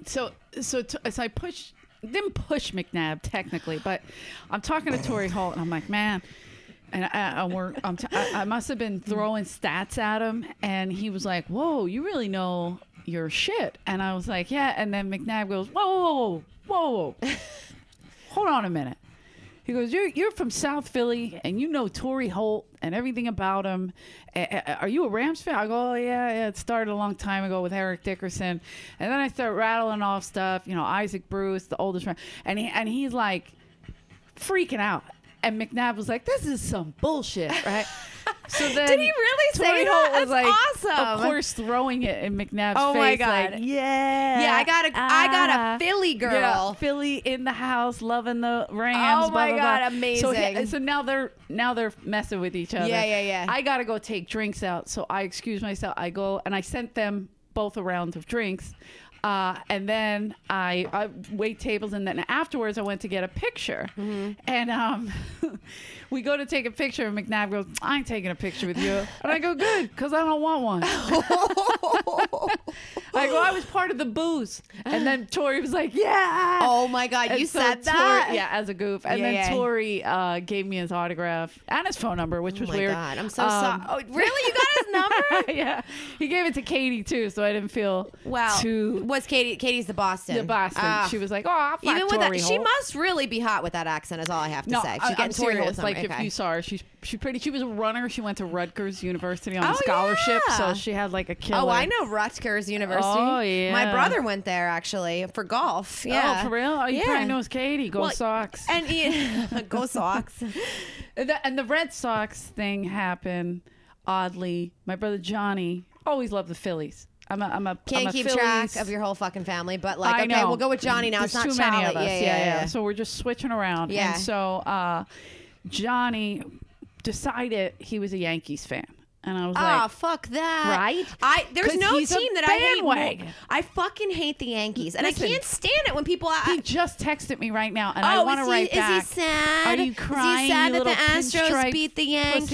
Speaker 6: so so t- so I push didn't push McNabb technically, but I'm talking to Tori Holt and I'm like, man. And I, I, were, I'm t- I, I must have been throwing stats at him, and he was like, "Whoa, you really know your shit." And I was like, "Yeah." And then McNabb goes, "Whoa, whoa, whoa, whoa, whoa, whoa. hold on a minute." He goes, "You're you're from South Philly, and you know Tory Holt and everything about him. A- a- Are you a Rams fan?" I go, "Oh yeah, yeah. It started a long time ago with Eric Dickerson, and then I start rattling off stuff. You know, Isaac Bruce, the oldest Ram, and he, and he's like." freaking out. And McNabb was like, "This is some bullshit, right?" So then
Speaker 7: Did he really say
Speaker 6: Torrey
Speaker 7: that?
Speaker 6: Holt was
Speaker 7: That's
Speaker 6: like,
Speaker 7: awesome.
Speaker 6: Of course, throwing it in McNabb's
Speaker 7: Oh
Speaker 6: face.
Speaker 7: my God.
Speaker 6: Like, yeah,
Speaker 7: Yeah, I got a, I got
Speaker 6: ah."
Speaker 7: a Philly girl.
Speaker 6: Yeah, Philly in the house, loving the Rams.
Speaker 7: Oh
Speaker 6: blah,
Speaker 7: my
Speaker 6: blah,
Speaker 7: God,
Speaker 6: blah. So, he-
Speaker 7: amazing.
Speaker 6: so now they're now they're messing with each other.
Speaker 7: Yeah, yeah, yeah.
Speaker 6: I gotta go take drinks out, so I excuse myself. I go and I sent them both a round of drinks, uh, and then I, I wait tables, and then afterwards I went to get a picture,
Speaker 7: Mm-hmm.
Speaker 6: and um, we go to take a picture, and McNabb goes, "I ain't taking a picture with you," and I go, "Good, because I don't want one." I go, "I was part of the booze," and then Tori was like, "Yeah."
Speaker 2: Oh my God,
Speaker 6: And
Speaker 2: you
Speaker 6: so
Speaker 2: said
Speaker 6: Tori-
Speaker 2: that?
Speaker 6: yeah, as a goof. And
Speaker 2: Yeah,
Speaker 6: then
Speaker 2: yeah.
Speaker 6: Tori uh, gave me his autograph and his phone number, which was
Speaker 2: Oh my
Speaker 6: weird.
Speaker 2: God, I'm so
Speaker 6: Um,
Speaker 2: sorry. Oh, really? You got his number?
Speaker 6: yeah, he gave it to Katie too, so I didn't feel
Speaker 2: wow.
Speaker 6: too
Speaker 2: Was Katie? Katie's the Boston.
Speaker 6: the Boston.
Speaker 2: Ah.
Speaker 6: she was like, "Oh, I'll fuck
Speaker 2: even with
Speaker 6: Tori
Speaker 2: that, she
Speaker 6: Holt."
Speaker 2: must really be hot with that accent. Is all I have to
Speaker 6: No,
Speaker 2: say.
Speaker 6: I,
Speaker 2: She's
Speaker 6: am
Speaker 2: getting Tory Holt's
Speaker 6: serious. Like
Speaker 2: number.
Speaker 6: if
Speaker 2: Okay.
Speaker 6: you saw her, she's she pretty. She was a runner. She went to Rutgers University on
Speaker 2: Oh,
Speaker 6: a scholarship,
Speaker 2: yeah.
Speaker 6: so she had like a killer.
Speaker 2: Oh, I know Rutgers University.
Speaker 6: Oh, yeah.
Speaker 2: My brother went there actually for golf. Yeah.
Speaker 6: Oh, for real? Oh, you
Speaker 2: yeah.
Speaker 6: probably know it's Katie. Go
Speaker 2: Well,
Speaker 6: Sox.
Speaker 2: And he, go Sox.
Speaker 6: And the, and the Red Sox thing happened oddly. My brother Johnny always loved the Phillies. I'm a, I'm a
Speaker 2: Can't
Speaker 6: I'm a
Speaker 2: keep
Speaker 6: Phillies.
Speaker 2: track of your whole fucking family, but like,
Speaker 6: I
Speaker 2: okay,
Speaker 6: know.
Speaker 2: we'll go with Johnny now.
Speaker 6: There's
Speaker 2: it's not
Speaker 6: too
Speaker 2: Charlotte.
Speaker 6: many of us.
Speaker 2: Yeah, yeah, yeah.
Speaker 6: So we're just switching around.
Speaker 2: Yeah.
Speaker 6: And so uh, Johnny decided he was a Yankees fan, and I was
Speaker 2: Ah,
Speaker 6: like,
Speaker 2: fuck that!
Speaker 6: Right?
Speaker 2: I there's
Speaker 6: 'Cause
Speaker 2: no
Speaker 6: he's a
Speaker 2: team that I hate.
Speaker 6: bandwagon.
Speaker 2: more. I fucking hate the Yankees, and
Speaker 6: Listen.
Speaker 2: I can't stand it when people. I,
Speaker 6: he just texted me right now, and I
Speaker 2: oh,
Speaker 6: want
Speaker 2: is
Speaker 6: to
Speaker 2: he,
Speaker 6: write back.
Speaker 2: Is he sad?
Speaker 6: Are you
Speaker 2: Is
Speaker 6: crying,
Speaker 2: he sad
Speaker 6: you
Speaker 2: that the
Speaker 6: little
Speaker 2: Astros
Speaker 6: pinstripe
Speaker 2: beat the
Speaker 6: pussy?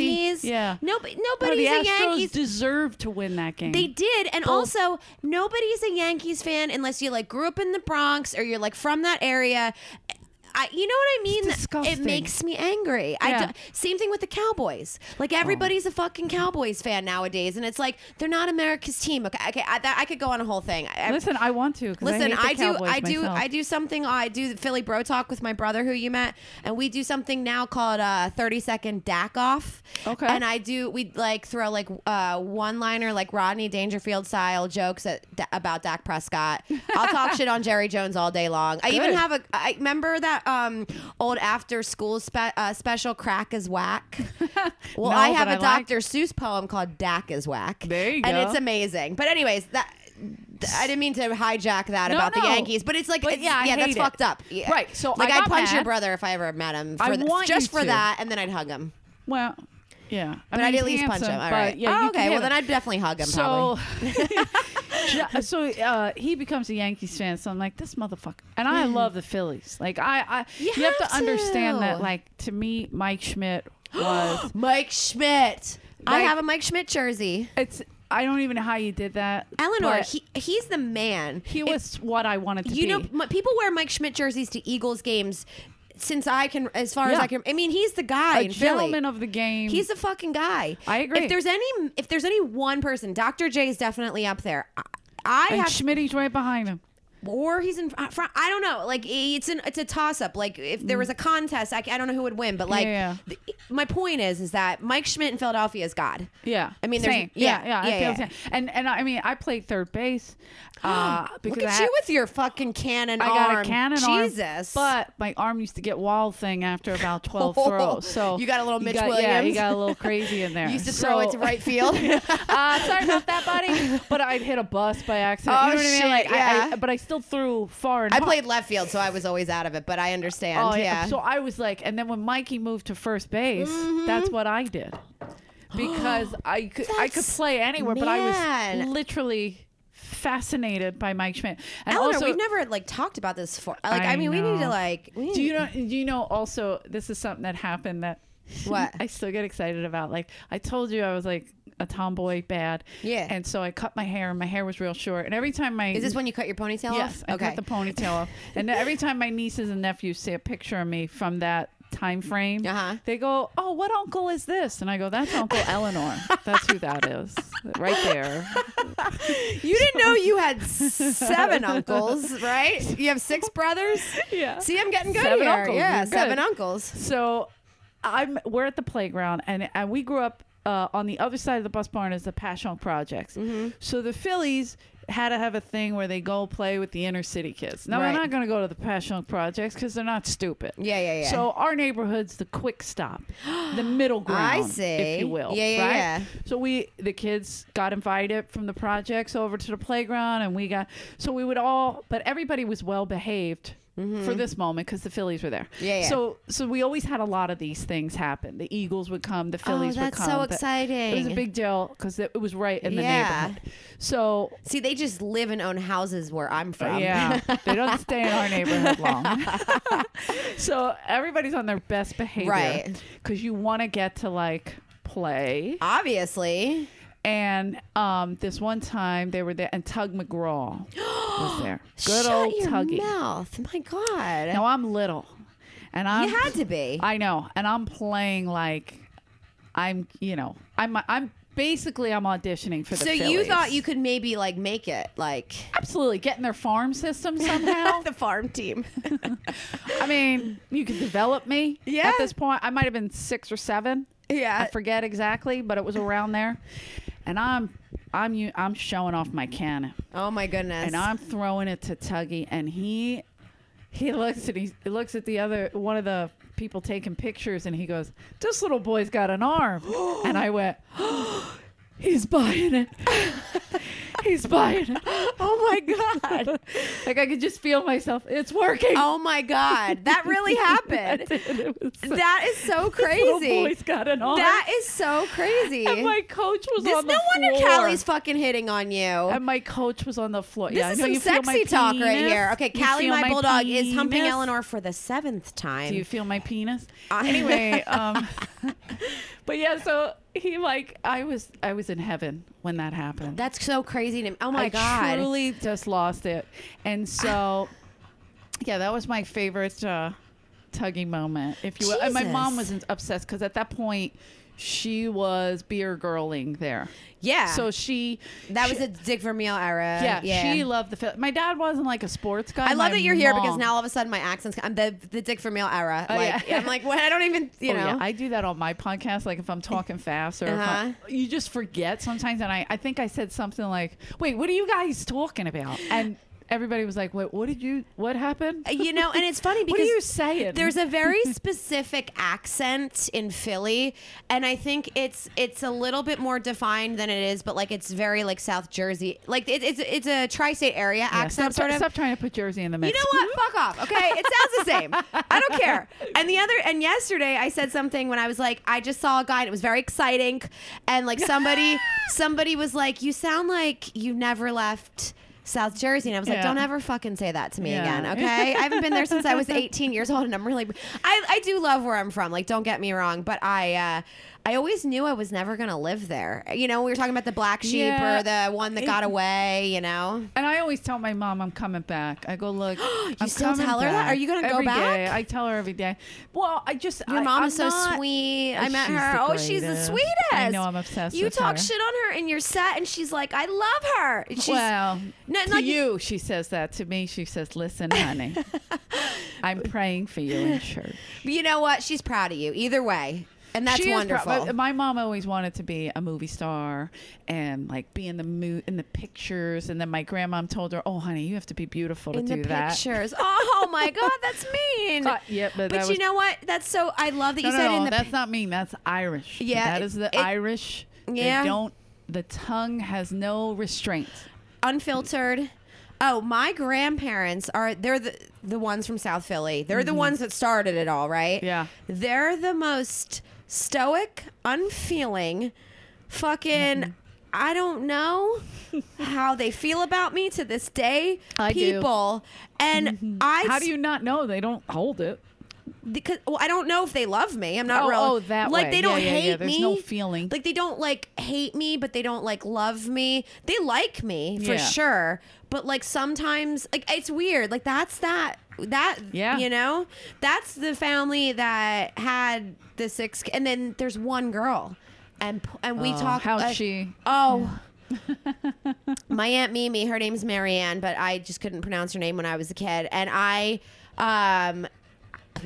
Speaker 2: Yankees?
Speaker 6: Yeah.
Speaker 2: Nobody,
Speaker 6: No,
Speaker 2: nobody's
Speaker 6: the
Speaker 2: a
Speaker 6: Astros
Speaker 2: Yankees.
Speaker 6: deserve to win that game.
Speaker 2: They did, and also nobody's a Yankees fan unless you like grew up in the Bronx or you're like from that area. I, you know what I mean? It
Speaker 6: disgusting.
Speaker 2: makes me angry. I
Speaker 6: Yeah. Oh.
Speaker 2: do, same thing with the Cowboys. Like everybody's a fucking Cowboys fan nowadays, and it's like they're not America's team. Okay, okay, I, that, I could go on a whole thing. I,
Speaker 6: Listen, I want to. 'cause
Speaker 2: Listen, I,
Speaker 6: I, hate the
Speaker 2: do,
Speaker 6: Cowboys
Speaker 2: I do,
Speaker 6: myself.
Speaker 2: I do something. I do Philly bro talk with my brother who you met, and we do something now called uh, thirty second DAC off.
Speaker 6: Okay.
Speaker 2: And I do we like throw like uh, one liner like Rodney Dangerfield style jokes at, about Dak Prescott. I'll talk shit on Jerry Jones all day long. I even
Speaker 6: Good.
Speaker 2: have a. I remember that um, old after school spe- uh, special crack is whack. well,
Speaker 6: No,
Speaker 2: I have
Speaker 6: but
Speaker 2: a
Speaker 6: I like-
Speaker 2: Dr. Seuss poem called Dak is whack.
Speaker 6: There you
Speaker 2: and
Speaker 6: go.
Speaker 2: it's amazing. But anyways, that. I didn't mean to hijack that
Speaker 6: No,
Speaker 2: about the
Speaker 6: no.
Speaker 2: Yankees, but it's like,
Speaker 6: But
Speaker 2: it's-
Speaker 6: yeah,
Speaker 2: yeah,
Speaker 6: I
Speaker 2: that's
Speaker 6: hate it.
Speaker 2: fucked up. Yeah.
Speaker 6: Right, so
Speaker 2: like
Speaker 6: I
Speaker 2: would
Speaker 6: got
Speaker 2: punch your
Speaker 6: mad.
Speaker 2: brother if I ever met him for
Speaker 6: I
Speaker 2: th-
Speaker 6: want
Speaker 2: just
Speaker 6: you
Speaker 2: for
Speaker 6: to.
Speaker 2: that, and then I'd hug him.
Speaker 6: Well, yeah.
Speaker 2: But
Speaker 6: mean,
Speaker 2: I'd
Speaker 6: he's
Speaker 2: at least punch
Speaker 6: handsome,
Speaker 2: him. All
Speaker 6: but
Speaker 2: right.
Speaker 6: yeah,
Speaker 2: Oh,
Speaker 6: you can
Speaker 2: okay.
Speaker 6: hit
Speaker 2: Well,
Speaker 6: him.
Speaker 2: then I'd definitely hug him.
Speaker 6: So,
Speaker 2: probably.
Speaker 6: Jo- so uh, he becomes a Yankees fan. So I'm like, this motherfucker. And I love the Phillies. Like I, I
Speaker 2: Mm. You
Speaker 6: have,
Speaker 2: have
Speaker 6: to, understand that.
Speaker 2: to.
Speaker 6: Like to me, Mike Schmidt was.
Speaker 2: Mike Schmidt. I
Speaker 6: Like-
Speaker 2: have a Mike Schmidt jersey.
Speaker 6: it's. I don't even know how you did that,
Speaker 2: Eleanor,
Speaker 6: but
Speaker 2: he, he's the man.
Speaker 6: he
Speaker 2: It-
Speaker 6: was what I wanted to
Speaker 2: you
Speaker 6: be.
Speaker 2: know, m- people wear Mike Schmidt jerseys to Eagles games since I can, as far as
Speaker 6: Yeah.
Speaker 2: I can. I mean, he's the guy.
Speaker 6: a
Speaker 2: in Philly.
Speaker 6: gentleman of the game.
Speaker 2: He's a fucking guy.
Speaker 6: I agree.
Speaker 2: If there's any, if there's any one person, Dr. J is definitely up there. I, I
Speaker 6: and
Speaker 2: have,
Speaker 6: Schmidt's right behind him.
Speaker 2: or he's in front. I don't know. Like it's an, it's a toss up. Like if there was a contest, I, c- I don't know who would win. But like,
Speaker 6: Mm. Yeah,
Speaker 2: th- my point is, is that Mike Schmidt in Philadelphia is God.
Speaker 6: Yeah,
Speaker 2: I mean, there's-
Speaker 6: same.
Speaker 2: yeah,
Speaker 6: Yeah, yeah, I
Speaker 2: yeah,
Speaker 6: feel
Speaker 2: yeah.
Speaker 6: the same. And and I mean, I played third base uh, because
Speaker 2: Look at
Speaker 6: I,
Speaker 2: you with your fucking cannon
Speaker 6: I
Speaker 2: arm.
Speaker 6: got a cannon
Speaker 2: Jesus.
Speaker 6: arm.
Speaker 2: Jesus. Oh,
Speaker 6: But my arm used to get wall thing after about 12 throws. So
Speaker 2: You got a little
Speaker 6: you
Speaker 2: Mitch
Speaker 6: got- Yeah, you
Speaker 2: Williams.
Speaker 6: got a little crazy in there.
Speaker 2: used to throw it
Speaker 6: So-
Speaker 2: to right field.
Speaker 6: Uh, sorry about that, buddy. But I'd hit a bus by accident.
Speaker 2: Oh,
Speaker 6: you know what I
Speaker 2: shit,
Speaker 6: mean? Like, I- I,
Speaker 2: yeah.
Speaker 6: but I still threw far and
Speaker 2: I
Speaker 6: hard.
Speaker 2: played left field, so I was always out of it. But I understand.
Speaker 6: Oh,
Speaker 2: yeah. Mm-hmm.
Speaker 6: So I was like, and then when Mikey moved to first base, that's what I did because I could I could
Speaker 2: That's-
Speaker 6: play anywhere, but I was
Speaker 2: man.
Speaker 6: literally fascinated by Mike Schmidt. And
Speaker 2: Eleanor,
Speaker 6: also,
Speaker 2: we've never like talked about this before. Like, I,
Speaker 6: I
Speaker 2: mean, we need to
Speaker 6: know.
Speaker 2: like. We need
Speaker 6: Do you know? Do you know? Also, this is something that happened that
Speaker 2: What?
Speaker 6: I still get excited about. Like I told you, I was like a tomboy, bad.
Speaker 2: Yeah.
Speaker 6: And so I cut my hair, and my hair was real short. And every time my
Speaker 2: Is this when you cut your ponytail
Speaker 6: yes,
Speaker 2: off?
Speaker 6: I cut the ponytail off. And every time my nieces and nephews see a picture of me from that time frame,
Speaker 2: Uh-huh.
Speaker 6: they go, "Oh, what uncle is this?" And I go, "That's Uncle Eleanor. That's who that is, right there."
Speaker 2: You didn't know you had seven uncles, right? You have six brothers.
Speaker 6: Yeah.
Speaker 2: See, I'm getting good
Speaker 6: Seven
Speaker 2: here.
Speaker 6: uncles.
Speaker 2: Yeah,
Speaker 6: You're good.
Speaker 2: seven uncles.
Speaker 6: So I'm we're at the playground and and we grew up uh, on the other side of the bus barn is the Passion Projects.
Speaker 2: Mm-hmm.
Speaker 6: So the Phillies had to have a thing where they go play with the inner city kids. Now
Speaker 2: Right.
Speaker 6: they're not going to go to the Passion Projects because they're not stupid.
Speaker 2: Yeah, yeah, yeah.
Speaker 6: So our neighborhood's the quick stop, the middle ground,
Speaker 2: I
Speaker 6: if
Speaker 2: see.
Speaker 6: you will.
Speaker 2: Yeah, yeah,
Speaker 6: right?
Speaker 2: yeah.
Speaker 6: So we the kids got invited from the projects over to the playground, and we got so we would all, but everybody was well behaved for this moment because the Phillies were there.
Speaker 2: Mm-hmm. Yeah, yeah.
Speaker 6: So so we always had a lot of these things happen. The Eagles would come, the Phillies would
Speaker 2: Oh, that's so
Speaker 6: come. but It was a
Speaker 2: exciting.
Speaker 6: big deal because it, it was right in the
Speaker 2: Yeah.
Speaker 6: neighborhood. So
Speaker 2: See, they just live and own houses where I'm from.
Speaker 6: yeah, they don't stay in our neighborhood long. so everybody's on their best behavior,
Speaker 2: Right.
Speaker 6: Because you want to get to like play.
Speaker 2: Obviously.
Speaker 6: And um, this one time they were there, and Tug McGraw was there. Good
Speaker 2: Shut
Speaker 6: old
Speaker 2: your
Speaker 6: Tuggy.
Speaker 2: mouth. My God.
Speaker 6: Now I'm little, and I'm
Speaker 2: you had to be.
Speaker 6: I know, and I'm playing like I'm, you know, I'm I'm basically I'm auditioning for the.
Speaker 2: so you
Speaker 6: Phillies.
Speaker 2: thought you could maybe like make it like
Speaker 6: absolutely get in their farm system somehow.
Speaker 2: the farm team.
Speaker 6: I mean, you could develop me.
Speaker 2: Yeah.
Speaker 6: At this point, I might have been six or seven.
Speaker 2: Yeah.
Speaker 6: I forget exactly, but it was around there, and I'm I'm u- I'm showing off my cannon.
Speaker 2: oh my goodness.
Speaker 6: and I'm throwing it to Tuggy, and he he looks at he, he looks at the other one of the people taking pictures, and he goes, "This little boy's got an arm," and I went, "He's buying it." He's buying it.
Speaker 2: oh my God.
Speaker 6: Like I could just feel myself. It's working.
Speaker 2: Oh my God. That really happened.
Speaker 6: It was so-
Speaker 2: that is so
Speaker 6: Little
Speaker 2: crazy.
Speaker 6: boy's got an arm.
Speaker 2: That is so crazy.
Speaker 6: and my coach was
Speaker 2: This
Speaker 6: on the
Speaker 2: no wonder
Speaker 6: floor.
Speaker 2: Callie's fucking hitting on you.
Speaker 6: and my coach was on the floor.
Speaker 2: Oh. this
Speaker 6: yeah,
Speaker 2: is
Speaker 6: I know
Speaker 2: some
Speaker 6: you feel my
Speaker 2: sexy talk right
Speaker 6: penis.
Speaker 2: here. Okay,
Speaker 6: You
Speaker 2: Callie,
Speaker 6: feel
Speaker 2: my, bulldog, is humping
Speaker 6: penis.
Speaker 2: Eleanor Uh, for the seventh time.
Speaker 6: Do you feel my penis?
Speaker 2: I-
Speaker 6: Anyway, um, but yeah, so he like I was I was in heaven when that happened.
Speaker 2: That's so crazy to me. Oh my
Speaker 6: I
Speaker 2: god.
Speaker 6: truly just lost it, and so yeah, that was my favorite uh, tuggy moment, if you will. And my mom
Speaker 2: Jesus.
Speaker 6: was obsessed because at that point she was beer girling there.
Speaker 2: yeah.
Speaker 6: So she
Speaker 2: that was
Speaker 6: she-
Speaker 2: a Dick Vermeil era.
Speaker 6: yeah, she loved the film. My dad wasn't like a sports guy.
Speaker 2: I love
Speaker 6: My
Speaker 2: that you're here because
Speaker 6: mom-
Speaker 2: now all of a sudden my accents. I'm the the Dick Vermeil era.
Speaker 6: Oh,
Speaker 2: like
Speaker 6: yeah.
Speaker 2: I'm like what I don't even you
Speaker 6: Oh,
Speaker 2: know.
Speaker 6: yeah. I do that on my podcast. Like if I'm talking fast or if I'm-
Speaker 2: Uh-huh.
Speaker 6: you just forget sometimes. And I, I think I said something like, wait, what are you guys talking about? And everybody was like, wait, what did you, what happened?
Speaker 2: you know, and it's funny because
Speaker 6: What are you saying?
Speaker 2: There's a very specific accent in Philly, and I think it's it's a little bit more defined than it is, but like it's very like South Jersey, like it, it's it's a tri-state area
Speaker 6: Yeah,
Speaker 2: accent
Speaker 6: stop,
Speaker 2: sort of.
Speaker 6: stop trying to put Jersey in the
Speaker 2: You
Speaker 6: mix.
Speaker 2: know what? Fuck off. Okay, it sounds the same. I don't care. And the other, and yesterday I said something when I was like, I just saw a guy and it was very exciting, and like somebody, somebody was like, you sound like you never left. South Jersey, and I was like,
Speaker 6: Yeah.
Speaker 2: "Don't ever fucking say that to me
Speaker 6: Yeah.
Speaker 2: again, okay? I haven't been there since I was 18 years old, and I'm really, I, I do love where I'm from. Like, don't get me wrong, but I, uh, I always knew I was never gonna live there. You know, we were talking about the black sheep
Speaker 6: Yeah.
Speaker 2: or the one that got away. You know,
Speaker 6: And I always tell my mom I'm coming back. I go look. you I'm
Speaker 2: still
Speaker 6: coming
Speaker 2: tell her that?
Speaker 6: back
Speaker 2: Are you gonna go
Speaker 6: every
Speaker 2: back?
Speaker 6: day. I tell her every day. Well, I just
Speaker 2: Your
Speaker 6: I-
Speaker 2: mom
Speaker 6: I'm
Speaker 2: is so
Speaker 6: not-
Speaker 2: sweet. I met
Speaker 6: She's
Speaker 2: her.
Speaker 6: the
Speaker 2: Oh, she's the
Speaker 6: greatest.
Speaker 2: sweetest.
Speaker 6: I know I'm obsessed.
Speaker 2: You
Speaker 6: with
Speaker 2: talk
Speaker 6: her.
Speaker 2: shit on her in your set, and she's like, "I love her." And she's,
Speaker 6: well,
Speaker 2: No,
Speaker 6: to
Speaker 2: not you-
Speaker 6: you, she says that to me. She says, "Listen, honey, I'm praying for you in church."
Speaker 2: But you know what? She's proud of you. Either way, and that's
Speaker 6: She is pro-
Speaker 2: wonderful.
Speaker 6: my- my mom always wanted to be a movie star and like be in the mo- in the pictures. And then my grandmom told her, "Oh, honey, you have to be beautiful to
Speaker 2: in
Speaker 6: do
Speaker 2: the
Speaker 6: that."
Speaker 2: pictures. Oh my God, that's mean.
Speaker 6: Uh, yeah, but that
Speaker 2: you
Speaker 6: was-
Speaker 2: know what? That's so. I love that
Speaker 6: No,
Speaker 2: you
Speaker 6: no,
Speaker 2: said
Speaker 6: no,
Speaker 2: in the.
Speaker 6: that's not mean. That's Irish.
Speaker 2: Yeah,
Speaker 6: that
Speaker 2: it-
Speaker 6: is the
Speaker 2: it-
Speaker 6: Irish.
Speaker 2: Yeah.
Speaker 6: they don't. The tongue has no restraints.
Speaker 2: unfiltered. Oh, my grandparents are they're the the ones from South Philly. They're the ones that started it all, right?
Speaker 6: Mm-hmm. Yeah.
Speaker 2: They're the most stoic, unfeeling, fucking
Speaker 6: Mm-hmm.
Speaker 2: I don't know how they feel about me to this day.
Speaker 6: I do. Mm-hmm.
Speaker 2: people and I
Speaker 6: How do you not know they don't hold it?
Speaker 2: because well, I don't know if they love me. I'm not
Speaker 6: Oh,
Speaker 2: real.
Speaker 6: oh, that
Speaker 2: like
Speaker 6: way.
Speaker 2: they don't
Speaker 6: Yeah, yeah, yeah.
Speaker 2: hate
Speaker 6: There's
Speaker 2: me.
Speaker 6: no feeling.
Speaker 2: Like they don't like hate me, but they don't like love me. They like me for
Speaker 6: Yeah.
Speaker 2: sure, but like sometimes like it's weird. Like that's that that
Speaker 6: Yeah.
Speaker 2: you know that's the family that had the six ki- and then there's one girl. And, p- and we
Speaker 6: Oh,
Speaker 2: talk
Speaker 6: how'd
Speaker 2: like-
Speaker 6: she-
Speaker 2: oh my aunt Mimi, her name's Marianne, but I just couldn't pronounce her name when I was a kid, and I, um,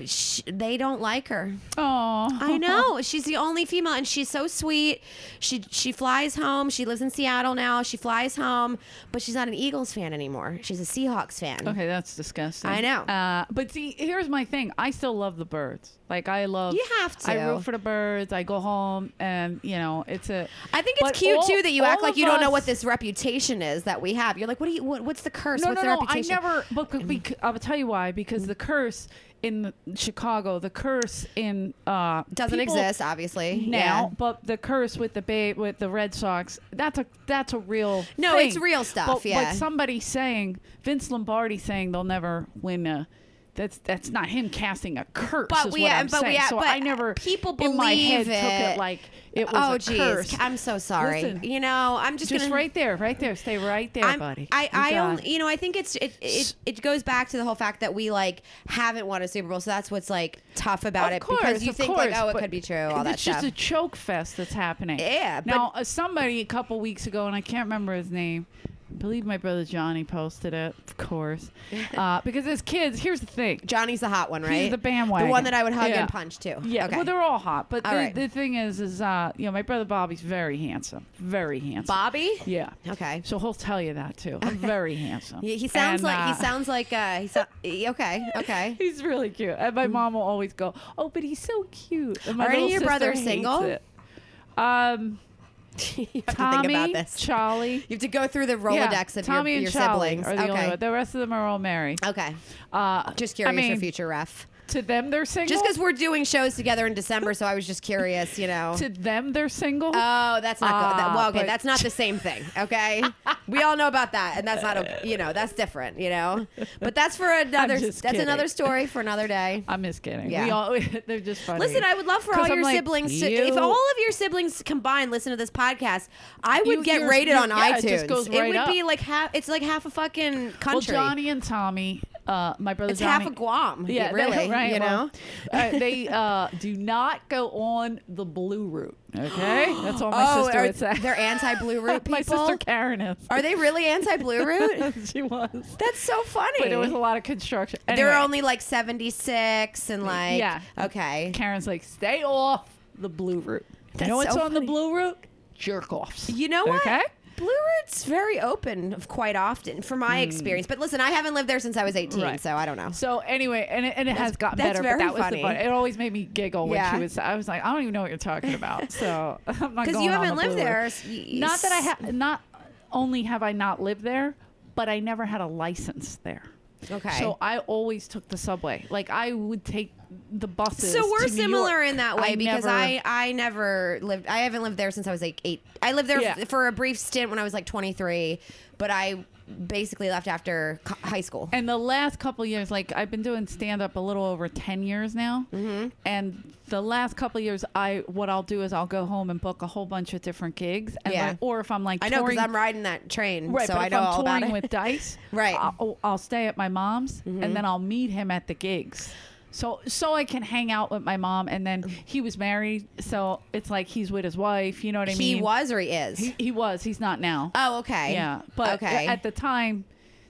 Speaker 2: sh they don't like her.
Speaker 6: Oh,
Speaker 2: I know she's the only female, and she's so sweet. She she flies home. She lives in Seattle now. She flies home, but she's not an Eagles fan anymore. She's a Seahawks fan.
Speaker 6: Okay, that's disgusting.
Speaker 2: I know.
Speaker 6: Uh, but see, here's my thing. I still love the birds. Like I love.
Speaker 2: You have
Speaker 6: I
Speaker 2: to.
Speaker 6: root for the birds. I go home, and you know, it's a.
Speaker 2: I think
Speaker 6: but
Speaker 2: it's cute
Speaker 6: all-
Speaker 2: too that you act
Speaker 6: all
Speaker 2: like
Speaker 6: of
Speaker 2: you don't know what
Speaker 6: us-
Speaker 2: this reputation is that we have. You're like, what do you? What, what's the curse?
Speaker 6: No,
Speaker 2: what's
Speaker 6: no,
Speaker 2: the
Speaker 6: no.
Speaker 2: reputation?
Speaker 6: I never. But c- bec- I'll tell you why. Because the curse in the, Chicago, the curse in uh,
Speaker 2: doesn't
Speaker 6: people
Speaker 2: exist, obviously.
Speaker 6: now.
Speaker 2: Yeah.
Speaker 6: But the curse with the ba- with the Red Sox, that's a that's a real.
Speaker 2: No,
Speaker 6: thing.
Speaker 2: it's real stuff,
Speaker 6: But,
Speaker 2: yeah.
Speaker 6: But somebody saying Vince Lombardi saying they'll never win a. That's that's not him casting a curse.
Speaker 2: But
Speaker 6: is
Speaker 2: we-
Speaker 6: what I'm
Speaker 2: but we-
Speaker 6: saying. so
Speaker 2: but
Speaker 6: I never
Speaker 2: people
Speaker 6: in my head
Speaker 2: believe
Speaker 6: took
Speaker 2: it.
Speaker 6: it like it was
Speaker 2: Oh
Speaker 6: a curse.
Speaker 2: geez, I'm so sorry.
Speaker 6: Listen,
Speaker 2: you know, I'm just,
Speaker 6: just
Speaker 2: gonna
Speaker 6: right there, right there. Stay right there,
Speaker 2: I'm-
Speaker 6: buddy.
Speaker 2: I,
Speaker 6: You
Speaker 2: I
Speaker 6: got
Speaker 2: only,
Speaker 6: it.
Speaker 2: you know, I think it's it, it it goes back to the whole fact that we like haven't won a Super Bowl, so that's what's like tough about
Speaker 6: Of
Speaker 2: it
Speaker 6: course,
Speaker 2: because you
Speaker 6: of
Speaker 2: think
Speaker 6: course,
Speaker 2: like, oh, it
Speaker 6: but
Speaker 2: could be true, all that
Speaker 6: It's just
Speaker 2: stuff.
Speaker 6: a choke fest that's happening.
Speaker 2: Yeah, but-
Speaker 6: Now, uh, somebody a couple weeks ago, and I can't remember his name. I believe my brother Johnny posted it, of course, uh, because as kids, here's the thing.
Speaker 2: Johnny's the hot one, right?
Speaker 6: He's the bandwagon.
Speaker 2: the one that I would hug
Speaker 6: Yeah.
Speaker 2: and punch too.
Speaker 6: Yeah,
Speaker 2: okay.
Speaker 6: well, they're all hot, but the,
Speaker 2: All right.
Speaker 6: the thing is, is uh, you know, my brother Bobby's very handsome, very handsome.
Speaker 2: Bobby.
Speaker 6: Yeah.
Speaker 2: Okay.
Speaker 6: So he'll tell you that too. I'm very handsome.
Speaker 2: He he sounds
Speaker 6: And,
Speaker 2: like
Speaker 6: uh,
Speaker 2: he sounds like uh he so- okay okay.
Speaker 6: He's really cute, and my mom will always go, "Oh, but he's so cute." And my
Speaker 2: Mm. Are any
Speaker 6: little
Speaker 2: of your
Speaker 6: sister
Speaker 2: brothers
Speaker 6: hates
Speaker 2: single?
Speaker 6: it. Um,
Speaker 2: you have to
Speaker 6: Tommy,
Speaker 2: think about this.
Speaker 6: Charlie.
Speaker 2: you have to go through the
Speaker 6: Yeah,
Speaker 2: Rolodex of
Speaker 6: Tommy
Speaker 2: your,
Speaker 6: and
Speaker 2: your
Speaker 6: Charlie
Speaker 2: siblings.
Speaker 6: Are the, only
Speaker 2: okay.
Speaker 6: one. the rest of them are all married.
Speaker 2: Okay.
Speaker 6: Uh,
Speaker 2: Just curious
Speaker 6: I mean,
Speaker 2: for future ref.
Speaker 6: To them, they're single.
Speaker 2: Just because we're doing shows together in December, so I was just curious, you know.
Speaker 6: to them, they're single.
Speaker 2: Oh, that's not good. That,
Speaker 6: Ah,
Speaker 2: well, okay,
Speaker 6: but-
Speaker 2: that's not the same thing. Okay, we all know about that, and that's not a you know that's different. You know, but that's for another. That's
Speaker 6: just kidding.
Speaker 2: another story for another day.
Speaker 6: I'm just kidding.
Speaker 2: Yeah.
Speaker 6: We all they're just funny.
Speaker 2: Listen, I would love for all
Speaker 6: 'Cause I'm
Speaker 2: your
Speaker 6: like,
Speaker 2: siblings to,
Speaker 6: you-
Speaker 2: if all of your siblings combined listen to this podcast, I would
Speaker 6: You-
Speaker 2: get
Speaker 6: you're-
Speaker 2: rated
Speaker 6: you're-
Speaker 2: on
Speaker 6: yeah,
Speaker 2: iTunes.
Speaker 6: it just goes right
Speaker 2: would be
Speaker 6: up.
Speaker 2: like half it's like half a fucking
Speaker 6: well,
Speaker 2: country.
Speaker 6: Johnny and Tommy, uh, my brother
Speaker 2: it's
Speaker 6: Johnny,
Speaker 2: half a Guam.
Speaker 6: Yeah,
Speaker 2: really.
Speaker 6: they- right.
Speaker 2: you know?
Speaker 6: well, uh, they uh, do not go on the blue route. Okay, that's all my
Speaker 2: oh,
Speaker 6: sister
Speaker 2: are,
Speaker 6: would say.
Speaker 2: they're anti-blue root
Speaker 6: my
Speaker 2: people.
Speaker 6: sister Karen is.
Speaker 2: are they really anti-blue root?
Speaker 6: she was.
Speaker 2: That's so funny.
Speaker 6: But there was a lot of construction.
Speaker 2: There are
Speaker 6: Anyway,
Speaker 2: only like 76 and like
Speaker 6: Yeah.
Speaker 2: okay.
Speaker 6: Karen's like, stay off the blue route. you know
Speaker 2: That's
Speaker 6: what's
Speaker 2: so
Speaker 6: on the
Speaker 2: funny.
Speaker 6: blue route? Jerk offs.
Speaker 2: You know what?
Speaker 6: Okay.
Speaker 2: Blue Root's very open of- quite often from my experience. But listen, I haven't lived there since I was 18,
Speaker 6: Hmm. Right.
Speaker 2: so I don't know.
Speaker 6: So anyway, and it, and it has gotten
Speaker 2: that's
Speaker 6: better.
Speaker 2: very
Speaker 6: but that was
Speaker 2: funny.
Speaker 6: the fun. It always made me giggle
Speaker 2: Yeah.
Speaker 6: when she was. I was like, I don't even know what you're talking about. So I'm not
Speaker 2: Because
Speaker 6: going
Speaker 2: you
Speaker 6: on
Speaker 2: haven't
Speaker 6: the
Speaker 2: lived
Speaker 6: blue route.
Speaker 2: there. s- y-
Speaker 6: Not that I have. Not only have I not lived there, but I never had a license there.
Speaker 2: Okay.
Speaker 6: So I always took the subway. Like I would take the buses.
Speaker 2: So we're
Speaker 6: to New
Speaker 2: similar
Speaker 6: York.
Speaker 2: in that way because
Speaker 6: never-
Speaker 2: I I never lived I haven't lived there since I was like eight. I lived there
Speaker 6: Yeah.
Speaker 2: f- for a brief stint when I was like 23, but I basically left after co- high school.
Speaker 6: And the last couple years, like I've been doing stand up a little over ten years now,
Speaker 2: Mm-hmm.
Speaker 6: and the last couple years, I what I'll do is I'll go home and book a whole bunch of different gigs, and
Speaker 2: Yeah.
Speaker 6: like, or if I'm like
Speaker 2: I know because
Speaker 6: touring-
Speaker 2: I'm riding that train,
Speaker 6: Right,
Speaker 2: so
Speaker 6: but
Speaker 2: I
Speaker 6: if
Speaker 2: know
Speaker 6: I'm
Speaker 2: all about
Speaker 6: touring
Speaker 2: it.
Speaker 6: with Dice,
Speaker 2: Right. Mm-hmm.
Speaker 6: I'll, oh, I'll stay at my mom's and then I'll meet him at the gigs. So so I can hang out with my mom and
Speaker 2: Mm.
Speaker 6: then he was married, so it's like he's with his wife, you know what I mean?
Speaker 2: he was or he is.
Speaker 6: He, he was, he's not now.
Speaker 2: oh, okay.
Speaker 6: Yeah, but
Speaker 2: okay.
Speaker 6: at the time,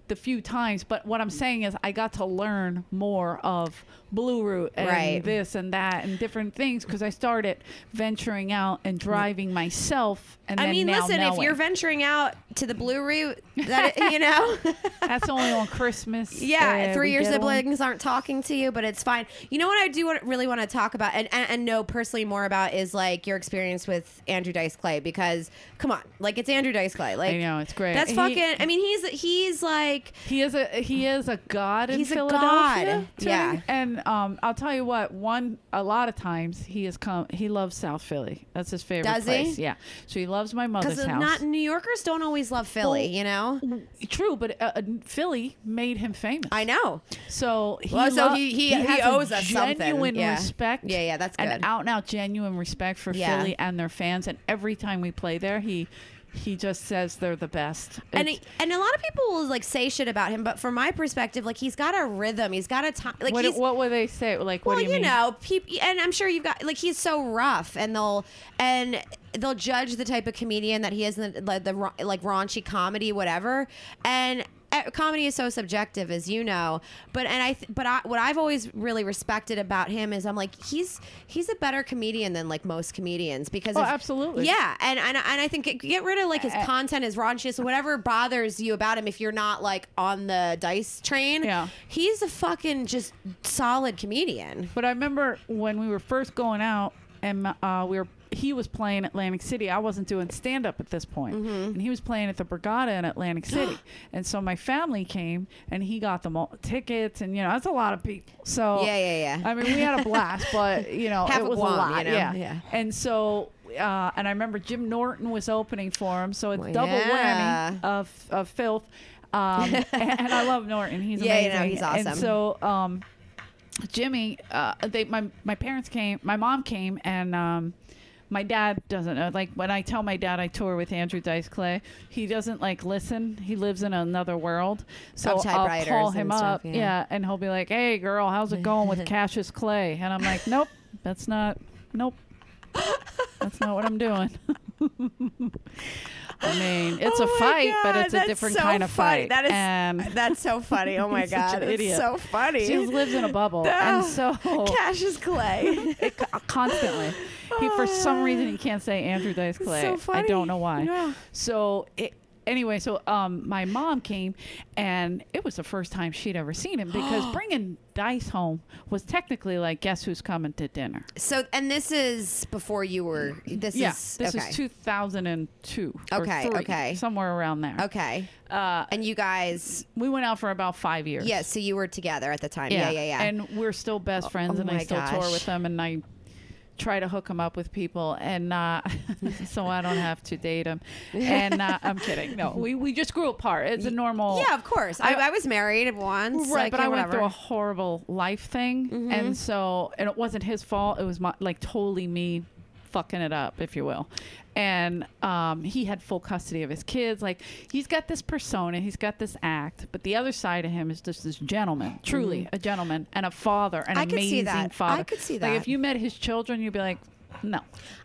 Speaker 6: the few times. But what I'm saying is, I got to learn more of Blue Route and
Speaker 2: Right.
Speaker 6: this and that and different things because I started venturing out and driving myself. And
Speaker 2: I
Speaker 6: then
Speaker 2: mean,
Speaker 6: now
Speaker 2: listen, if
Speaker 6: knowing.
Speaker 2: you're venturing out to the blue route, that you know,
Speaker 6: that's only on Christmas.
Speaker 2: yeah,
Speaker 6: uh,
Speaker 2: three
Speaker 6: we
Speaker 2: of your
Speaker 6: get on.
Speaker 2: siblings aren't talking to you, but it's fine. You know what I do want, really want to talk about and, and and know personally more about is like your experience with Andrew Dice Clay because come on, like it's Andrew Dice Clay, like
Speaker 6: know, it's great.
Speaker 2: That's
Speaker 6: He-
Speaker 2: fucking. I mean, he's he's like like
Speaker 6: He is a he is a god in
Speaker 2: He's a
Speaker 6: Philadelphia.
Speaker 2: god.
Speaker 6: too.
Speaker 2: Yeah.
Speaker 6: and um, I'll tell you what. One a lot of times he is come. He loves South Philly. That's his favorite
Speaker 2: Does he?
Speaker 6: place. Yeah, so he loves my mother's
Speaker 2: because
Speaker 6: house. mm-hmm.
Speaker 2: not New Yorkers don't always love Philly, you know.
Speaker 6: True, but uh, uh, Philly made him famous.
Speaker 2: I know.
Speaker 6: So he
Speaker 2: Well, so
Speaker 6: lo-
Speaker 2: he- he- he
Speaker 6: has a
Speaker 2: owes us something.
Speaker 6: genuine
Speaker 2: Yeah.
Speaker 6: respect.
Speaker 2: Yeah, yeah, that's
Speaker 6: an
Speaker 2: good.
Speaker 6: out and out genuine respect for
Speaker 2: Yeah.
Speaker 6: Philly and their fans. And every time we play there, he he just says they're the best.
Speaker 2: And
Speaker 6: It's-
Speaker 2: it- and a lot of people will like say shit about him, but from my perspective, like he's got a rhythm. He's got a time. Like
Speaker 6: what,
Speaker 2: he's,
Speaker 6: what would they say? Like,
Speaker 2: well,
Speaker 6: what do you, mean?
Speaker 2: know, people, and I'm sure you've got like he's so rough, and they'll and they'll judge the type of comedian that he is, and the, like the ra- like raunchy comedy, whatever, and. eh, Comedy is so subjective, as you know, but and I, th- but I, what I've always really respected about him is I'm like he's he's a better comedian than like most comedians because
Speaker 6: Oh,
Speaker 2: if-
Speaker 6: absolutely.
Speaker 2: yeah, and and, and I think get, get rid of like
Speaker 6: Eh.
Speaker 2: his content, his raunchiness, whatever bothers you about him. If you're not like on the dice train,
Speaker 6: Yeah.
Speaker 2: he's a fucking just solid comedian.
Speaker 6: But I remember when we were first going out, and uh, we were he was playing Atlantic City. I wasn't doing stand up at this point,
Speaker 2: Mm-hmm.
Speaker 6: and he was playing at the Brigada in Atlantic City. and so my family came, and he got them all tickets, and you know that's a lot of people. So
Speaker 2: Yeah, yeah, yeah.
Speaker 6: I mean, we had a blast, but you know
Speaker 2: Half
Speaker 6: it
Speaker 2: of
Speaker 6: was
Speaker 2: Guam,
Speaker 6: a lot.
Speaker 2: you know?
Speaker 6: Yeah,
Speaker 2: Yeah.
Speaker 6: And so. Uh, and I remember Jim Norton was opening for him, so it's
Speaker 2: Well,
Speaker 6: double
Speaker 2: yeah.
Speaker 6: whammy of, of filth. Um, and, and I love Norton; he's
Speaker 2: Yeah, you know,
Speaker 6: amazing.
Speaker 2: he's awesome.
Speaker 6: And so um, Jimmy, uh, they my my parents came, my mom came, and um, my dad doesn't know. Like when I tell my dad I tour with Andrew Dice Clay, he doesn't like listen. He lives in another world, so
Speaker 2: Of
Speaker 6: I'll call
Speaker 2: typewriters
Speaker 6: him
Speaker 2: and stuff,
Speaker 6: up,
Speaker 2: yeah.
Speaker 6: and he'll be like, "Hey, girl, how's it going with Cassius Clay?" And I'm like, "Nope, that's not. Nope, that's not what I'm doing." I mean, it's
Speaker 2: Oh
Speaker 6: a fight, but it's a different kind of fight.
Speaker 2: That is
Speaker 6: and
Speaker 2: that's so funny. Oh my
Speaker 6: He's such
Speaker 2: god,
Speaker 6: an
Speaker 2: it's
Speaker 6: idiot.
Speaker 2: so funny.
Speaker 6: she lives in a bubble, and so
Speaker 2: Cash is clay.
Speaker 6: it, co- constantly. He for some reason he can't say Andrew Dice Clay.
Speaker 2: so
Speaker 6: I
Speaker 2: funny.
Speaker 6: don't know why.
Speaker 2: Yeah.
Speaker 6: So it, anyway, so um, my mom came, and it was the first time she'd ever seen him because bringing Dice home was technically like guess who's coming to dinner.
Speaker 2: so, and this is before you were. This
Speaker 6: yeah,
Speaker 2: is
Speaker 6: this
Speaker 2: okay.
Speaker 6: was 2002. or
Speaker 2: Okay,
Speaker 6: three,
Speaker 2: okay.
Speaker 6: somewhere around there.
Speaker 2: okay.
Speaker 6: Uh,
Speaker 2: and you guys,
Speaker 6: we went out for about five years.
Speaker 2: yeah. So you were together at the time. Yeah, yeah, yeah.
Speaker 6: And we're still best friends,
Speaker 2: oh
Speaker 6: and I
Speaker 2: my
Speaker 6: still tour
Speaker 2: gosh.
Speaker 6: with them, and I try to hook them up with people, and uh, so I don't have to date them. And uh, I'm kidding. No, we, we just grew apart. It's a normal.
Speaker 2: yeah, of course. I, I was married once.
Speaker 6: Oh. Right,
Speaker 2: like,
Speaker 6: but
Speaker 2: yeah,
Speaker 6: I went
Speaker 2: whatever. Mm-hmm.
Speaker 6: through a horrible life thing, and so and it wasn't his fault. It was my like totally me fucking it up, if you will. And um, he had full custody of his kids. Like he's got this persona, he's got this act, but the other side of him is just this gentleman, truly a gentleman and a father, an
Speaker 2: Mm-hmm. I could
Speaker 6: amazing
Speaker 2: see that. I
Speaker 6: father.
Speaker 2: could see
Speaker 6: Like
Speaker 2: that.
Speaker 6: if you met his children, you'd be like, no.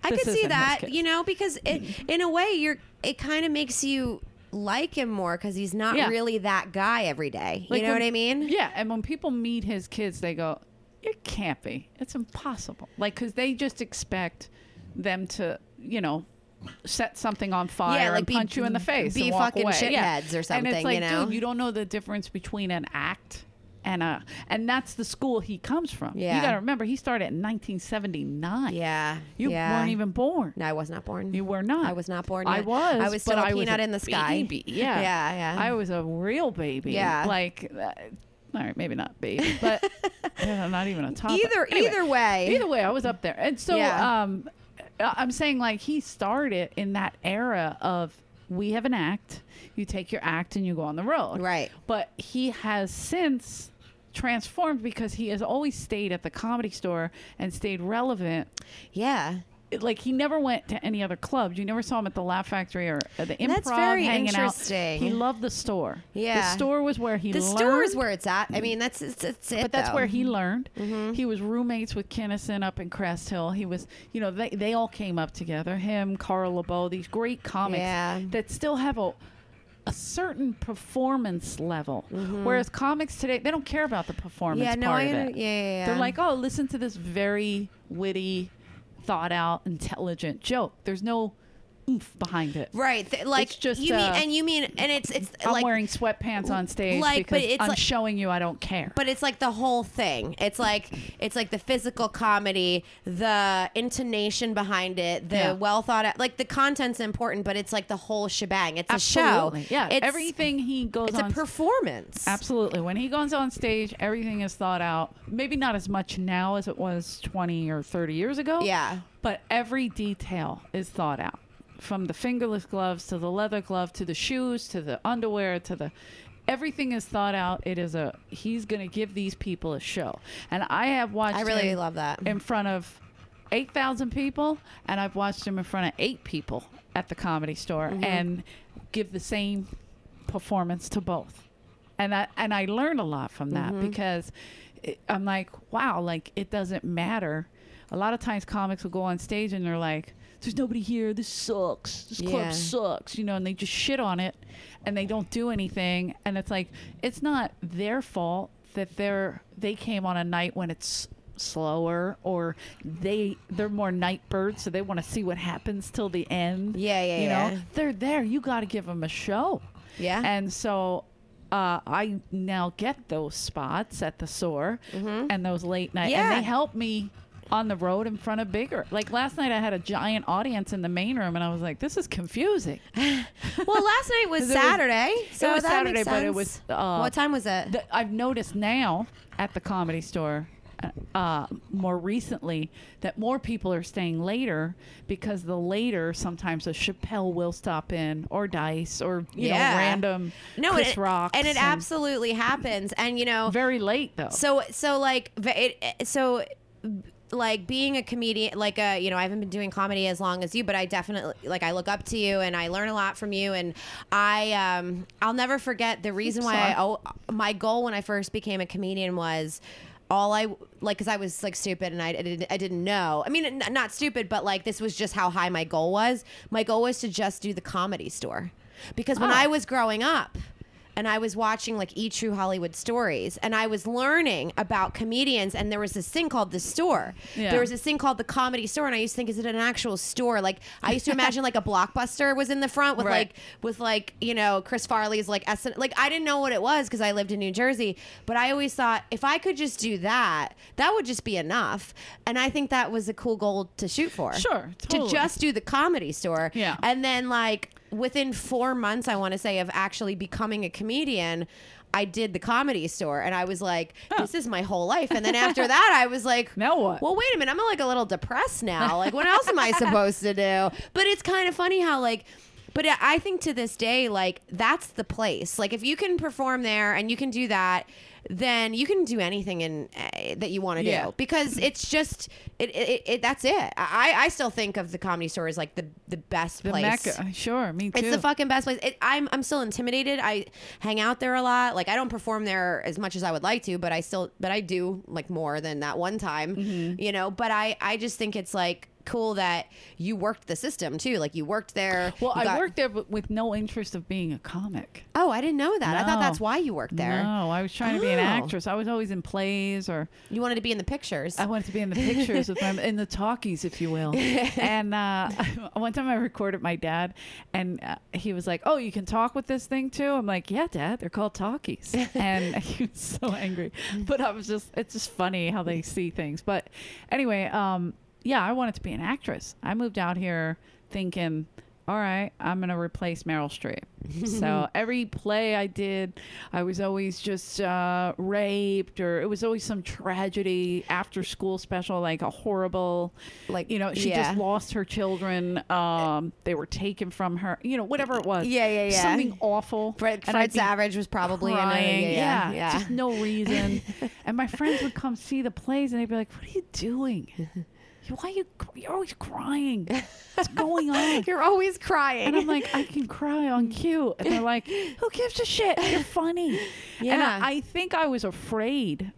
Speaker 2: I could
Speaker 6: this isn't
Speaker 2: see
Speaker 6: his
Speaker 2: that,
Speaker 6: kid.
Speaker 2: you know, because it,
Speaker 6: Mm-hmm.
Speaker 2: in a way, you're it kind of makes you like him more because he's not
Speaker 6: Yeah.
Speaker 2: really that guy every day.
Speaker 6: Like
Speaker 2: you know
Speaker 6: when-
Speaker 2: what I mean?
Speaker 6: Yeah, and when people meet his kids, they go, "It can't be. It's impossible." Like, because they just expect them to, you know, set something on fire
Speaker 2: like,
Speaker 6: and
Speaker 2: be-
Speaker 6: punch you in the face,
Speaker 2: be
Speaker 6: and walk
Speaker 2: fucking
Speaker 6: away. yeah.
Speaker 2: shitheads or
Speaker 6: And
Speaker 2: something,
Speaker 6: it's like,
Speaker 2: you know?
Speaker 6: dude, you don't know the difference between an act. And uh, and that's the school he comes from.
Speaker 2: Yeah.
Speaker 6: You got to remember, he started in 1979.
Speaker 2: Yeah,
Speaker 6: You
Speaker 2: yeah.
Speaker 6: weren't even born.
Speaker 2: No, I was not born.
Speaker 6: You were not.
Speaker 2: I was not born
Speaker 6: I
Speaker 2: yet.
Speaker 6: was.
Speaker 2: I was still
Speaker 6: but
Speaker 2: a
Speaker 6: I was
Speaker 2: peanut in the sky.
Speaker 6: Baby. Yeah.
Speaker 2: Yeah, yeah.
Speaker 6: I was a real baby.
Speaker 2: Yeah.
Speaker 6: Like, uh, all right, maybe not baby, but yeah, not even a top.
Speaker 2: Either- either way.
Speaker 6: Either way, I was up there, and so
Speaker 2: Yeah.
Speaker 6: um, I- I'm saying like he started in that era of we have an act, you take your act and you go on the road,
Speaker 2: Right.
Speaker 6: But he has since transformed because he has always stayed at the comedy store and stayed relevant
Speaker 2: yeah.
Speaker 6: it- like he never went to any other clubs. You never saw him at the Laugh Factory or at the improv.
Speaker 2: That's very
Speaker 6: hanging
Speaker 2: interesting.
Speaker 6: Out. He loved the store.
Speaker 2: Yeah.
Speaker 6: the store was where he
Speaker 2: The
Speaker 6: learned.
Speaker 2: store is where it's at. I mean, that's it's, it's it.
Speaker 6: But that's
Speaker 2: though.
Speaker 6: where he learned.
Speaker 2: Mm-hmm.
Speaker 6: He was roommates with Kinnison up in Crest Hill. He was, you know, they, they all came up together. Him, Carl LeBeau, these great comics
Speaker 2: Yeah.
Speaker 6: that still have a a certain performance level. Whereas comics today, they don't care about the performance
Speaker 2: Mm-hmm. Yeah, no,
Speaker 6: part
Speaker 2: I
Speaker 6: of
Speaker 2: under-
Speaker 6: it.
Speaker 2: yeah, yeah,
Speaker 6: They're
Speaker 2: yeah.
Speaker 6: like, oh, listen to this very witty, thought out, intelligent joke. There's no oomph behind it.
Speaker 2: Right. Th- like
Speaker 6: It's just,
Speaker 2: you mean,
Speaker 6: uh,
Speaker 2: and you mean, and it's it's
Speaker 6: I'm
Speaker 2: like
Speaker 6: wearing sweatpants on stage
Speaker 2: like, but
Speaker 6: because
Speaker 2: it's
Speaker 6: I'm
Speaker 2: like-
Speaker 6: showing you I don't care.
Speaker 2: But it's like the whole thing. It's like it's like the physical comedy, the intonation behind it, the
Speaker 6: Yeah.
Speaker 2: well thought out. Like the content's important, but it's like the whole shebang. It's
Speaker 6: Absolutely.
Speaker 2: a show.
Speaker 6: Yeah.
Speaker 2: It's,
Speaker 6: everything he goes
Speaker 2: It's
Speaker 6: on
Speaker 2: a performance.
Speaker 6: Absolutely. When he goes on stage, everything is thought out. Maybe not as much now as it was 20 or 30 years ago.
Speaker 2: Yeah.
Speaker 6: But every detail is thought out from the fingerless gloves to the leather glove to the shoes to the underwear to the. Everything is thought out. It is a. He's going to give these people a show. And I have watched.
Speaker 2: I really
Speaker 6: him
Speaker 2: love that.
Speaker 6: In front of 8,000 people, and I've watched him in front of eight people at the comedy store and give the same performance to both and I and I learned a lot from that because it, I'm like, wow, like it doesn't matter. A lot of times comics will go on stage and they're like, "There's nobody here. This sucks. This
Speaker 2: Yeah.
Speaker 6: club sucks," you know, and they just shit on it, and they don't do anything. And it's like, it's not their fault that they're they came on a night when it's slower or they they're more night birds so they want to see what happens till the end
Speaker 2: Yeah, yeah,
Speaker 6: you
Speaker 2: yeah.
Speaker 6: know they're there you got to give them a show
Speaker 2: Yeah.
Speaker 6: and so uh, I now get those spots at the store
Speaker 2: Mm-hmm.
Speaker 6: and those late night,
Speaker 2: Yeah.
Speaker 6: and they help me on the road in front of bigger. Like last night, I had a giant audience in the main room, and I was like, "This is confusing."
Speaker 2: Well, last night was
Speaker 6: 'Cause it was-
Speaker 2: Saturday, so
Speaker 6: it was
Speaker 2: that
Speaker 6: Saturday,
Speaker 2: makes
Speaker 6: but it
Speaker 2: sense.
Speaker 6: was, uh,
Speaker 2: what time was it?
Speaker 6: The- I've noticed now at the comedy store. Uh, more recently, that more people are staying later because the later sometimes a Chappelle will stop in or Dice or you know random
Speaker 2: no,
Speaker 6: Chris
Speaker 2: and it,
Speaker 6: Rock
Speaker 2: and it absolutely happens. And you know,
Speaker 6: very late though.
Speaker 2: So so like v- it so like being a comedian like uh you know I haven't been doing comedy as long as you but I definitely like I look up to you and I learn a lot from you and I um I'll never forget the reason why I oh, my goal when I first became a comedian was all I like because I was like stupid and I, I didn't I didn't know I mean n- not stupid but like this was just how high my goal was my goal was to just do the comedy store because when
Speaker 6: Oh.
Speaker 2: I was growing up and I was watching like E True Hollywood Stories, and I was learning about comedians. And there was this thing called the store.
Speaker 6: Yeah.
Speaker 2: There was this thing called the comedy store, and I used to think, is it an actual store? Like I used to imagine like a blockbuster was in the front with
Speaker 6: Right.
Speaker 2: like with like you know Chris Farley's like SN- like I didn't know what it was because I lived in New Jersey, but I always thought if I could just do that, that would just be enough. And I think that was a cool goal to shoot for.
Speaker 6: Sure,
Speaker 2: to
Speaker 6: totally.
Speaker 2: just do the comedy store.
Speaker 6: Yeah.
Speaker 2: and then like within four months i want to say of actually becoming a comedian i did the comedy store and i was like this is my whole life and then after that i was like
Speaker 6: Now what?
Speaker 2: well wait a minute i'm like a little depressed now like what else am i supposed to do but it's kind of funny how like but I- i think to this day like that's the place like if you can perform there and you can do that then you can do anything in uh, that you want to
Speaker 6: Yeah.
Speaker 2: do because it's just it, it, it that's it I, I still think of the comedy store as like the the best
Speaker 6: The
Speaker 2: place
Speaker 6: Mecca. Sure, me too.
Speaker 2: it's the fucking best place. It, I'm I'm still intimidated. I hang out there a lot. Like I don't perform there as much as I would like to, but I still but I do like more than that one time.
Speaker 6: Mm-hmm.
Speaker 2: You know, but I I just think it's like cool that you worked the system too. Like you worked there.
Speaker 6: Well,
Speaker 2: you
Speaker 6: I
Speaker 2: got-
Speaker 6: worked there but with no interest of being a comic.
Speaker 2: Oh, I didn't know that. I thought
Speaker 6: No.
Speaker 2: that's why you worked there.
Speaker 6: No, I was trying to be an
Speaker 2: Oh.
Speaker 6: actress. I was always in plays or
Speaker 2: You wanted to be in the pictures.
Speaker 6: I wanted to be in the pictures with my in the talkies, if you will. And uh, one time I recorded my dad, and uh, he was like, "Oh, you can talk with this thing too." I'm like, "Yeah, Dad, they're called talkies." And he was so angry,
Speaker 2: Mm.
Speaker 6: but I was just—it's just funny how they see things. But anyway, um, yeah, I wanted to be an actress. I moved out here thinking. All right, I'm gonna replace Meryl Streep. so every play I did, I was always just uh, raped, or it was always some tragedy after school special, like a horrible,
Speaker 2: Like,
Speaker 6: like you know, she
Speaker 2: yeah.
Speaker 6: just lost her children. Um, they were taken from her. You know, whatever it was.
Speaker 2: Yeah, yeah, yeah.
Speaker 6: Something awful.
Speaker 2: Fred,
Speaker 6: And
Speaker 2: Fred
Speaker 6: I'd be
Speaker 2: Savage was probably
Speaker 6: crying.
Speaker 2: in a
Speaker 6: yeah,
Speaker 2: yeah yeah.
Speaker 6: just no reason. and my friends would come see the plays, and they'd be like, "What are you doing? Why are you? You're always crying. What's going on?"
Speaker 2: You're always crying.
Speaker 6: And I'm like, I can cry on cue. And they're like, who gives a shit? You're funny. And
Speaker 2: Yeah.
Speaker 6: I, I think I was afraid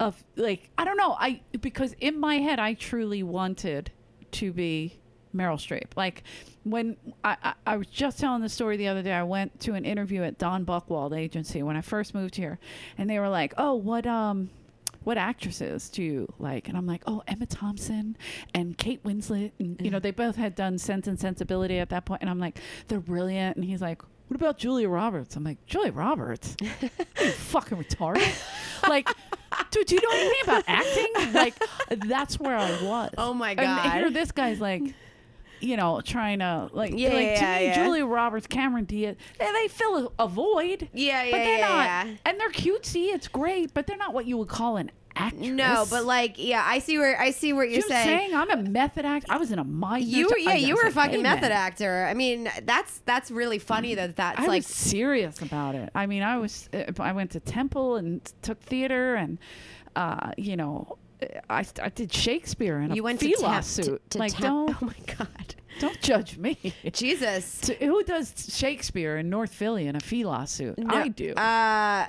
Speaker 6: of, like, I don't know. I Because in my head, I truly wanted to be Meryl Streep. Like, when I, I, I was just telling the story the other day, I went to an interview at Don Buckwald Agency when I first moved here. And they were like, oh, what, um, what actresses do you like? And I'm like, oh, Emma Thompson and Kate Winslet. And, you know, they both had done Sense and Sensibility at that point. And I'm like, they're brilliant. And he's like, what about Julia Roberts? I'm like, Julia Roberts? you fucking retarded. like, dude, do you know anything about acting? Like, that's where I was.
Speaker 2: Oh my
Speaker 6: And here
Speaker 2: God.
Speaker 6: this guy's like, you know, trying to like,
Speaker 2: Yeah,
Speaker 6: yeah, like
Speaker 2: yeah,
Speaker 6: to me,
Speaker 2: yeah.
Speaker 6: Julia Roberts, Cameron Diaz, they, they fill a, a void.
Speaker 2: Yeah,
Speaker 6: but
Speaker 2: yeah,
Speaker 6: they're
Speaker 2: yeah,
Speaker 6: not,
Speaker 2: yeah.
Speaker 6: and they're cutesy. It's great, but they're not what you would call an actress.
Speaker 2: No, but like, yeah, I see where I see what
Speaker 6: you
Speaker 2: you're
Speaker 6: know what I'm saying I'm a method act. I was in a mind.
Speaker 2: You were, yeah, you were a fucking method
Speaker 6: act.
Speaker 2: actor. I mean, that's that's really funny that that's
Speaker 6: I
Speaker 2: like
Speaker 6: was serious about it. I mean, I was uh, I went to temple and took theater and uh, you know I, I did Shakespeare in a
Speaker 2: you went
Speaker 6: fee
Speaker 2: to temp,
Speaker 6: lawsuit.
Speaker 2: To, to
Speaker 6: like
Speaker 2: temp-
Speaker 6: don't
Speaker 2: Oh my god,
Speaker 6: don't judge me.
Speaker 2: Jesus.
Speaker 6: To- Who does Shakespeare in North Philly in a fee lawsuit? I do.
Speaker 2: Uh,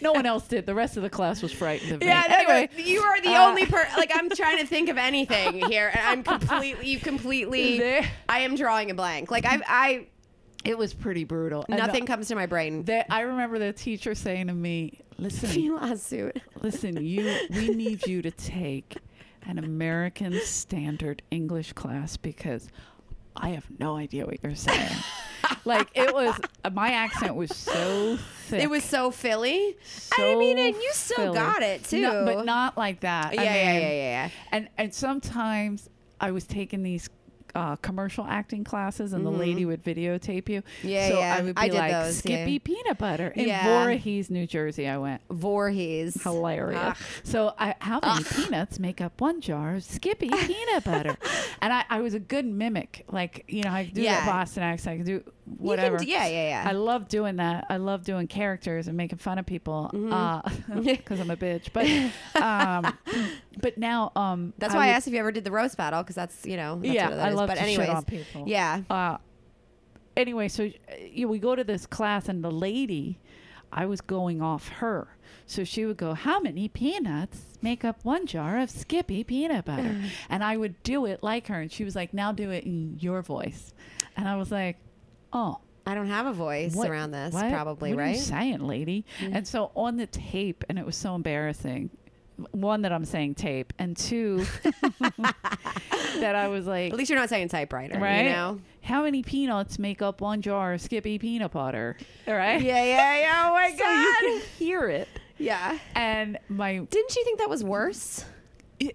Speaker 6: no one else did. The rest of the class was frightened of me.
Speaker 2: yeah, no,
Speaker 6: anyway,
Speaker 2: no, you are the
Speaker 6: uh,
Speaker 2: only person. Like, I'm trying to think of anything here, and I'm completely, you completely,
Speaker 6: There-
Speaker 2: I am drawing a blank. Like, I, I,
Speaker 6: it was pretty brutal. And
Speaker 2: nothing comes to my brain.
Speaker 6: That I remember the teacher saying to me, "Listen,
Speaker 2: Fee lawsuit.
Speaker 6: Listen, you we need you to take an American standard English class because I have no idea what you're saying. like it was my accent was so thick.
Speaker 2: It was so Philly. I
Speaker 6: so
Speaker 2: mean, and you still
Speaker 6: Philly.
Speaker 2: got it too.
Speaker 6: No, but not like that.
Speaker 2: Yeah,
Speaker 6: I
Speaker 2: yeah,
Speaker 6: mean,
Speaker 2: yeah, yeah, yeah.
Speaker 6: And and sometimes I was taking these uh, commercial acting classes, and the lady would videotape you.
Speaker 2: Mm-hmm. Yeah,
Speaker 6: so
Speaker 2: yeah.
Speaker 6: I would be
Speaker 2: I did
Speaker 6: like
Speaker 2: those, yeah.
Speaker 6: Skippy peanut butter in
Speaker 2: Yeah.
Speaker 6: Voorhees, New Jersey. I went
Speaker 2: Voorhees.
Speaker 6: hilarious.
Speaker 2: Ugh.
Speaker 6: So I, how many
Speaker 2: Ah.
Speaker 6: peanuts make up one jar of Skippy peanut butter? and I, I was a good mimic. Like you know, I could do
Speaker 2: Yeah.
Speaker 6: that Boston accent. I could do whatever.
Speaker 2: do- yeah, yeah, yeah.
Speaker 6: I love doing that. I love doing characters and making fun of people because
Speaker 2: Mm-hmm.
Speaker 6: I'm a bitch. But um, but now um,
Speaker 2: That's why I
Speaker 6: would-
Speaker 2: asked if you ever did the roast battle because that's you know that's
Speaker 6: yeah,
Speaker 2: what that
Speaker 6: I
Speaker 2: is.
Speaker 6: love
Speaker 2: but
Speaker 6: to shit
Speaker 2: anyways,
Speaker 6: on people.
Speaker 2: yeah.
Speaker 6: Uh, anyway, so uh, you know, we go to this class, and the lady, I was going off her. So she would go, How many peanuts make up one jar of Skippy peanut butter? and I would do it like her. And she was like, Now do it in your voice. And I was like, Oh,
Speaker 2: I don't have a voice
Speaker 6: what-
Speaker 2: around this,
Speaker 6: what-
Speaker 2: probably,
Speaker 6: what are you
Speaker 2: right?
Speaker 6: saying, lady. And so on the tape, and it was so embarrassing. One that I'm saying tape, and two that I was like,
Speaker 2: At least you're not saying typewriter,
Speaker 6: right?
Speaker 2: You know?
Speaker 6: How many peanuts make up one jar of Skippy peanut butter? All right.
Speaker 2: Yeah, yeah, yeah. Oh my
Speaker 6: So you
Speaker 2: god.
Speaker 6: can hear it.
Speaker 2: yeah.
Speaker 6: And my
Speaker 2: Didn't you think that was worse?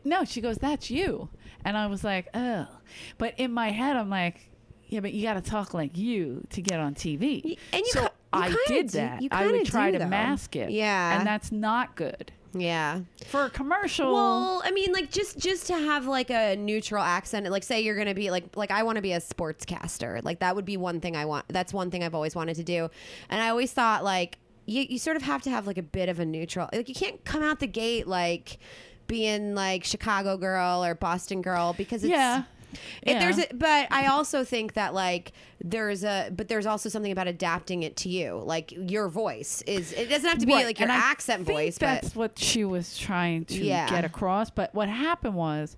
Speaker 6: no, she goes, "That's you," and I was like, "Oh," but in my head, I'm like, "Yeah, but you got to talk like you to get on TV."
Speaker 2: and you
Speaker 6: so
Speaker 2: ki- you
Speaker 6: I
Speaker 2: kinda
Speaker 6: did
Speaker 2: do-
Speaker 6: that.
Speaker 2: you
Speaker 6: I
Speaker 2: kinda
Speaker 6: would try
Speaker 2: do,
Speaker 6: to
Speaker 2: though.
Speaker 6: mask it.
Speaker 2: Yeah.
Speaker 6: and that's not good
Speaker 2: Yeah.
Speaker 6: for a commercial.
Speaker 2: Well, I mean, like just just to have like a neutral accent, like say you're gonna be like like I want to be a sportscaster, like that would be one thing I want. That's one thing I've always wanted to do, and I always thought like you, you sort of have to have like a bit of a neutral, like you can't come out the gate like being like Chicago girl or Boston girl because it's
Speaker 6: Yeah.
Speaker 2: It,
Speaker 6: Yeah.
Speaker 2: There's a, but I also think that like there's a but there's also something about adapting it to you like your voice is it doesn't have to be
Speaker 6: Right,
Speaker 2: like your
Speaker 6: and I
Speaker 2: accent
Speaker 6: think
Speaker 2: voice but
Speaker 6: That's what she was trying to
Speaker 2: Yeah.
Speaker 6: get across. But what happened was,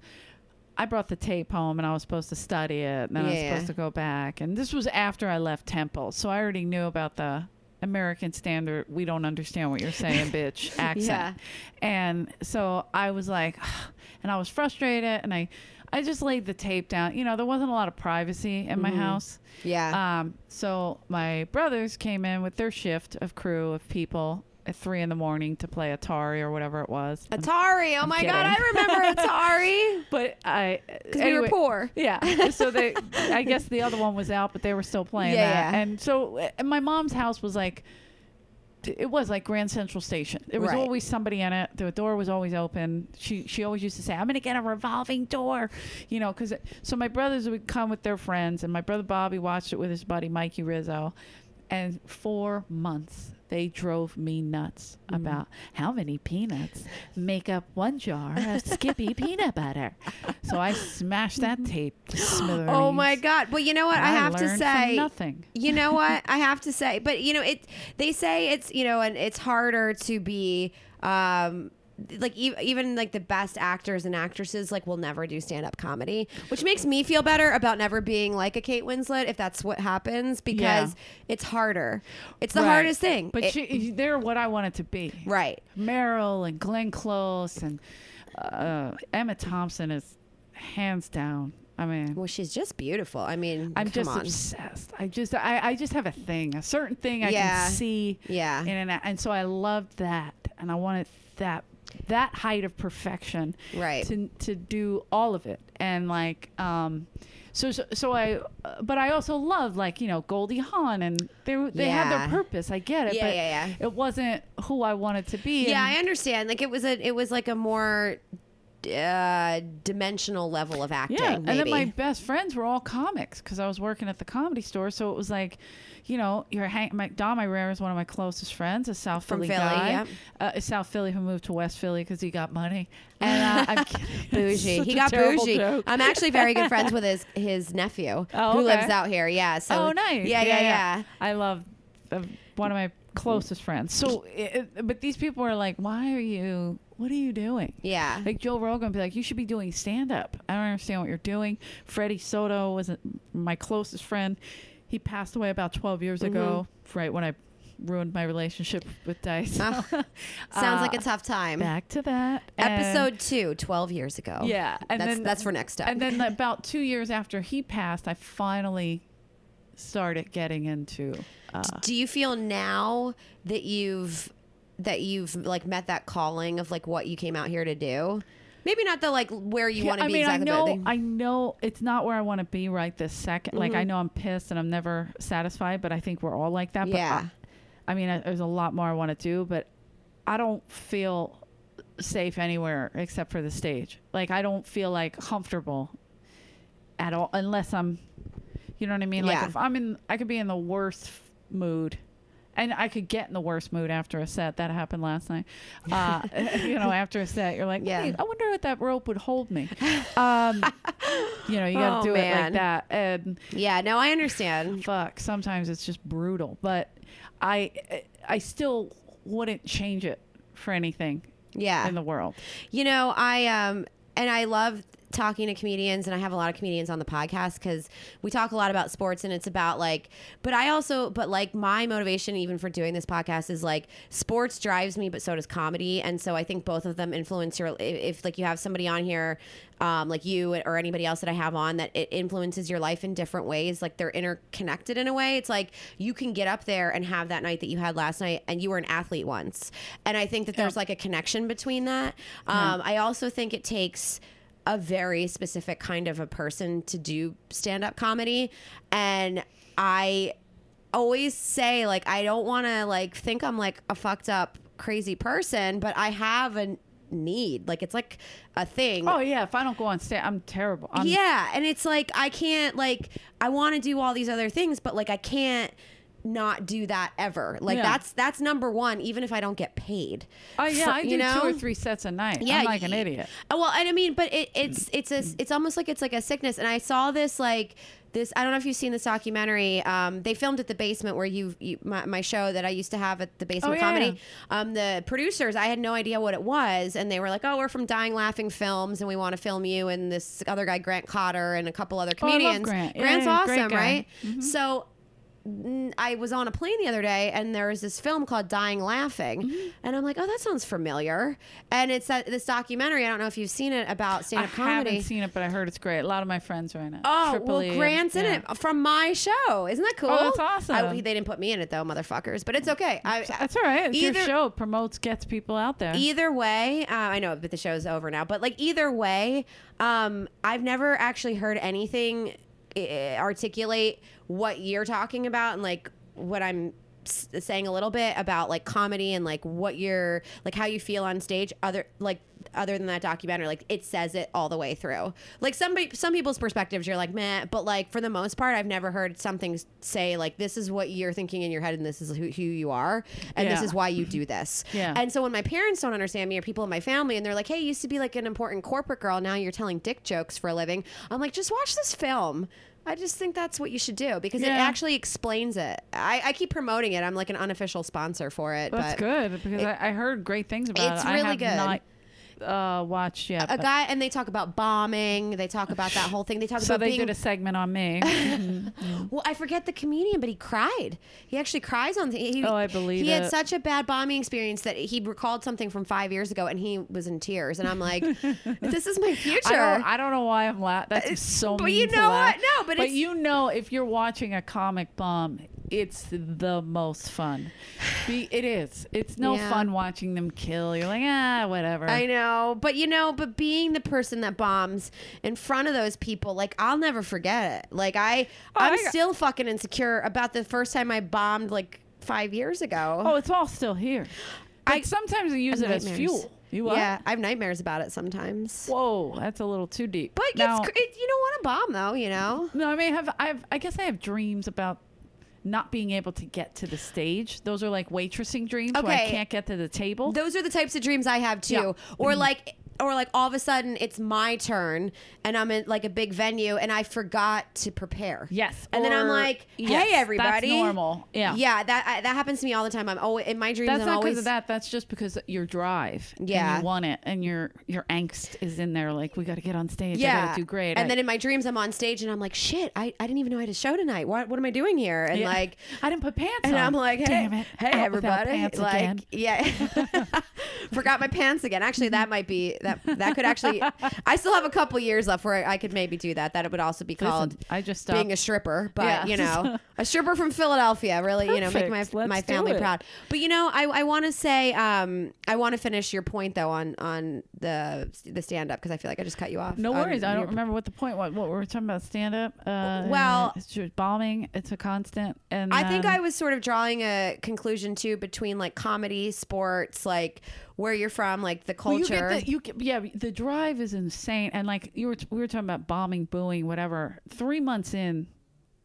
Speaker 6: I brought the tape home and I was supposed to study it, and then I was
Speaker 2: Yeah.
Speaker 6: supposed to go back. And this was after I left Temple, so I already knew about the American standard. We don't understand what you're saying, bitch. Accent. And so I was like, and I was frustrated, and I, I just laid the tape down. You know, there wasn't a lot of privacy in my house.
Speaker 2: Mm-hmm. yeah
Speaker 6: Um, so my brothers came in with their shift of crew of people at three in the morning to play Atari or whatever it was.
Speaker 2: Atari. Oh my god, I
Speaker 6: kidding.
Speaker 2: remember Atari.
Speaker 6: But I,
Speaker 2: Because we were
Speaker 6: anyway-
Speaker 2: poor.
Speaker 6: Yeah. So they, I guess the other one was out, but they were still playing
Speaker 2: Yeah,
Speaker 6: that.
Speaker 2: yeah.
Speaker 6: And so uh, and my mom's house was like, it was like Grand Central Station. There was
Speaker 2: Right.
Speaker 6: always somebody in it. The door was always open. She she always used to say, "I'm going to get a revolving door," you know. Because so my brothers would come with their friends, and my brother Bobby watched it with his buddy Mikey Rizzo, and for months they drove me nuts
Speaker 2: Mm-hmm.
Speaker 6: about how many peanuts make up one jar of Skippy peanut butter. So I smashed that tape. to
Speaker 2: Mm-hmm.
Speaker 6: smithereens.
Speaker 2: Oh my god. Well, you know what?
Speaker 6: And
Speaker 2: I have
Speaker 6: learned
Speaker 2: to
Speaker 6: from
Speaker 2: say
Speaker 6: nothing.
Speaker 2: You know what? I have to say, but you know, it they say it's, you know, and it's harder to be um like e- even like the best actors and actresses like will never do stand up comedy, which makes me feel better about never being like a Kate Winslet if that's what happens because it's harder. It's the
Speaker 6: Right.
Speaker 2: hardest thing.
Speaker 6: But
Speaker 2: It-
Speaker 6: she, they're what I wanted to be.
Speaker 2: right.
Speaker 6: Meryl and Glenn Close and uh, Emma Thompson is hands down. I mean,
Speaker 2: Well, she's just beautiful. I mean,
Speaker 6: I'm
Speaker 2: come
Speaker 6: just
Speaker 2: on.
Speaker 6: obsessed. I just I, I just have a thing, a certain thing I
Speaker 2: Yeah.
Speaker 6: can see.
Speaker 2: Yeah.
Speaker 6: In and out. and so I loved that, and I wanted that that height of perfection.
Speaker 2: Right.
Speaker 6: To to do all of it and like um. So, so, so I, uh, but I also love like you know Goldie Hawn and they were- they had
Speaker 2: Yeah.
Speaker 6: their purpose. I get it,
Speaker 2: Yeah,
Speaker 6: but
Speaker 2: yeah, yeah.
Speaker 6: it wasn't who I wanted to be.
Speaker 2: Yeah,
Speaker 6: and-
Speaker 2: I understand. Like it was a it was like a more uh, dimensional level of acting.
Speaker 6: Yeah, and then
Speaker 2: maybe.
Speaker 6: my best friends were all comics because I was working at the comedy store. So it was like, you know, you're hang- my, Dom Irera is one of my closest friends, a South
Speaker 2: From
Speaker 6: Philly,
Speaker 2: Philly,
Speaker 6: guy,
Speaker 2: yep.
Speaker 6: uh, a South Philly who moved to West Philly because he got money. And uh, I'm kidding. It's
Speaker 2: bougie.
Speaker 6: such
Speaker 2: He
Speaker 6: a
Speaker 2: got
Speaker 6: terrible
Speaker 2: bougie.
Speaker 6: joke.
Speaker 2: I'm actually very good friends with his his nephew
Speaker 6: Oh,
Speaker 2: who
Speaker 6: okay.
Speaker 2: lives out here. Yeah. So
Speaker 6: oh, nice.
Speaker 2: Yeah, yeah, yeah.
Speaker 6: I love the, one of my closest friends. So, it, it- but these people are like, why are you? What are you doing?
Speaker 2: Yeah.
Speaker 6: Like Joe Rogan would be like, you should be doing stand up. I don't understand what you're doing. Freddie Soto was a- my closest friend. He passed away about 12 years ago,
Speaker 2: Mm-hmm.
Speaker 6: right when I ruined my relationship with Dice.
Speaker 2: Uh-huh. Sounds
Speaker 6: Uh,
Speaker 2: like a tough time.
Speaker 6: Back to that. And-
Speaker 2: Episode two, 12 years ago.
Speaker 6: yeah, and
Speaker 2: that's
Speaker 6: then
Speaker 2: that's for next time.
Speaker 6: And then about two years after he passed, I finally started getting into. Uh,
Speaker 2: do you feel now that you've that you've like met that calling of like what you came out here to do? Maybe not the like where you want to
Speaker 6: I
Speaker 2: be
Speaker 6: mean,
Speaker 2: exactly.
Speaker 6: I
Speaker 2: but the-
Speaker 6: know, I know it's not where I want to be right this 2nd Like,
Speaker 2: Mm-hmm.
Speaker 6: I know I'm pissed and I'm never satisfied, but I think we're all like that. But
Speaker 2: Yeah.
Speaker 6: I, I mean, I, there's a lot more I want to do, but I don't feel safe anywhere except for the stage. Like, I don't feel like comfortable at all unless I'm, you know what I mean? Like,
Speaker 2: Yeah.
Speaker 6: if I'm in, I could be in the worst f- mood. And I could get in the worst mood after a set. That happened last night. Uh, you know, after a set, you're like,
Speaker 2: Yeah.
Speaker 6: "Hey, I wonder if that rope would hold me. Um, you know, you got to
Speaker 2: Oh,
Speaker 6: do it
Speaker 2: man.
Speaker 6: like that. And
Speaker 2: yeah, no, I understand.
Speaker 6: fuck, sometimes it's just brutal. But I, I still wouldn't change it for anything
Speaker 2: Yeah.
Speaker 6: in the world.
Speaker 2: You know, I um and I love talking to comedians and I have a lot of comedians on the podcast cuz we talk a lot about sports and it's about like but I also but like my motivation even for doing this podcast is like sports drives me but so does comedy and so I think both of them influence your if, if like you have somebody on here um, like you or anybody else that I have on that it influences your life in different ways like they're interconnected in a way it's like you can get up there and have that night that you had last night and you were an athlete once and I think that there's like a connection between that um, I also think it takes a very specific kind of a person to do stand up comedy. And I always say, like, I don't want to, like, think I'm like a fucked up, crazy person, but I have a need. Like, it's like a thing.
Speaker 6: Oh yeah, if I don't go on stage, I'm terrible. I'm,
Speaker 2: yeah. And it's like, I can't, like, I want to do all these other things, but like, I can't not do that ever like
Speaker 6: Yeah.
Speaker 2: that's that's number one even if i don't get paid
Speaker 6: Oh yeah, I do
Speaker 2: You know?
Speaker 6: two or three sets a night. I'm like an
Speaker 2: y-
Speaker 6: idiot.
Speaker 2: Oh, Well, and I mean, but it, it's it's a it's almost like it's like a sickness. And I saw this like this. I don't know if you've seen this documentary. Um, they filmed at the basement where you, you my, my show that I used to have at the basement
Speaker 6: Oh, yeah,
Speaker 2: comedy. Um, the producers, I had no idea what it was, and they were like, "Oh, we're from Dying Laughing Films, and we want to film you and this other guy, Grant Cotter, and a couple other
Speaker 6: Oh, I love
Speaker 2: comedians."
Speaker 6: Grant. Yeah,
Speaker 2: Grant's
Speaker 6: yeah, great
Speaker 2: awesome,
Speaker 6: guy. Mm-hmm.
Speaker 2: right? So n- I was on a plane the other day and there was this film called Dying Laughing.
Speaker 6: Mm-hmm.
Speaker 2: And I'm like, oh, that sounds familiar. And it's that, this documentary. I don't know if you've seen it about stand
Speaker 6: I
Speaker 2: up comedy.
Speaker 6: haven't seen it, but I heard it's great. A lot of my friends are in it.
Speaker 2: Oh
Speaker 6: Triple E
Speaker 2: well,
Speaker 6: and-
Speaker 2: Grant's in
Speaker 6: yeah. Oh,
Speaker 2: it from my show. Isn't that cool?
Speaker 6: that's awesome.
Speaker 2: I- they didn't put me in it though, motherfuckers. But it's okay. I,
Speaker 6: That's all right. It's
Speaker 2: Either-
Speaker 6: your show It promotes, gets people out there.
Speaker 2: either way uh, i know but the show's over now but like either way um i've never actually heard anything eh, articulate what you're talking about and like what i'm s- saying a little bit about like comedy and like what you're like how you feel on stage other like other than that documentary like it says it all the way through like some pe- some people's perspectives you're like meh but like for the most part i've never heard something s- say like this is what you're thinking in your head and this is who, who you are and this
Speaker 6: Yeah.
Speaker 2: is why you do this
Speaker 6: Mm-hmm. Yeah.
Speaker 2: and so when my parents don't understand me or people in my family and they're like, hey, you used to be like an important corporate girl. Now you're telling dick jokes for a living. I'm like, just watch this film. I just think that's what you should do because it
Speaker 6: Yeah.
Speaker 2: actually explains it. I, I keep promoting it. I'm like an unofficial sponsor for it. but
Speaker 6: That's good because I, I heard great things about
Speaker 2: It's
Speaker 6: it. I
Speaker 2: really
Speaker 6: have
Speaker 2: good.
Speaker 6: not uh, watched yet.
Speaker 2: a
Speaker 6: but-
Speaker 2: guy and they talk about bombing they talk about that whole thing they talk
Speaker 6: so
Speaker 2: about
Speaker 6: they
Speaker 2: being
Speaker 6: did a segment on me.
Speaker 2: well i forget the comedian but he cried he actually cries on the he,
Speaker 6: Oh, I believe
Speaker 2: he had
Speaker 6: it.
Speaker 2: such a bad bombing experience that he recalled something from five years ago and he was in tears and i'm like this is my future
Speaker 6: I don't, I don't know why I'm laughing. That's so.
Speaker 2: Uh, but you
Speaker 6: mean to
Speaker 2: know
Speaker 6: laugh.
Speaker 2: what? No, but it's-
Speaker 6: you know, if you're watching a comic bomb, it's the most fun. Be, it is. It's no
Speaker 2: Yeah.
Speaker 6: fun watching them kill. You're like, ah, whatever.
Speaker 2: I know, but you know, but being the person that bombs in front of those people, like I'll never forget it. Like I, I'm
Speaker 6: Oh, I-
Speaker 2: still fucking insecure about the first time I bombed, like five years ago.
Speaker 6: oh, it's all still here. But
Speaker 2: I-
Speaker 6: sometimes we use it as
Speaker 2: Nightmares.
Speaker 6: fuel. You what?
Speaker 2: Yeah, I have nightmares about it sometimes.
Speaker 6: Whoa, that's a little too deep.
Speaker 2: but
Speaker 6: now,
Speaker 2: it's, cr- it, you don't want to bomb though, you know.
Speaker 6: No, I mean, have I have I guess I have dreams about not being able to get to the stage. Those are like waitressing dreams where I
Speaker 2: Okay.
Speaker 6: can't get to the table.
Speaker 2: Those are the types of dreams I have too.
Speaker 6: Yeah. Mm-hmm.
Speaker 2: Or like or like all of a sudden it's my turn and I'm in like a big venue and I forgot to prepare.
Speaker 6: Yes,
Speaker 2: And then I'm
Speaker 6: or-
Speaker 2: like, "Hey
Speaker 6: yes, that's
Speaker 2: everybody."
Speaker 6: normal. Yeah.
Speaker 2: Yeah, that I, that happens to me all the time. I'm always in my dreams
Speaker 6: that's
Speaker 2: I'm
Speaker 6: not because
Speaker 2: always
Speaker 6: of that. That's just because your drive. and
Speaker 2: Yeah.
Speaker 6: you want it, and your your angst is in there. Like we got to get on stage. I
Speaker 2: yeah,
Speaker 6: gotta do great.
Speaker 2: And
Speaker 6: I-
Speaker 2: then in my dreams, I'm on stage and I'm like, "Shit, I, I didn't even know I had a show tonight. What what am I doing here?" And
Speaker 6: Yeah.
Speaker 2: like,
Speaker 6: I didn't put pants
Speaker 2: and
Speaker 6: on.
Speaker 2: I'm like, "Hey,
Speaker 6: Damn it.
Speaker 2: hey
Speaker 6: Out without
Speaker 2: everybody!"
Speaker 6: pants
Speaker 2: like,
Speaker 6: again.
Speaker 2: yeah, forgot my pants again. Actually, that might be that that could actually. I still have a couple years left where I could maybe do that. That it would also be called.
Speaker 6: Listen, I just
Speaker 2: being a
Speaker 6: stopped.
Speaker 2: stripper, but
Speaker 6: Yeah.
Speaker 2: you know, a stripper from Philadelphia, really, you know, make my
Speaker 6: Perfect. Let's
Speaker 2: my
Speaker 6: do
Speaker 2: family
Speaker 6: it.
Speaker 2: proud. But you know, I, I want to say, um, I want to finish your point though on on the the stand up because I feel like I just cut you off.
Speaker 6: No
Speaker 2: on
Speaker 6: worries. I
Speaker 2: your-
Speaker 6: don't remember what the point was. What we were talking about stand up. Uh,
Speaker 2: Well-
Speaker 6: it's just bombing. It's a constant. And
Speaker 2: I think
Speaker 6: um,
Speaker 2: I was sort of drawing a conclusion too between like comedy, sports, like where you're from, like the
Speaker 6: Well,
Speaker 2: culture.
Speaker 6: You get the, you get, yeah, the drive is insane. And like you were, we were talking about bombing, booing, whatever. Three months in,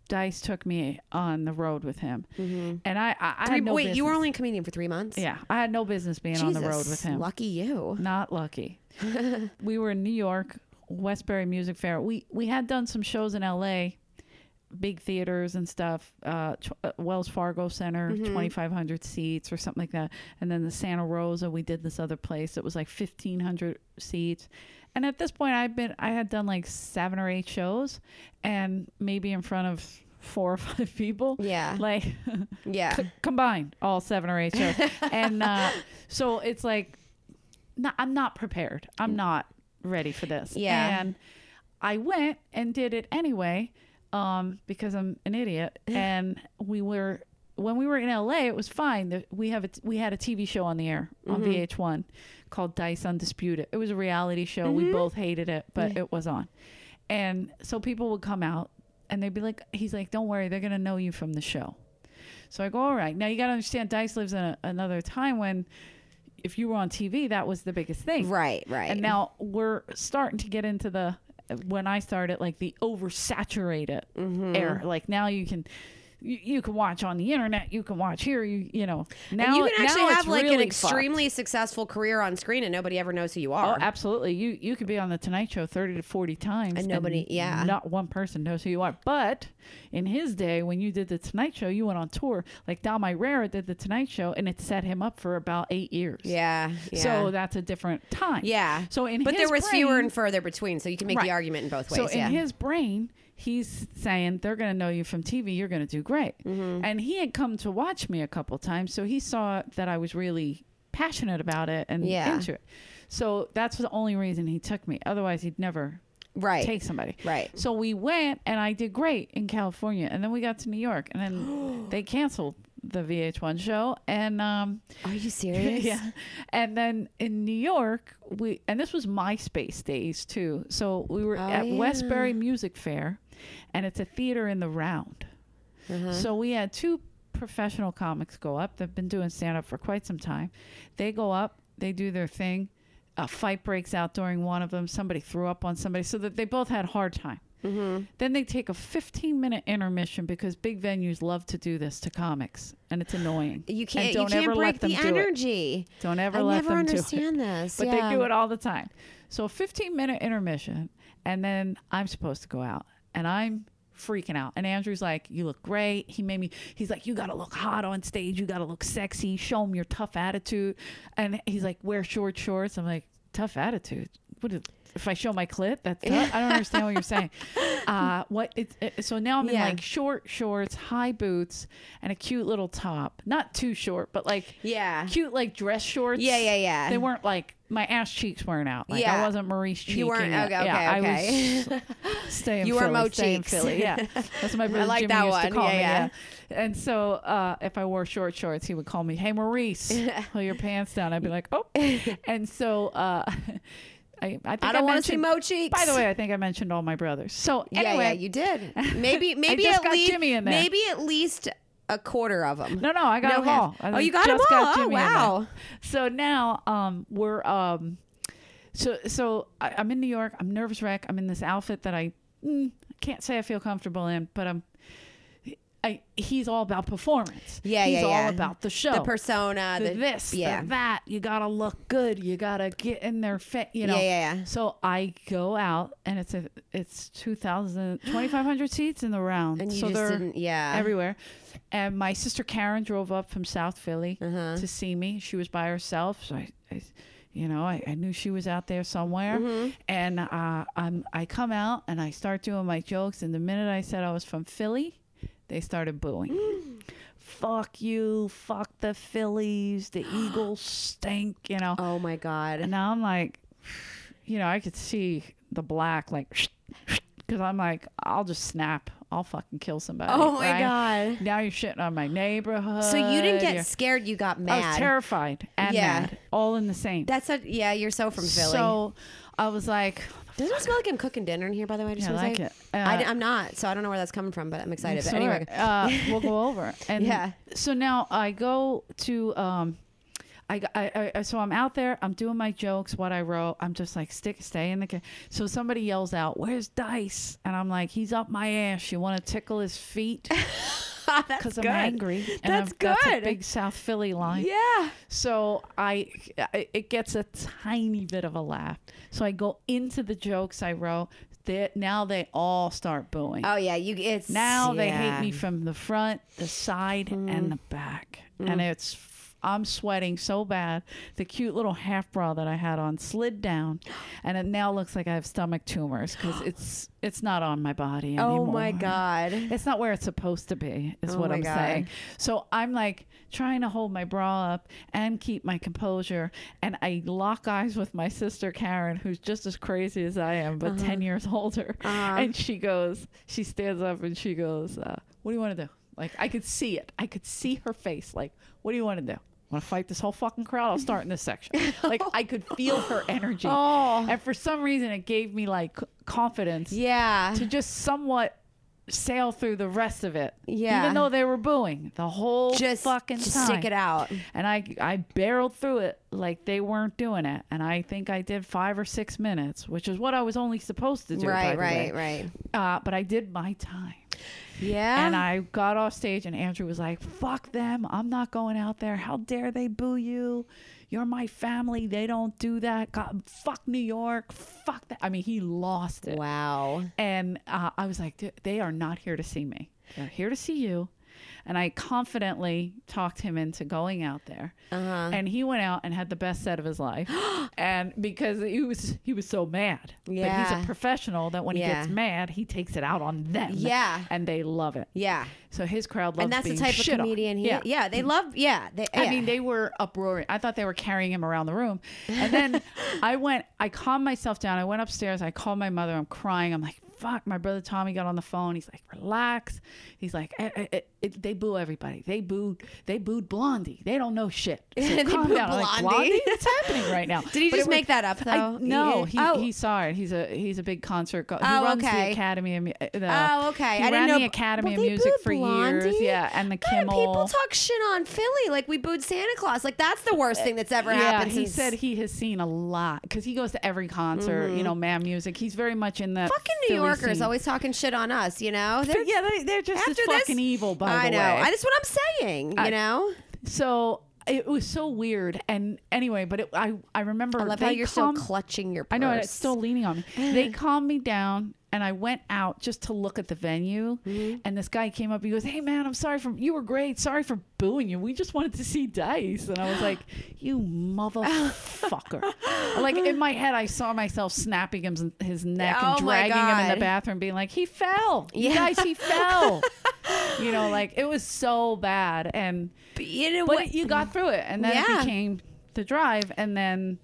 Speaker 6: Dice took me on the road with him, and I, I,
Speaker 2: Mm-hmm.
Speaker 6: I
Speaker 2: Three-
Speaker 6: had no
Speaker 2: wait, you were
Speaker 6: business-
Speaker 2: only a comedian for three months.
Speaker 6: yeah, I had no business being on the road with
Speaker 2: Jesus,
Speaker 6: him.
Speaker 2: Lucky you.
Speaker 6: Not lucky. we were in New York, Westbury Music Fair. We we had done some shows in L.A., big theaters and stuff. Uh, tw- uh, Wells Fargo Center, 2,500 seats or something like that. And then the Santa Rosa, we did this other place that was like 1,500 seats. And at this point, I've been I had done like seven or eight shows, and maybe in front of four or five people.
Speaker 2: Yeah.
Speaker 6: like
Speaker 2: Yeah.
Speaker 6: c- combined all seven or eight shows and uh, so it's like no, i'm not prepared i'm not ready for this
Speaker 2: Yeah.
Speaker 6: and i went and did it anyway um, because i'm an idiot and we were when we were in la it was fine The- we have a t- we had a tv show on the air on vh1 called dice undisputed it was a reality show we both hated it but it was on and so people would come out and they'd be like he's like don't worry they're gonna know you from the show so I go, all right. Now you got to understand, Dice lives in a, another time when if you were on TV, that was the biggest thing.
Speaker 2: Right. Right.
Speaker 6: And now we're starting to get into the, when I started, like the oversaturated
Speaker 2: Mm-hmm.
Speaker 6: air. Like now you can. You, you can watch on the internet. You can watch here. You you know now
Speaker 2: you can
Speaker 6: now
Speaker 2: actually
Speaker 6: it's
Speaker 2: have like an
Speaker 6: really fucked.
Speaker 2: extremely successful career on screen and nobody ever knows who you are.
Speaker 6: Oh, absolutely. You you could be on the Tonight Show thirty to forty times,
Speaker 2: And nobody- yeah.
Speaker 6: not one person knows who you are. But in his day, when you did the Tonight Show, you went on tour. Like Dalmy Rara did the Tonight Show, and it set him up for about eight years.
Speaker 2: yeah, yeah.
Speaker 6: So that's a different time.
Speaker 2: yeah.
Speaker 6: So in
Speaker 2: but
Speaker 6: his
Speaker 2: there was fewer
Speaker 6: brain-
Speaker 2: and further between, so you can make
Speaker 6: Right.
Speaker 2: the argument in both ways.
Speaker 6: So in
Speaker 2: yeah.
Speaker 6: his brain, he's saying they're going to know you from TV. You're going to do great.
Speaker 2: Mm-hmm.
Speaker 6: And he had come to watch me a couple times, so he saw that I was really passionate about it and
Speaker 2: Yeah.
Speaker 6: into it. So that's the only reason he took me. Otherwise, he'd never
Speaker 2: right.
Speaker 6: take somebody.
Speaker 2: Right.
Speaker 6: So we went, and I did great in California, and then we got to New York, and then they canceled the VH1 show, and um,
Speaker 2: Are you serious?
Speaker 6: yeah. And then in New York, we and this was MySpace days too. So we were
Speaker 2: Oh,
Speaker 6: at
Speaker 2: yeah.
Speaker 6: Westbury Music Fair, and it's a theater in the round.
Speaker 2: Uh-huh.
Speaker 6: So we had two professional comics go up. They've been doing stand up for quite some time. They go up, they do their thing. A fight breaks out during one of them. Somebody threw up on somebody, so that they both had a hard time.
Speaker 2: Mm-hmm.
Speaker 6: Then they take a 15 minute intermission because big venues love to do this to comics, and it's annoying.
Speaker 2: You
Speaker 6: And
Speaker 2: can't.
Speaker 6: don't
Speaker 2: you can't
Speaker 6: ever
Speaker 2: break
Speaker 6: let them
Speaker 2: the
Speaker 6: do it.
Speaker 2: energy.
Speaker 6: Don't ever
Speaker 2: I
Speaker 6: let
Speaker 2: never
Speaker 6: them
Speaker 2: understand
Speaker 6: do it.
Speaker 2: this.
Speaker 6: But
Speaker 2: yeah.
Speaker 6: they do it all the time. So a 15 minute intermission, and then I'm supposed to go out, and I'm freaking out. And Andrew's like, "You look great." He made me. He's like, "You gotta look hot on stage. You gotta look sexy. Show him your tough attitude." And he's like, "Wear short shorts." I'm like. tough attitude. What is, if I show my clit? That's tough. I don't understand what you're saying. Uh, what? It, it- so now I'm in
Speaker 2: Yeah.
Speaker 6: like short shorts, high boots, and a cute little top. Not too short, but like
Speaker 2: Yeah.
Speaker 6: cute like dress shorts.
Speaker 2: Yeah, yeah, yeah.
Speaker 6: They weren't like my ass cheeks weren't out. Like
Speaker 2: Mm. Yeah.
Speaker 6: I wasn't Maurice cheek.
Speaker 2: You weren't- okay,
Speaker 6: yeah,
Speaker 2: okay,
Speaker 6: I was staying.
Speaker 2: You were
Speaker 6: Philly,
Speaker 2: Mo
Speaker 6: stay in
Speaker 2: cheeks.
Speaker 6: Philly. Yeah, that's what my brother
Speaker 2: like
Speaker 6: Jimmy
Speaker 2: that
Speaker 6: used
Speaker 2: one.
Speaker 6: to call
Speaker 2: Yeah,
Speaker 6: me.
Speaker 2: yeah.
Speaker 6: Yeah. And so uh, if I wore short shorts, he would call me, "Hey Maurice, pull your pants down." I'd be like, "Oh." and so uh, I, I think
Speaker 2: I don't want to see
Speaker 6: mentioned-
Speaker 2: Mo cheeks.
Speaker 6: By the way, I think I mentioned all my brothers. So
Speaker 2: Yeah,
Speaker 6: anyway,
Speaker 2: yeah, you did. Maybe, maybe
Speaker 6: just
Speaker 2: at
Speaker 6: got
Speaker 2: least
Speaker 6: Jimmy in there.
Speaker 2: maybe at least a quarter of them.
Speaker 6: No, no, I got
Speaker 2: No
Speaker 6: them all.
Speaker 2: hands.
Speaker 6: I
Speaker 2: Oh, you got
Speaker 6: just
Speaker 2: them all. Oh,
Speaker 6: Jimmy in there.
Speaker 2: wow.
Speaker 6: So now um, we're um, so so I, I'm in New York. I'm nervous wreck. I'm in this outfit that I mm, can't say I feel comfortable in, but I'm. I, he's all about performance.
Speaker 2: Yeah,
Speaker 6: he's
Speaker 2: yeah,
Speaker 6: all
Speaker 2: yeah.
Speaker 6: about the show,
Speaker 2: The persona,
Speaker 6: the
Speaker 2: the,
Speaker 6: this,
Speaker 2: yeah,
Speaker 6: yeah. that. You gotta look good. You gotta get in their fit. You know.
Speaker 2: Yeah, yeah, yeah.
Speaker 6: So I go out, and it's a it's 2,000, 2,500 seats in the round.
Speaker 2: and you
Speaker 6: so
Speaker 2: just
Speaker 6: they're
Speaker 2: didn't, yeah,
Speaker 6: everywhere. And my sister Karen drove up from South Philly
Speaker 2: Uh-huh.
Speaker 6: to see me. She was by herself, so I, I you know, I, I knew she was out there somewhere.
Speaker 2: Mm-hmm.
Speaker 6: And uh, I'm, I come out and I start doing my jokes. And the minute I said I was from Philly, they started
Speaker 2: Mm.
Speaker 6: booing. Fuck you! Fuck the Phillies! The Eagles stink! You know.
Speaker 2: Oh my god.
Speaker 6: And now I'm like, you know, I could see the black, like, because I'm like, I'll just snap. I'll fucking kill somebody.
Speaker 2: Oh my God.
Speaker 6: Now you're shitting on my neighborhood.
Speaker 2: so you didn't get
Speaker 6: You're-
Speaker 2: scared. You got
Speaker 6: uh, I was
Speaker 2: mad.
Speaker 6: terrified and
Speaker 2: Yeah.
Speaker 6: mad, all in the same.
Speaker 2: That's a yeah. You're so from Philly.
Speaker 6: So I was like,
Speaker 2: Doesn't it smell like I'm cooking dinner in here? By the way, I just
Speaker 6: Yeah, I
Speaker 2: wanna
Speaker 6: like
Speaker 2: say?
Speaker 6: it.
Speaker 2: I,
Speaker 6: Uh,
Speaker 2: am not, so I don't know where that's coming from, but I'm excited. But
Speaker 6: Sorry.
Speaker 2: anyway,
Speaker 6: uh, we'll go over. And
Speaker 2: Yeah.
Speaker 6: So now I go to. Um, I, I, I so I'm out there. I'm doing my jokes. What I wrote. I'm just like stick, stay in the. Ca-. So somebody yells out, "Where's Dice?" And I'm like, "He's up my ass. You want to tickle his feet?" Because I'm angry. And
Speaker 2: That's
Speaker 6: I've- That's a
Speaker 2: good.
Speaker 6: big South Philly line.
Speaker 2: yeah.
Speaker 6: So I, I, it gets a tiny bit of a laugh. So I go into the jokes I wrote. That now they all start booing.
Speaker 2: Oh yeah. You. It's
Speaker 6: Now they hate
Speaker 2: yeah. Mm-hmm.
Speaker 6: me from the front, the side, and the back. And it's, I'm sweating so bad. The cute little half bra that I had on slid down, and it now looks like I have stomach tumors because it's it's not on my body anymore.
Speaker 2: Oh my god.
Speaker 6: It's not where it's supposed to be, is
Speaker 2: Oh
Speaker 6: what
Speaker 2: my
Speaker 6: I'm
Speaker 2: God.
Speaker 6: saying. So I'm like trying to hold my bra up and keep my composure. And I lock eyes with my sister Karen, who's just as crazy as I am, but
Speaker 2: Uh-huh.
Speaker 6: 10 years older. And she goes, she stands up and she goes, uh, What do you want to do? Like, I could see it. I could see her face. Like, what do you want to do? Want to fight this whole fucking crowd? I'll start in this section. Like, I could feel her energy.
Speaker 2: Oh.
Speaker 6: And for some reason, it gave me like confidence
Speaker 2: Yeah.
Speaker 6: to just somewhat sail through the rest of it.
Speaker 2: Yeah.
Speaker 6: Even though they were booing the whole
Speaker 2: Just
Speaker 6: fucking
Speaker 2: just
Speaker 6: time.
Speaker 2: stick it out.
Speaker 6: And I I barreled through it like they weren't doing it. And I think I did five or six minutes, which is what I was only supposed to do. by
Speaker 2: Right.
Speaker 6: the
Speaker 2: Right.
Speaker 6: way.
Speaker 2: Right.
Speaker 6: Uh, but I did my time.
Speaker 2: Yeah.
Speaker 6: And
Speaker 2: Ah.
Speaker 6: I got off stage, and Andrew was like, "Fuck them! I'm not going out there. How dare they boo you? You're my family. They don't do that. God, fuck New York. Fuck that." I mean, he lost it.
Speaker 2: Wow.
Speaker 6: And uh, I was like, "Dude, they are not here to see me. They're here to see you. And I confidently talked him into going out there.
Speaker 2: Uh-huh.
Speaker 6: And he went out and had the best set of his life. and because he was he was so mad. But
Speaker 2: Yeah.
Speaker 6: he's a professional that when he
Speaker 2: Yeah.
Speaker 6: gets mad, he takes it out on them.
Speaker 2: Yeah.
Speaker 6: And they love it.
Speaker 2: Yeah.
Speaker 6: So his crowd loves
Speaker 2: And that's the
Speaker 6: being
Speaker 2: type of
Speaker 6: shit on.
Speaker 2: comedian he. Yeah. They love. Yeah. They,
Speaker 6: I
Speaker 2: yeah.
Speaker 6: mean, they were uproarious. I thought they were carrying him around the room. And then I went, I calmed myself down. I went upstairs. I called my mother. I'm crying. I'm like, fuck. My brother Tommy got on the phone. He's like, relax. He's like, eh, eh, eh, eh, they boo everybody. They booed, they booed Blondie. They don't know shit. So
Speaker 2: They
Speaker 6: calm
Speaker 2: boo
Speaker 6: down. I'm like,
Speaker 2: Blondie?
Speaker 6: Blondie? What's happening right now?
Speaker 2: Did he
Speaker 6: But
Speaker 2: just
Speaker 6: it was-
Speaker 2: make that up,
Speaker 6: I-
Speaker 2: though?
Speaker 6: no,
Speaker 2: He-
Speaker 6: he,
Speaker 2: oh.
Speaker 6: he saw it. He's a he's a big concert. Go- he
Speaker 2: Oh,
Speaker 6: runs
Speaker 2: okay.
Speaker 6: the Academy. Of, Mu- uh, the,
Speaker 2: Oh, okay.
Speaker 6: He
Speaker 2: I didn't
Speaker 6: ran
Speaker 2: know.
Speaker 6: the Academy
Speaker 2: well,
Speaker 6: of
Speaker 2: they
Speaker 6: Music
Speaker 2: booed
Speaker 6: for
Speaker 2: Blondie.
Speaker 6: years. Yeah, and the
Speaker 2: Man,
Speaker 6: Kimmel.
Speaker 2: people talk shit on Philly. Like we booed Santa Claus. Like that's the worst thing that's ever happened.
Speaker 6: Uh, He
Speaker 2: since-
Speaker 6: said he has seen a lot because he goes to every concert, you know, man music. He's very much in the
Speaker 2: Mm-hmm. fucking New
Speaker 6: Philly
Speaker 2: Yorkers
Speaker 6: scene.
Speaker 2: always talking shit on us. You know,
Speaker 6: But yeah, they, they're just as
Speaker 2: after this-
Speaker 6: fucking evil. By
Speaker 2: I
Speaker 6: the
Speaker 2: know.
Speaker 6: way,
Speaker 2: I, that's what I'm saying. You know,
Speaker 6: so it was so weird. And anyway, but it, I I remember
Speaker 2: I love
Speaker 6: they
Speaker 2: how you're
Speaker 6: calmed-
Speaker 2: still clutching your purse.
Speaker 6: I know and it's still leaning on me. They calmed me down and I went out just to look at the venue
Speaker 2: Mm-hmm.
Speaker 6: and this guy came up he goes, "Hey man, I'm sorry for you were great. Sorry for booing you. We just wanted to see Dice." And I was like, "You motherfucker." like in my head I saw myself snapping him his neck
Speaker 2: Oh,
Speaker 6: and
Speaker 2: my
Speaker 6: dragging him in the
Speaker 2: God.
Speaker 6: bathroom being like, "He fell. You
Speaker 2: Yeah.
Speaker 6: guys, he fell." you know, like it was so bad and
Speaker 2: You know
Speaker 6: but
Speaker 2: what?
Speaker 6: you got through it, and then
Speaker 2: Yeah.
Speaker 6: it became the drive, and then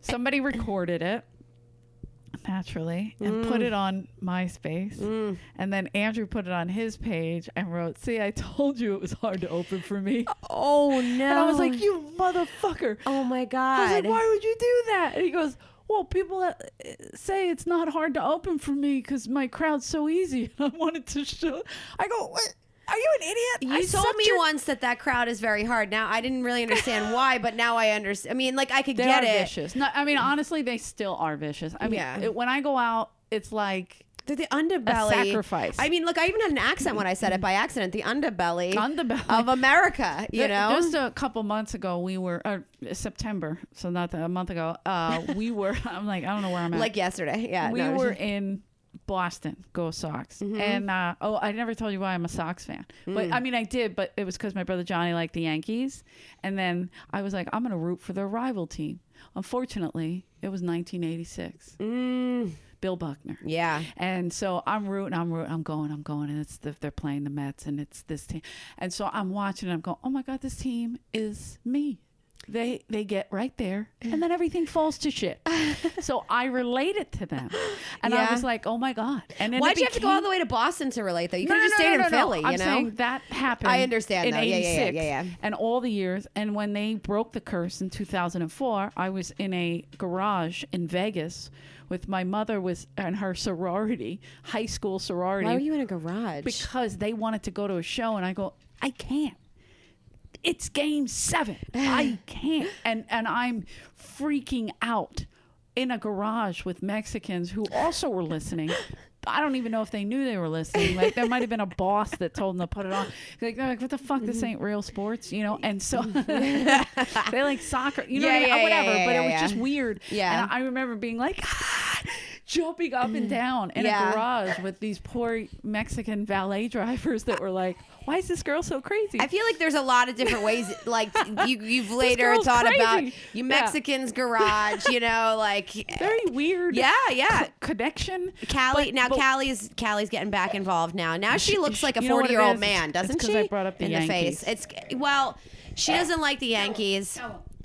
Speaker 6: somebody recorded it naturally and put
Speaker 2: Mm.
Speaker 6: it on MySpace, and then Andrew put it on his page and wrote, "See, I told you it was hard to open for me,"
Speaker 2: oh no!
Speaker 6: and I was like, "You motherfucker!"
Speaker 2: oh my
Speaker 6: I was
Speaker 2: god!
Speaker 6: like, "Why would you do that?" And he goes. Well, people uh, say it's not hard to open for me because my crowd's so easy. I wanted to show. I go, what? Are you an
Speaker 2: You
Speaker 6: idiot? I
Speaker 2: told
Speaker 6: sucked
Speaker 2: me
Speaker 6: your
Speaker 2: once that that crowd is very hard. Now I didn't really understand why, but now I understand. I mean, like I could
Speaker 6: They
Speaker 2: get
Speaker 6: are
Speaker 2: it.
Speaker 6: vicious. No, I mean honestly, they still are vicious. I mean,
Speaker 2: Yeah.
Speaker 6: it- when I go out, it's like
Speaker 2: The, the underbelly.
Speaker 6: sacrifice.
Speaker 2: I mean, look, I even had an accent when I said it by accident. The underbelly,
Speaker 6: Underbelly.
Speaker 2: of America. You
Speaker 6: Ju-
Speaker 2: know,
Speaker 6: just a couple months ago, we were uh, September, so not that, a month ago. Uh, we were. I'm like, I don't know where I'm at.
Speaker 2: like yesterday. Yeah,
Speaker 6: uh, we
Speaker 2: no,
Speaker 6: were in Boston. Go Sox!
Speaker 2: Mm-hmm.
Speaker 6: And uh, oh, I never told you why I'm a Sox fan,
Speaker 2: Mm.
Speaker 6: but I mean I did, but it was because my brother Johnny liked the Yankees, and then I was like, I'm gonna root for their rival team. Unfortunately, it was 1986.
Speaker 2: Mm.
Speaker 6: Bill Buckner.
Speaker 2: Yeah.
Speaker 6: And so I'm rooting, I'm rooting, I'm going, I'm going, and it's the, they're playing the Mets, and it's this team, and so I'm watching, and I'm going, oh my god, this team is me. They they get right there, and then everything falls to shit. so I related to them, and
Speaker 2: Yeah.
Speaker 6: I was like, oh my god. And then
Speaker 2: Why'd
Speaker 6: it
Speaker 2: you have to go
Speaker 6: became-
Speaker 2: all the way to Boston to relate though? You
Speaker 6: No,
Speaker 2: could have
Speaker 6: no,
Speaker 2: just
Speaker 6: no,
Speaker 2: stayed
Speaker 6: no,
Speaker 2: in
Speaker 6: no, no.
Speaker 2: Philly.
Speaker 6: I'm
Speaker 2: you know,
Speaker 6: saying that happened.
Speaker 2: I understand,
Speaker 6: in
Speaker 2: though. Yeah, yeah, yeah,
Speaker 6: '86,
Speaker 2: yeah, yeah.
Speaker 6: and all the years. And when they broke the curse in 2004, I was in a garage in Vegas with my mother was and her sorority, high school sorority,
Speaker 2: why were you in a garage?
Speaker 6: because they wanted to go to a show, and I go, I can't. It's game seven. I can't, and and I'm freaking out in a garage with Mexicans who also were listening. I don't even know if they knew they were listening. Like there might have been a boss that told them to put it on. Like they're like, "What the fuck? This ain't real sports," you know. And so they like soccer, you know,
Speaker 2: Yeah,
Speaker 6: what I
Speaker 2: yeah, yeah,
Speaker 6: mean? whatever.
Speaker 2: yeah,
Speaker 6: but it
Speaker 2: yeah,
Speaker 6: was
Speaker 2: yeah.
Speaker 6: just weird.
Speaker 2: Yeah.
Speaker 6: And I remember being like, "Ah," jumping up and down in
Speaker 2: Yeah.
Speaker 6: a garage with these poor Mexican valet drivers that were like, "Why is this girl so crazy?"
Speaker 2: I feel like there's a lot of different ways. Like you, you've later
Speaker 6: girl's
Speaker 2: thought about
Speaker 6: crazy.
Speaker 2: you
Speaker 6: Yeah.
Speaker 2: Mexicans garage. You know, like
Speaker 6: very weird.
Speaker 2: yeah, yeah.
Speaker 6: co- connection.
Speaker 2: Callie
Speaker 6: But-
Speaker 2: now
Speaker 6: but-
Speaker 2: Callie's Callie's getting back involved now. Now she looks like a
Speaker 6: you know what it
Speaker 2: 40 year old
Speaker 6: is?
Speaker 2: man,
Speaker 6: It's- it's
Speaker 2: doesn't
Speaker 6: 'cause
Speaker 2: she?
Speaker 6: I brought up the
Speaker 2: in
Speaker 6: Yankees.
Speaker 2: the face. It's well, she doesn't like the Yankees.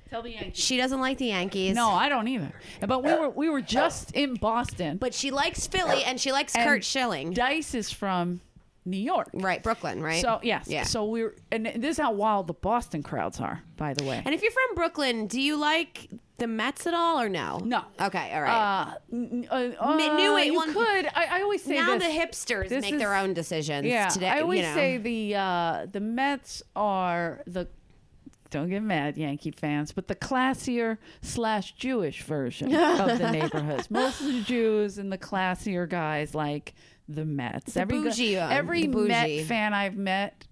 Speaker 6: Tell the Yankees.
Speaker 2: She doesn't like the Yankees.
Speaker 6: No, I don't either. But we were we were just in Boston.
Speaker 2: but she likes Philly and she likes
Speaker 6: and
Speaker 2: Kurt Schilling.
Speaker 6: Dice is from New York.
Speaker 2: right, Brooklyn, right?
Speaker 6: So yes.
Speaker 2: Yeah.
Speaker 6: So we were, and this is how wild the Boston crowds are, by the way.
Speaker 2: and if you're from Brooklyn, do you like the Mets at all or no?
Speaker 6: No.
Speaker 2: Okay, all right.
Speaker 6: uh, n- uh, uh,
Speaker 2: new it-
Speaker 6: you
Speaker 2: well,
Speaker 6: could. I, I always say
Speaker 2: now
Speaker 6: this.
Speaker 2: the hipsters
Speaker 6: this
Speaker 2: make
Speaker 6: is-
Speaker 2: their own decisions
Speaker 6: Yeah,
Speaker 2: today.
Speaker 6: I always
Speaker 2: you know.
Speaker 6: say the uh, the Mets are the don't get mad, Yankee fans, but the classier slash Jewish version of the neighborhoods. Most of the Jews and the classier guys like the Mets. every gu-
Speaker 2: bougie, um,
Speaker 6: every
Speaker 2: the bougie. Mm-hmm.
Speaker 6: Met fan I've met.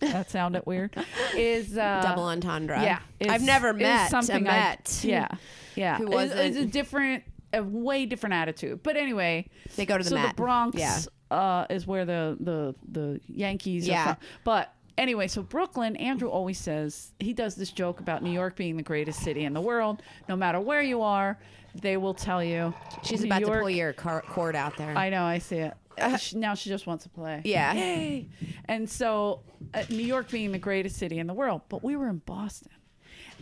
Speaker 6: that sounded weird. Is uh,
Speaker 2: double entendre.
Speaker 6: yeah,
Speaker 2: I've
Speaker 6: is-
Speaker 2: never
Speaker 6: is
Speaker 2: met a
Speaker 6: something I-
Speaker 2: Met.
Speaker 6: yeah, yeah.
Speaker 2: Who
Speaker 6: It's- It's, a
Speaker 2: wasn't-
Speaker 6: different, a way different attitude. But anyway,
Speaker 2: They go to the
Speaker 6: so
Speaker 2: Met.
Speaker 6: the Bronx
Speaker 2: Yeah.
Speaker 6: uh, is where the the the Yankees.
Speaker 2: Yeah.
Speaker 6: Are from. But anyway, so Brooklyn. Andrew always says he does this joke about New York being the greatest city in the world. No matter where you are, they will tell you.
Speaker 2: She's
Speaker 6: New
Speaker 2: about to
Speaker 6: York-
Speaker 2: pull your car- cord out there.
Speaker 6: I know. I see it. she, now she just wants to play.
Speaker 2: Uh, Yeah.
Speaker 6: Yay. And so, uh, New York being the greatest city in the world, but we were in Boston,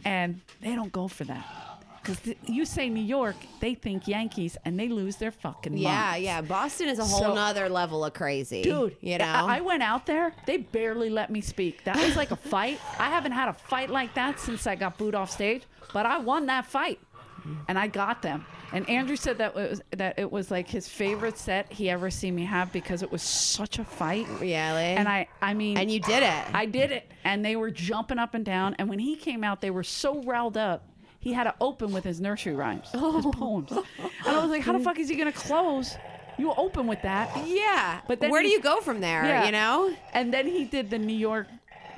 Speaker 6: and they don't go for that. Because you say New York, they think Yankees, and they lose their fucking
Speaker 2: Yeah,
Speaker 6: minds.
Speaker 2: yeah. Boston is a whole
Speaker 6: So-
Speaker 2: nother level of crazy.
Speaker 6: Dude,
Speaker 2: you know?
Speaker 6: I, I went out there. They barely let me speak. That was like a fight. I haven't had a fight like that since I got booed off stage, but I won that fight, and I got them. And Andrew said that was that it was like his favorite set he ever seen me have because it was such a fight.
Speaker 2: Really?
Speaker 6: And I, I mean,
Speaker 2: and you did it.
Speaker 6: I did it, and they were jumping up and down. And when he came out, they were so riled up. He had to open with his nursery rhymes,
Speaker 2: Oh.
Speaker 6: his poems. And I was like, how the fuck is he gonna close? You open with that.
Speaker 2: yeah.
Speaker 6: But then
Speaker 2: where do
Speaker 6: he-
Speaker 2: you go from there?
Speaker 6: Yeah.
Speaker 2: You know?
Speaker 6: And then he did the New York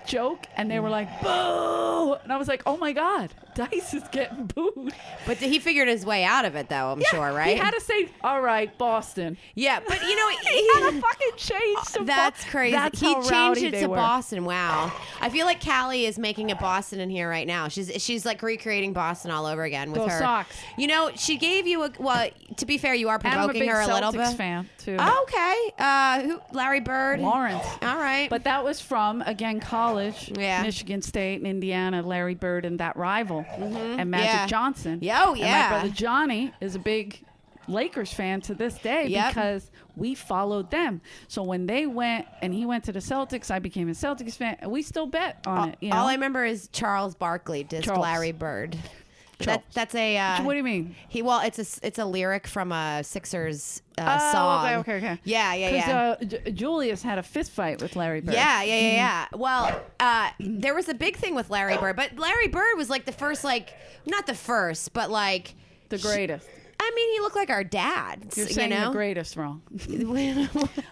Speaker 6: joke, and they were like, boo! And I was like, oh my God, Dice is getting booed.
Speaker 2: But he figured his way out of it, though. I'm sure, right?
Speaker 6: He had to say, all right, Boston.
Speaker 2: yeah, but you know,
Speaker 6: He had to fucking change to Bo-
Speaker 2: That's crazy.
Speaker 6: That's
Speaker 2: he
Speaker 6: how
Speaker 2: changed
Speaker 6: rowdy
Speaker 2: it
Speaker 6: they
Speaker 2: to
Speaker 6: were.
Speaker 2: Boston. Wow. I feel like Callie is making a Boston in here right now. She's she's like recreating Boston all over again with
Speaker 6: Go
Speaker 2: her.
Speaker 6: Sox.
Speaker 2: You know, she gave you a well. To be fair, you are
Speaker 6: And I'm a
Speaker 2: provoking
Speaker 6: big
Speaker 2: her a little
Speaker 6: Celtics
Speaker 2: bit. Oh,
Speaker 6: fan, too.
Speaker 2: Okay. Uh, who? Larry Bird.
Speaker 6: Lawrence.
Speaker 2: All right.
Speaker 6: But that was from again college,
Speaker 2: Yeah.
Speaker 6: Michigan State and Indiana, Larry Bird and that rival, and
Speaker 2: Mm-hmm.
Speaker 6: Magic
Speaker 2: Yeah.
Speaker 6: Johnson.
Speaker 2: Yeah, oh,
Speaker 6: And
Speaker 2: yeah.
Speaker 6: my brother Johnny is a big Lakers fan to this day
Speaker 2: Yep.
Speaker 6: because we followed them. So when they went and he went to the Celtics, I became a Celtics fan. and We still bet on it. You know?
Speaker 2: all I remember is Charles Barkley dissed
Speaker 6: Charles.
Speaker 2: Larry Bird. That,
Speaker 6: Charles.
Speaker 2: that's a. Uh,
Speaker 6: what do you mean?
Speaker 2: He well, it's a s- it's a lyric from a Sixers uh,
Speaker 6: Oh,
Speaker 2: song.
Speaker 6: Okay, okay, okay.
Speaker 2: Yeah, yeah,
Speaker 6: Because
Speaker 2: yeah.
Speaker 6: uh, Mm-hmm. Ju- Julius had a fist fight with Larry Bird.
Speaker 2: Yeah, yeah, yeah, yeah. Well, uh, there was a big thing with Larry Bird, but Larry Bird was like the first, like not the first, but like
Speaker 6: the greatest.
Speaker 2: I mean, he looked like our dad.
Speaker 6: You're
Speaker 2: you
Speaker 6: saying
Speaker 2: know?
Speaker 6: the greatest wrong.
Speaker 2: great.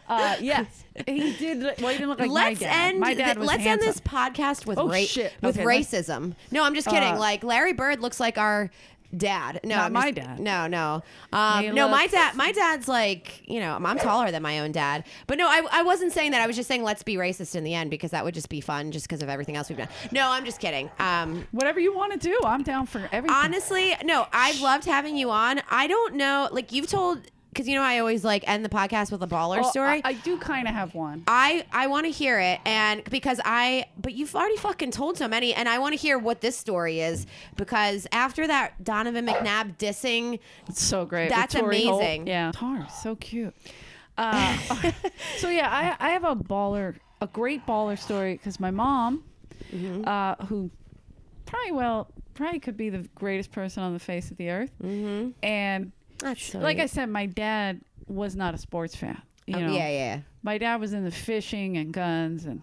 Speaker 6: Uh, yes, he did. look- Well, he didn't look like
Speaker 2: let's
Speaker 6: my dad.
Speaker 2: end.
Speaker 6: my dad
Speaker 2: th-
Speaker 6: was
Speaker 2: let's
Speaker 6: handsome.
Speaker 2: end this podcast with
Speaker 6: Oh,
Speaker 2: ra-
Speaker 6: shit.
Speaker 2: with
Speaker 6: Okay, let's-
Speaker 2: racism. No, I'm just kidding.
Speaker 6: Uh,
Speaker 2: like Larry Bird looks like our dad. No,
Speaker 6: Not
Speaker 2: I'm
Speaker 6: my
Speaker 2: just-
Speaker 6: dad.
Speaker 2: No, no, um,
Speaker 6: He
Speaker 2: no. My
Speaker 6: looks-
Speaker 2: dad. My dad's like you know I'm taller than my own dad. But no, I, I wasn't saying that. I was just saying let's be racist in the end because that would just be fun just because of everything else we've done. No, I'm just kidding. Um,
Speaker 6: Whatever you want to do, I'm down for everything.
Speaker 2: honestly, no, I've loved having you on. I don't know, like you've told because you know I always like end the podcast with a baller
Speaker 6: Well,
Speaker 2: story.
Speaker 6: Oh, I, I do kind of have one.
Speaker 2: I I want to hear it, and because I, but you've already fucking told so many, and I want to hear what this story is because after that Donovan McNabb dissing,
Speaker 6: It's so great. with
Speaker 2: That's
Speaker 6: Tori Holt.
Speaker 2: amazing.
Speaker 6: Yeah, Tar, so cute. Uh, so yeah, I, I have a baller, a great baller story because my mom,
Speaker 2: Mm-hmm.
Speaker 6: uh, who probably well, probably could be the greatest person on the face of the earth, mm-hmm. and
Speaker 2: that's so
Speaker 6: like I said, my dad was not a sports fan. You know,
Speaker 2: Oh, yeah, yeah,
Speaker 6: my dad was into fishing and guns and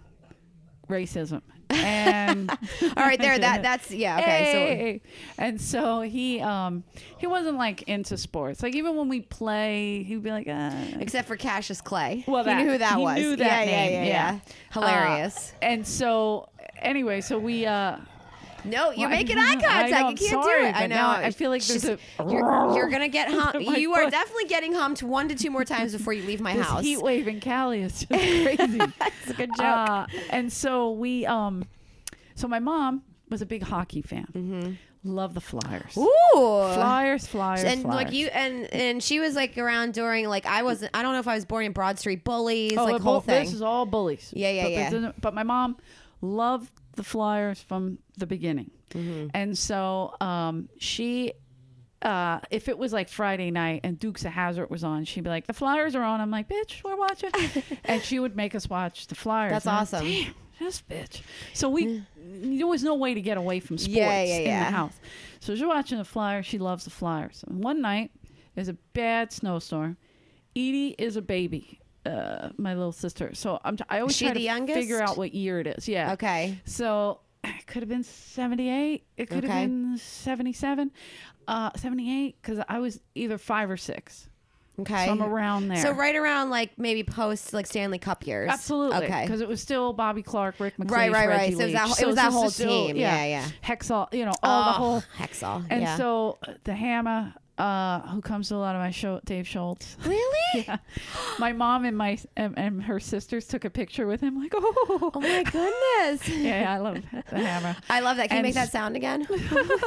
Speaker 6: racism. And
Speaker 2: yeah. all right, there, that that's yeah, okay,
Speaker 6: Hey! and so he um he wasn't like into sports. Like even when we play, he'd be like, uh,
Speaker 2: so except for Cassius Clay,
Speaker 6: well,
Speaker 2: he
Speaker 6: that,
Speaker 2: knew who that
Speaker 6: he
Speaker 2: was,
Speaker 6: knew that
Speaker 2: yeah,
Speaker 6: name,
Speaker 2: yeah, yeah, yeah, hilarious.
Speaker 6: Uh, and so anyway, so we uh
Speaker 2: no, you're
Speaker 6: well, I-
Speaker 2: making eye
Speaker 6: I know,
Speaker 2: contact.
Speaker 6: I'm
Speaker 2: you can't
Speaker 6: sorry,
Speaker 2: do it. I
Speaker 6: but
Speaker 2: know.
Speaker 6: now I feel like there's
Speaker 2: She's-
Speaker 6: a-
Speaker 2: you're, you're gonna get humped.
Speaker 6: My
Speaker 2: you are
Speaker 6: butt.
Speaker 2: definitely getting humped one to two more times before you leave my
Speaker 6: this
Speaker 2: house.
Speaker 6: heat wave in Cali is just crazy. That's a good joke. and so we um so my mom was a big hockey fan. Love the Flyers.
Speaker 2: Ooh.
Speaker 6: Flyers, flyers,
Speaker 2: and
Speaker 6: flyers.
Speaker 2: like you and and she was like around during like I wasn't I don't know if I was born in Broad Street Bullies
Speaker 6: Oh,
Speaker 2: like
Speaker 6: but
Speaker 2: whole
Speaker 6: bu-
Speaker 2: thing
Speaker 6: This is all bullies.
Speaker 2: Yeah, yeah,
Speaker 6: but
Speaker 2: yeah.
Speaker 6: But, but my mom loved the Flyers from the beginning,
Speaker 2: Mm-hmm.
Speaker 6: and so um, she. Uh, if it was like Friday night and Dukes of Hazard was on, she'd be like, "The Flyers are on." I'm like, "Bitch, we're watching," and she would make us watch the Flyers.
Speaker 2: That's
Speaker 6: And I'm
Speaker 2: awesome.
Speaker 6: Damn, this bitch. So we, there was no way to get away from sports
Speaker 2: Yeah, yeah,
Speaker 6: in
Speaker 2: yeah.
Speaker 6: the house. So she's watching the Flyers. She loves the Flyers. And one night, there's a bad snowstorm. Edie is a baby, uh, my little sister. So I'm t- I always
Speaker 2: She
Speaker 6: try
Speaker 2: the
Speaker 6: to
Speaker 2: youngest?
Speaker 6: figure out what year it is. Yeah.
Speaker 2: okay
Speaker 6: So it could have been 78. It could
Speaker 2: Okay.
Speaker 6: have been 77, uh, 78, because I was either five or six.
Speaker 2: okay
Speaker 6: So I'm around there.
Speaker 2: so right around like maybe post like Stanley Cup years
Speaker 6: Absolutely.
Speaker 2: okay
Speaker 6: Because it was still Bobby Clark, Rick McLean,
Speaker 2: Right, right, right.
Speaker 6: Reggie
Speaker 2: So it was that
Speaker 6: Leach.
Speaker 2: whole- it was that
Speaker 6: it's
Speaker 2: whole
Speaker 6: still-
Speaker 2: team. Yeah, yeah.
Speaker 6: Hexall, you know, all the
Speaker 2: Oh,
Speaker 6: whole
Speaker 2: Hexall
Speaker 6: And
Speaker 2: yeah.
Speaker 6: so uh, the hammer, uh, who comes to a lot of my show, Dave Schultz.
Speaker 2: really
Speaker 6: my mom and my and, and her sisters took a picture with him. Like, oh,
Speaker 2: oh my goodness
Speaker 6: yeah, yeah, I love the hammer.
Speaker 2: I love that can you
Speaker 6: And
Speaker 2: make that
Speaker 6: s-
Speaker 2: sound again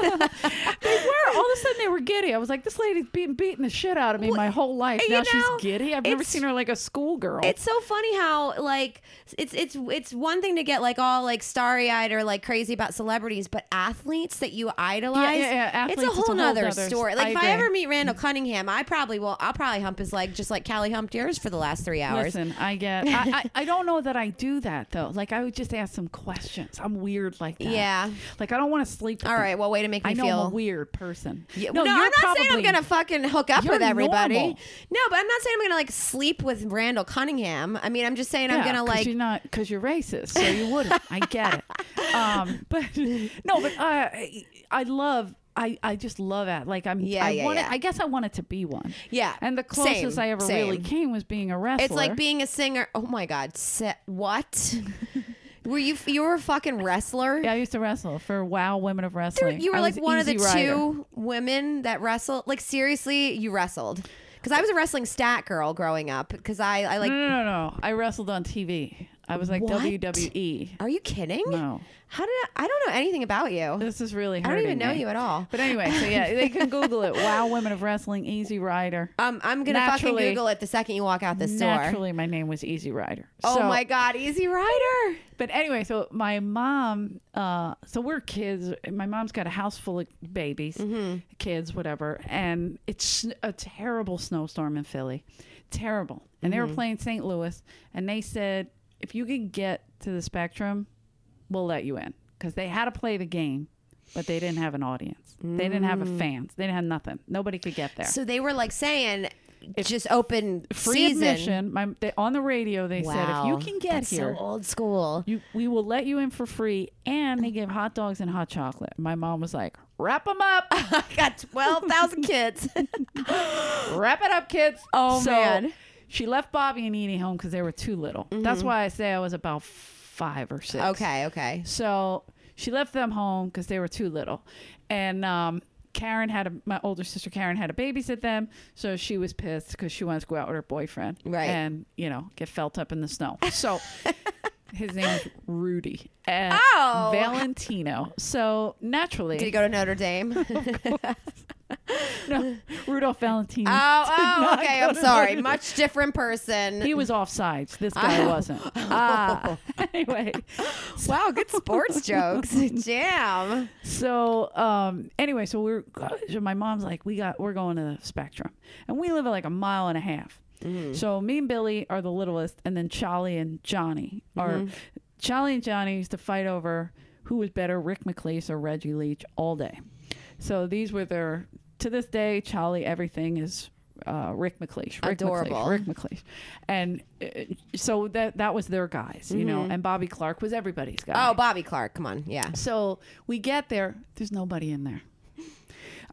Speaker 6: They were all of a sudden they were giddy. I was like, this lady's been beating the shit out of me my whole life.
Speaker 2: you
Speaker 6: Now
Speaker 2: know,
Speaker 6: she's giddy. I've never
Speaker 2: it's-
Speaker 6: seen her like a schoolgirl.
Speaker 2: It's so funny how like it's it's it's one thing to get like all like starry eyed or like crazy about celebrities, but athletes that you idolize,
Speaker 6: yeah, yeah.
Speaker 2: it's a
Speaker 6: Athletes,
Speaker 2: whole nother
Speaker 6: s-
Speaker 2: story. Like
Speaker 6: I
Speaker 2: if I
Speaker 6: agree. Mm.
Speaker 2: ever meet Randall Cunningham, I probably will. I'll probably hump his leg just like Callie humped yours for the last three hours.
Speaker 6: Listen, I get. I, I, I don't know that I do that though. Like I would just ask some questions. I'm weird like that.
Speaker 2: Yeah.
Speaker 6: Like I don't want to sleep. With
Speaker 2: all
Speaker 6: them.
Speaker 2: right, well, way to make me
Speaker 6: I know
Speaker 2: feel
Speaker 6: I'm a weird person.
Speaker 2: Yeah, no, I'm
Speaker 6: you're
Speaker 2: not saying I'm
Speaker 6: probably-
Speaker 2: gonna fucking hook up
Speaker 6: You're
Speaker 2: with everybody.
Speaker 6: normal.
Speaker 2: No, but I'm not saying I'm gonna like sleep with Randall Cunningham. I mean, I'm just saying I'm
Speaker 6: Yeah,
Speaker 2: gonna
Speaker 6: 'cause
Speaker 2: like
Speaker 6: you're not because you're racist, so you wouldn't. I get it. Um, but no, but I I love. I, I just love that. Like I'm.
Speaker 2: Yeah,
Speaker 6: I
Speaker 2: yeah,
Speaker 6: wanted,
Speaker 2: yeah.
Speaker 6: I guess I wanted to be one.
Speaker 2: Yeah,
Speaker 6: And the closest
Speaker 2: same,
Speaker 6: I ever
Speaker 2: same.
Speaker 6: really came was being a wrestler.
Speaker 2: It's like being a singer. Oh my God. Se- what? Were you you were a fucking wrestler?
Speaker 6: Yeah, I used to wrestle for Wow Women of
Speaker 2: Dude,
Speaker 6: Wrestling.
Speaker 2: you were
Speaker 6: I
Speaker 2: like
Speaker 6: was
Speaker 2: one of the
Speaker 6: Easy Rider.
Speaker 2: two women that wrestled. Like seriously, you wrestled. Because I was a wrestling stat girl growing up. Because I, I like.
Speaker 6: No, no, no, no. I wrestled on TV. I was like E.
Speaker 2: What?
Speaker 6: WWE.
Speaker 2: Are you kidding?
Speaker 6: No,
Speaker 2: How did I, I don't know anything about you?
Speaker 6: this is really.
Speaker 2: I
Speaker 6: Hurting
Speaker 2: don't even know
Speaker 6: me.
Speaker 2: you at all.
Speaker 6: But anyway, so yeah, they can Google it. Wow, Women of Wrestling, Easy Rider.
Speaker 2: Um, I'm gonna
Speaker 6: Naturally-
Speaker 2: fucking Google it the second you walk out this door.
Speaker 6: Naturally, my name was Easy Rider.
Speaker 2: Oh
Speaker 6: So-
Speaker 2: my God, Easy Rider!
Speaker 6: But anyway, so my mom, uh, so we're kids. and My mom's got a house full of babies,
Speaker 2: Mm-hmm.
Speaker 6: kids, whatever. And it's a terrible snowstorm in Philly. Terrible. And
Speaker 2: Mm-hmm.
Speaker 6: they were playing St. Louis. And they said, if you can get to the spectrum, we'll let you in. Because they had to play the game, but they didn't have an audience. They didn't have a fans. They didn't have nothing. Nobody could get there.
Speaker 2: Mm. So they were like saying, just open
Speaker 6: Free
Speaker 2: season.
Speaker 6: admission. My, they, on the radio, they said,
Speaker 2: Wow,
Speaker 6: if you can get
Speaker 2: that's
Speaker 6: here,
Speaker 2: so old school.
Speaker 6: you we will let you in for free and they give hot dogs and hot chocolate my mom was like wrap them up
Speaker 2: I got twelve thousand kids.
Speaker 6: wrap it up kids oh
Speaker 2: man. Mm-hmm.
Speaker 6: she left bobby and edie home because they were too little that's why i say i was about five or six
Speaker 2: okay, okay.
Speaker 6: so she left them home because they were too little and um Karen had a, my older sister Karen had to babysit them, so she was pissed because she wanted to go out with her boyfriend,
Speaker 2: Right.
Speaker 6: And you know, get felt up in the snow. So his name is Rudy. And
Speaker 2: Oh.
Speaker 6: Valentino. So naturally,
Speaker 2: Did you go to Notre Dame?
Speaker 6: no, Rudolph Valentino.
Speaker 2: Oh, oh, okay.
Speaker 6: go
Speaker 2: I'm
Speaker 6: to
Speaker 2: sorry.
Speaker 6: Notre
Speaker 2: Much different person. Oh.
Speaker 6: he was off sides. This guy wasn't. Ah. anyway,
Speaker 2: uh, wow, good sports jokes. Jam.
Speaker 6: So um anyway, so we're so my mom's like, we got we're going to the spectrum. And we live at like a mile and a half.
Speaker 2: Mm-hmm.
Speaker 6: So me and Billy are the littlest and then Charlie and Johnny are
Speaker 2: Mm-hmm.
Speaker 6: Charlie and Johnny used to fight over who was better, Rick McLeese or Reggie Leach all day. So these were their to this day, Charlie everything is uh, Rick McLeish, Rick
Speaker 2: Adorable.
Speaker 6: McLeish, Rick McLeish, and uh, so that that was their guys, you know. And Bobby Clark was everybody's guy.
Speaker 2: Mm-hmm. Oh, Bobby Clark. Come on. Yeah.
Speaker 6: So we get there. There's nobody in there.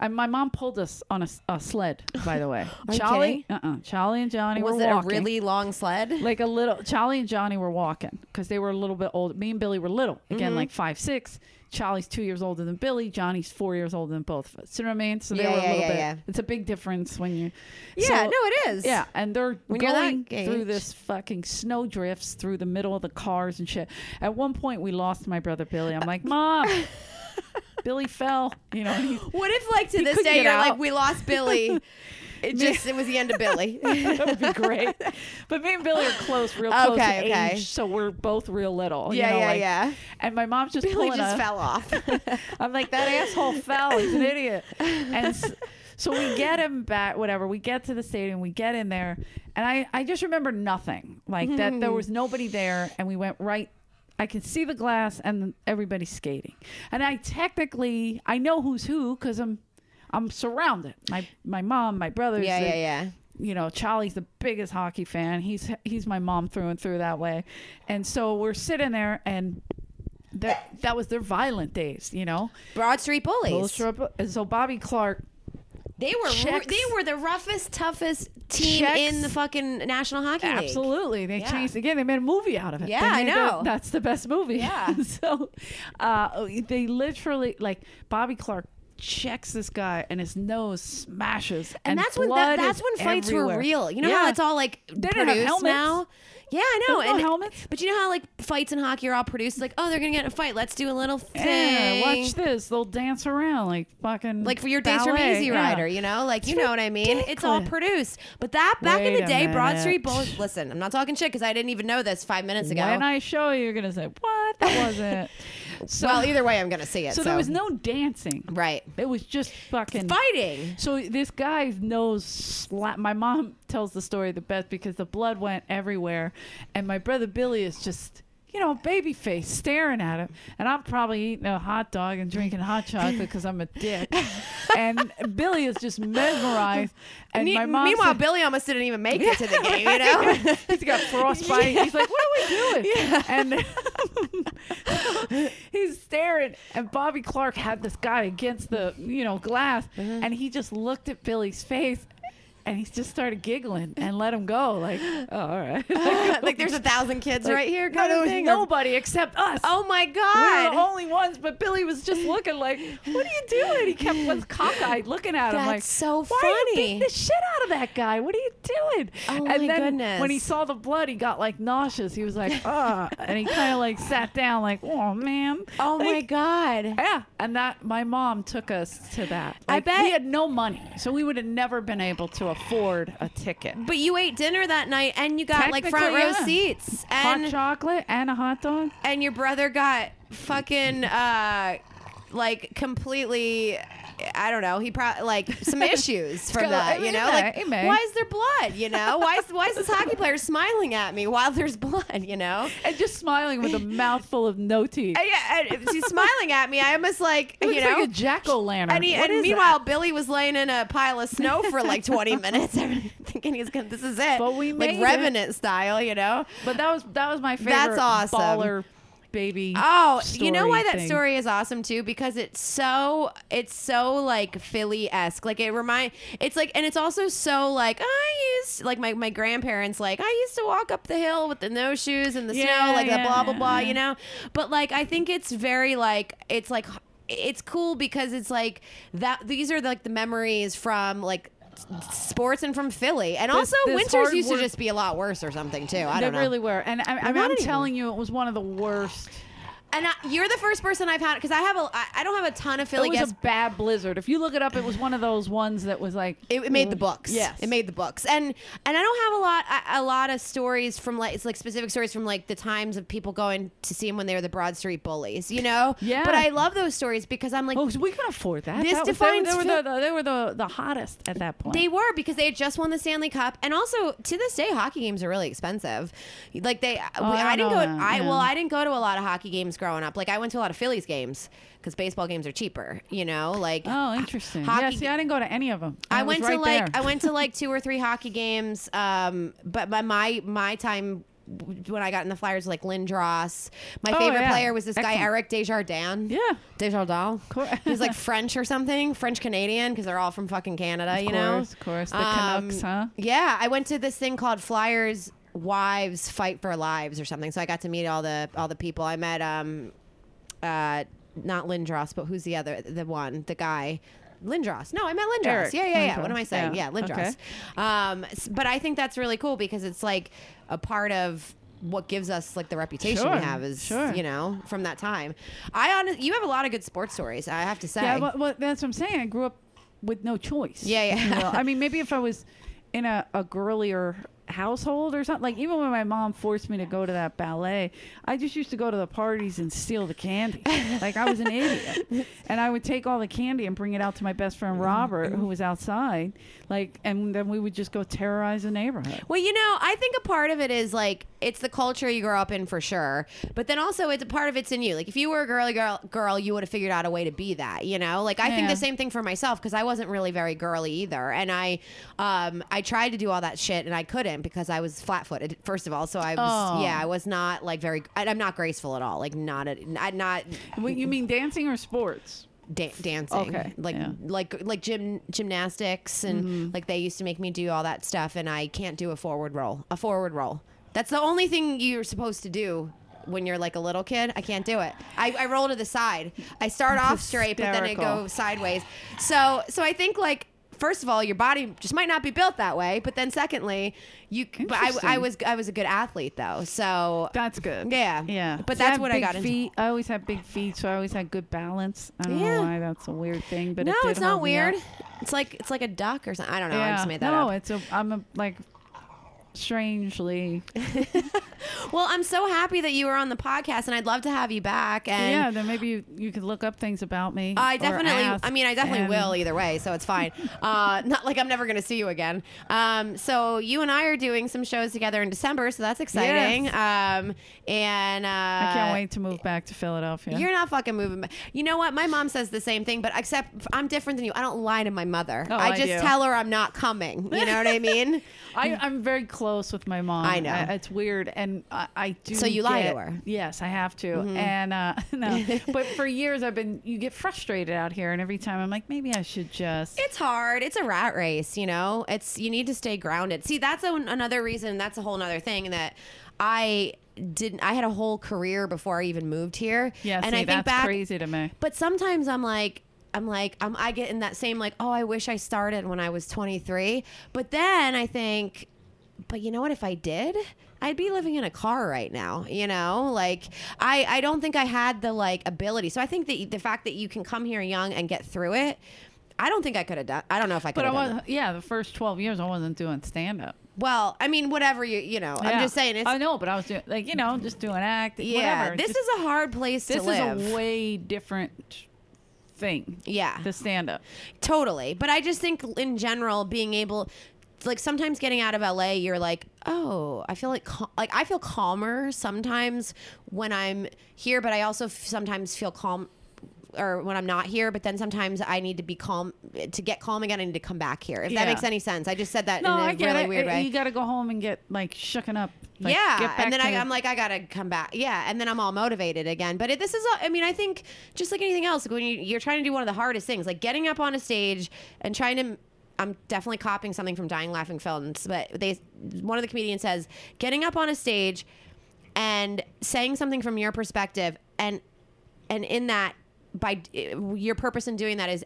Speaker 6: I, my mom pulled us on a, s- a sled, by the way. Charlie, uh-uh. Charlie and Johnny
Speaker 2: Was
Speaker 6: were
Speaker 2: it a
Speaker 6: walking.
Speaker 2: really long sled?
Speaker 6: like a little? Charlie and Johnny were walking because they were a little bit old. Me and Billy were little again,
Speaker 2: Mm-hmm.
Speaker 6: like five, six. Charlie's two years older than Billy. Johnny's four years older than both of us. You know what I mean? So they
Speaker 2: Yeah,
Speaker 6: were a
Speaker 2: yeah,
Speaker 6: little
Speaker 2: yeah,
Speaker 6: bit.
Speaker 2: yeah.
Speaker 6: It's a big difference when you.
Speaker 2: Yeah,
Speaker 6: So-
Speaker 2: no, it is.
Speaker 6: Yeah, and they're
Speaker 2: When you're
Speaker 6: going
Speaker 2: that
Speaker 6: through
Speaker 2: age.
Speaker 6: this fucking snow drifts through the middle of the cars and shit. At one point, we lost my brother Billy.
Speaker 2: Uh,
Speaker 6: I'm like, Mom, Billy fell. You know, and he's
Speaker 2: What if, like, to this
Speaker 6: couldn't
Speaker 2: day,
Speaker 6: get
Speaker 2: you're
Speaker 6: out.
Speaker 2: like, we lost Billy? It just, it was the end of Billy.
Speaker 6: that would be great. But me and Billy are close, real close
Speaker 2: Okay,
Speaker 6: in
Speaker 2: okay.
Speaker 6: age, so we're both real little. you
Speaker 2: Yeah,
Speaker 6: know,
Speaker 2: yeah,
Speaker 6: like-
Speaker 2: yeah.
Speaker 6: And my mom's just
Speaker 2: Billy
Speaker 6: pulling
Speaker 2: just
Speaker 6: us.
Speaker 2: fell off.
Speaker 6: I'm like, that asshole fell. He's an idiot. And s- so we get him back, whatever. We get to the stadium, we get in there. And I, I just remember nothing. Like that there was nobody there. And we went right. I can see the glass and everybody's skating. And I technically, I know who's who because I'm. I'm surrounded. My my mom, my brothers,
Speaker 2: Yeah,
Speaker 6: the-
Speaker 2: yeah, yeah.
Speaker 6: you know, Charlie's the biggest hockey fan. He's he's my mom through and through that way. And so we're sitting there and that that was their violent days, you know.
Speaker 2: Broad Street Bullies.
Speaker 6: And so Bobby Clark
Speaker 2: They were
Speaker 6: Checks.
Speaker 2: they were the roughest, toughest team
Speaker 6: Checks.
Speaker 2: in the fucking National Hockey League.
Speaker 6: Absolutely. They changed the game. They made a movie out of it.
Speaker 2: Yeah,
Speaker 6: They
Speaker 2: I
Speaker 6: made
Speaker 2: know.
Speaker 6: the- that's the best movie.
Speaker 2: Yeah.
Speaker 6: so uh, they literally, like, Bobby Clark checks this guy and his nose smashes.
Speaker 2: And, that's when
Speaker 6: blood
Speaker 2: that, that's
Speaker 6: is
Speaker 2: when fights
Speaker 6: everywhere.
Speaker 2: were real. You know how
Speaker 6: Yeah.
Speaker 2: it's all like
Speaker 6: They don't have
Speaker 2: produced
Speaker 6: helmets.
Speaker 2: now. Yeah, I know.
Speaker 6: There's no
Speaker 2: and,
Speaker 6: helmets.
Speaker 2: But you know how like fights in hockey are all produced. Like, oh, they're gonna get in a fight. Let's do a little thing.
Speaker 6: Yeah, watch this. They'll dance around like fucking
Speaker 2: Like for your days from
Speaker 6: ballet.
Speaker 2: Easy
Speaker 6: Yeah.
Speaker 2: Rider, you know, like you know what I mean. It's all
Speaker 6: ridiculous.
Speaker 2: produced. But that back in
Speaker 6: Wait
Speaker 2: the
Speaker 6: a
Speaker 2: day, Broad
Speaker 6: minute.
Speaker 2: Street Bullies. Listen, I'm not talking shit because I didn't even know this five minutes ago.
Speaker 6: When I show you, you're gonna say, "What? That wasn't." so,
Speaker 2: well, either way, I'm gonna see it.
Speaker 6: so there was no dancing.
Speaker 2: right
Speaker 6: It was just fucking
Speaker 2: fighting.
Speaker 6: So this guy's nose slap. My mom tells the story the best because the blood went everywhere, and my brother Billy is just. You know, baby face staring at him, and I'm probably eating a hot dog and drinking hot chocolate because I'm a dick. and Billy is just mesmerized. And
Speaker 2: Me-
Speaker 6: my mom.
Speaker 2: meanwhile, Billy almost didn't even make it to the game. You know.
Speaker 6: He's got frostbite. He's like, what are we doing? And he's staring. And Bobby
Speaker 2: Uh-huh.
Speaker 6: Clark had this guy against the, you know, glass. And he just looked at Billy's face and he just started giggling and let him go. Like, oh, all right. Like,
Speaker 2: like there's a thousand kids Oh, right here
Speaker 6: no,
Speaker 2: kind
Speaker 6: there
Speaker 2: of
Speaker 6: was
Speaker 2: thing. or-
Speaker 6: nobody except us.
Speaker 2: oh my
Speaker 6: we were
Speaker 2: god.
Speaker 6: the only ones, but Billy was just looking like, "What are you doing?" He kept was cockeyed looking at him
Speaker 2: That's
Speaker 6: like,
Speaker 2: so
Speaker 6: "Why are you beating
Speaker 2: funny."
Speaker 6: the shit out of that guy? What are you doing?"
Speaker 2: Oh
Speaker 6: and
Speaker 2: my
Speaker 6: then
Speaker 2: goodness.
Speaker 6: when he saw the blood, he got like nauseous. He was like, "Ah," and he kind of like sat down, like, "Oh man."
Speaker 2: oh my
Speaker 6: Like,
Speaker 2: god.
Speaker 6: Yeah, and that my mom took us to that.
Speaker 2: I
Speaker 6: Like,
Speaker 2: bet-
Speaker 6: we had no money, so we would have never been able to afford a ticket.
Speaker 2: But you ate dinner that night and you got like front
Speaker 6: Technically,
Speaker 2: row
Speaker 6: yeah.
Speaker 2: seats
Speaker 6: hot
Speaker 2: and
Speaker 6: chocolate and a hot dog.
Speaker 2: and your brother got fucking uh like completely I don't know. He probably like some issues from
Speaker 6: got- I
Speaker 2: that,
Speaker 6: mean,
Speaker 2: you
Speaker 6: he
Speaker 2: know.
Speaker 6: may-
Speaker 2: Like,
Speaker 6: he may.
Speaker 2: why is there blood? You know, why is why is this hockey player smiling at me while there's blood? You know,
Speaker 6: And just smiling with a mouthful of no teeth.
Speaker 2: and, Uh, yeah, and if he's smiling at me. I almost like
Speaker 6: It looks
Speaker 2: you know,
Speaker 6: like a jack o' lantern.
Speaker 2: And, he, and meanwhile, Billy was laying in a pile of snow for like 20 minutes, thinking he's gonna. This is it.
Speaker 6: But we
Speaker 2: like
Speaker 6: made it.
Speaker 2: Revenant style, you know.
Speaker 6: But that was that was my favorite.
Speaker 2: That's awesome.
Speaker 6: Baller baby.
Speaker 2: Oh, you know why that
Speaker 6: thing.
Speaker 2: story is awesome too? Because it's so it's so like Philly esque. Like it remind it's like and it's also so like I used like my, my grandparents like I used to walk up the hill with the no shoes and the
Speaker 6: Yeah,
Speaker 2: snow, like the blah blah
Speaker 6: yeah.
Speaker 2: blah, you know? But like I think it's very like it's like it's cool because it's like that these are like the memories from like s- sports and from Philly. And also
Speaker 6: this
Speaker 2: winters
Speaker 6: hard
Speaker 2: used
Speaker 6: work-
Speaker 2: to just be a lot worse or something too. I
Speaker 6: They
Speaker 2: don't know.
Speaker 6: really were, and I, I mean,
Speaker 2: not
Speaker 6: I'm
Speaker 2: anymore.
Speaker 6: telling you, it was one of the worst.
Speaker 2: And I, you're the first person I've had because I have a I, I don't have a ton of Philly
Speaker 6: it was
Speaker 2: guests.
Speaker 6: a bad blizzard. If you look it up, it was one of those ones that was like
Speaker 2: it, it made the books.
Speaker 6: Mm. Yes,
Speaker 2: it made the books, and and I don't have a lot a, a lot of stories from like it's like specific stories from like the times of people going to see him when they were the Broad Street bullies, you know.
Speaker 6: Yeah.
Speaker 2: But I love those stories because I'm like
Speaker 6: Oh, 'cause we can afford that.
Speaker 2: This
Speaker 6: That was- they were-
Speaker 2: defines
Speaker 6: they, were
Speaker 2: Phil-
Speaker 6: the, the- they were the the hottest at that point.
Speaker 2: They were because they had just won the Stanley Cup, and also to this day, hockey games are really expensive. Like they, we,
Speaker 6: Oh, I
Speaker 2: I,
Speaker 6: don't
Speaker 2: didn't go.
Speaker 6: know that,
Speaker 2: I
Speaker 6: yeah.
Speaker 2: well, I didn't go to a lot of hockey games growing up. Like I went to a lot of Phillies games because baseball games are cheaper. You know, like
Speaker 6: oh, interesting. yeah,
Speaker 2: hockey-
Speaker 6: see, I didn't go to any of them.
Speaker 2: I
Speaker 6: was
Speaker 2: went
Speaker 6: right
Speaker 2: to like
Speaker 6: there.
Speaker 2: I went to like two or three hockey games. Um, but my my my time w- when I got in the Flyers, like Lindros. My
Speaker 6: Oh,
Speaker 2: favorite
Speaker 6: yeah.
Speaker 2: player was this
Speaker 6: Excellent.
Speaker 2: guy Eric Desjardins.
Speaker 6: Yeah.
Speaker 2: Desjardins.
Speaker 6: course.
Speaker 2: He's like French or something, French Canadian, because they're all from fucking Canada, you know. Um,
Speaker 6: course, of course. The Canucks, huh?
Speaker 2: Yeah, I went to this thing called Flyers Wives Fight for Lives or something. So I got to meet all the all the people. I met um, uh, not Lindros, but who's the other the one the guy. Lindros. No, I met Lindros.
Speaker 6: Eric
Speaker 2: Yeah, yeah, yeah. What
Speaker 6: Lindros.
Speaker 2: am I saying?
Speaker 6: Yeah.
Speaker 2: Yeah, Lindros.
Speaker 6: Okay.
Speaker 2: Um, s- but I think that's really cool because it's like a part of what gives us like the reputation
Speaker 6: Sure,
Speaker 2: we have is
Speaker 6: sure.
Speaker 2: you know from that time. I honest, you have a lot of good sports stories. I have to say.
Speaker 6: Yeah, well, well, that's what I'm saying. I grew up with no choice.
Speaker 2: Yeah, yeah.
Speaker 6: you know? I mean, maybe if I was in a, a girlier household or something, like even when my mom forced me to go to that ballet, I just used to go to the parties and steal the candy. like I was an idiot. And I would take all the candy and bring it out to my best friend Robert, who was outside. Like, and then we would just go terrorize the neighborhood.
Speaker 2: Well, you know, I think a part of it is like it's the culture you grow up in for sure, but then also it's a part of it's in you. Like if you were a girly girl, girl, you would have figured out a way to be that. You know, like I think
Speaker 6: Yeah.
Speaker 2: the same thing for myself because I wasn't really very girly either, and I, um, I tried to do all that shit and I couldn't because I was flat footed first of all. So I was,
Speaker 6: Oh.
Speaker 2: yeah, I was not like very. I, I'm not graceful at all. Like not at, I not
Speaker 6: What, you mean dancing or sports?
Speaker 2: da- dancing
Speaker 6: Okay, Mm-hmm.
Speaker 2: like
Speaker 6: yeah.
Speaker 2: like like gym gymnastics and like they used to make me do all that stuff and i can't do a forward roll a forward roll that's the only thing you're supposed to do when you're like a little kid i can't do it i, I roll to the side i start off straight but then i
Speaker 6: hysterical.
Speaker 2: go sideways so so i think like First of all, your body just might not be built that way. But then, secondly, you. But I, I
Speaker 6: Interesting.
Speaker 2: was I was a good athlete though, so
Speaker 6: That's good.
Speaker 2: Yeah.
Speaker 6: Yeah.
Speaker 2: But
Speaker 6: See,
Speaker 2: that's
Speaker 6: have
Speaker 2: what I
Speaker 6: big
Speaker 2: got into.
Speaker 6: Feet. I always had big feet, so I always had good balance. I don't
Speaker 2: Yeah.
Speaker 6: know why that's a weird thing, but
Speaker 2: no,
Speaker 6: it did
Speaker 2: it's not
Speaker 6: hold me up.
Speaker 2: weird. It's like it's like a duck or something. I don't know. I
Speaker 6: Yeah.
Speaker 2: just made that
Speaker 6: no,
Speaker 2: up.
Speaker 6: it's a. I'm a like strangely.
Speaker 2: Well, I'm so happy that you were on the podcast, and I'd love to have you back. And
Speaker 6: yeah. Then maybe you, you could look up things about me.
Speaker 2: I
Speaker 6: or
Speaker 2: definitely,
Speaker 6: ask,
Speaker 2: I mean, I definitely
Speaker 6: and-
Speaker 2: will either way, so it's fine. uh, not like I'm never going to see you again. Um, so you and I are doing some shows together in December, so that's exciting. Um, and uh,
Speaker 6: I can't wait to move back to Philadelphia.
Speaker 2: You're not fucking moving. back. You know what? My mom says the same thing, but except f- I'm different than you. I don't lie to my mother.
Speaker 6: Oh, I
Speaker 2: I just
Speaker 6: do.
Speaker 2: tell her I'm not coming. You know what I mean?
Speaker 6: I, I'm very close with my mom.
Speaker 2: I know.
Speaker 6: it's weird, and I, I do.
Speaker 2: So you lie to
Speaker 6: get-
Speaker 2: her. Mm-hmm.
Speaker 6: Yes, I have to. And uh, no, but for years I've been. You get frustrated out here, and every time I'm like, maybe I should just.
Speaker 2: It's hard. It's a rat race, you know. It's you need to stay grounded. See, that's a, another reason. That's a whole other thing that I didn't. I had a whole career before I even moved here.
Speaker 6: Yeah,
Speaker 2: and
Speaker 6: see,
Speaker 2: I think
Speaker 6: that's
Speaker 2: back.
Speaker 6: crazy to me.
Speaker 2: But sometimes I'm like. I'm like I'm, I get in that same like oh I wish I started when I was 23 but then I think but you know what if I did I'd be living in a car right now you know like I I don't think I had the like ability so I think that the fact that you can come here young and get through it I don't think I could have done I don't know if I could
Speaker 6: But I
Speaker 2: have done
Speaker 6: was. Yeah, the first twelve years I wasn't doing stand
Speaker 2: that.
Speaker 6: up.
Speaker 2: well I mean whatever you you know I'm just saying it's
Speaker 6: I know, but I was doing like you know just doing act.
Speaker 2: yeah
Speaker 6: whatever.
Speaker 2: this
Speaker 6: Just-
Speaker 2: is a hard place
Speaker 6: this
Speaker 2: to live
Speaker 6: is a way different thing.
Speaker 2: Yeah.
Speaker 6: the stand up.
Speaker 2: Totally. But I just think in general, being able, like sometimes getting out of LA, you're like, oh, I feel like cal- like I feel calmer sometimes when I'm here, but I also f- sometimes feel calm. Or when I'm not here, but then sometimes I need to be calm to get calm again. I need to come back here. If
Speaker 6: Yeah.
Speaker 2: that makes any sense, I just said that
Speaker 6: No,
Speaker 2: in a
Speaker 6: I get
Speaker 2: really
Speaker 6: it.
Speaker 2: weird
Speaker 6: It-
Speaker 2: way.
Speaker 6: You got to go home and get like shooken up. Like,
Speaker 2: yeah,
Speaker 6: get back
Speaker 2: and then
Speaker 6: to
Speaker 2: I,
Speaker 6: the-
Speaker 2: I'm like, I gotta come back. Yeah, and then I'm all motivated again. But it, this is, all, I mean, I think just like anything else, like when you, you're trying to do one of the hardest things, like getting up on a stage and trying to. I'm definitely copying something from Dying Laughing Films, but they one of the comedians says getting up on a stage and saying something from your perspective and and in that by your purpose in doing that is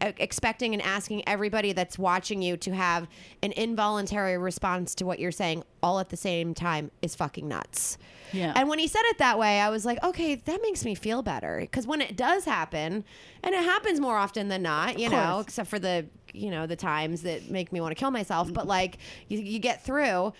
Speaker 2: e- expecting and asking everybody that's watching you to have an involuntary response to what you're saying all at the same time is fucking nuts.
Speaker 6: Yeah.
Speaker 2: And when he said it that way, I was like, okay, that makes me feel better because when it does happen, and it happens more often than not, you know,
Speaker 6: course.
Speaker 2: except for the you know the times that make me want to kill myself,
Speaker 6: Mm-hmm.
Speaker 2: but like you, you get through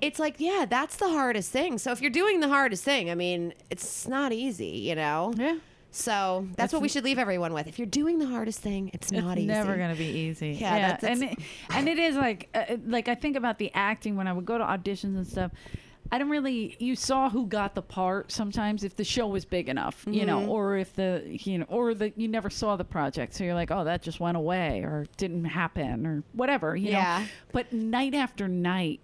Speaker 2: it's like, yeah, that's the hardest thing. So if you're doing the hardest thing, I mean, it's not easy, you know?
Speaker 6: Yeah.
Speaker 2: So that's, what we should leave everyone with. If you're doing the hardest thing, it's not
Speaker 6: it's
Speaker 2: easy.
Speaker 6: never gonna be easy.
Speaker 2: Yeah, that's- that's-
Speaker 6: and it, and it is like uh, like I think about the acting when I would go to auditions and stuff. I don't really. You saw who got the part sometimes if the show was big enough, you know,
Speaker 2: Mm-hmm.
Speaker 6: or if the you know, or the you never saw the project, so you're like, oh, that just went away or didn't happen or whatever, you
Speaker 2: Yeah.
Speaker 6: know. But night after night.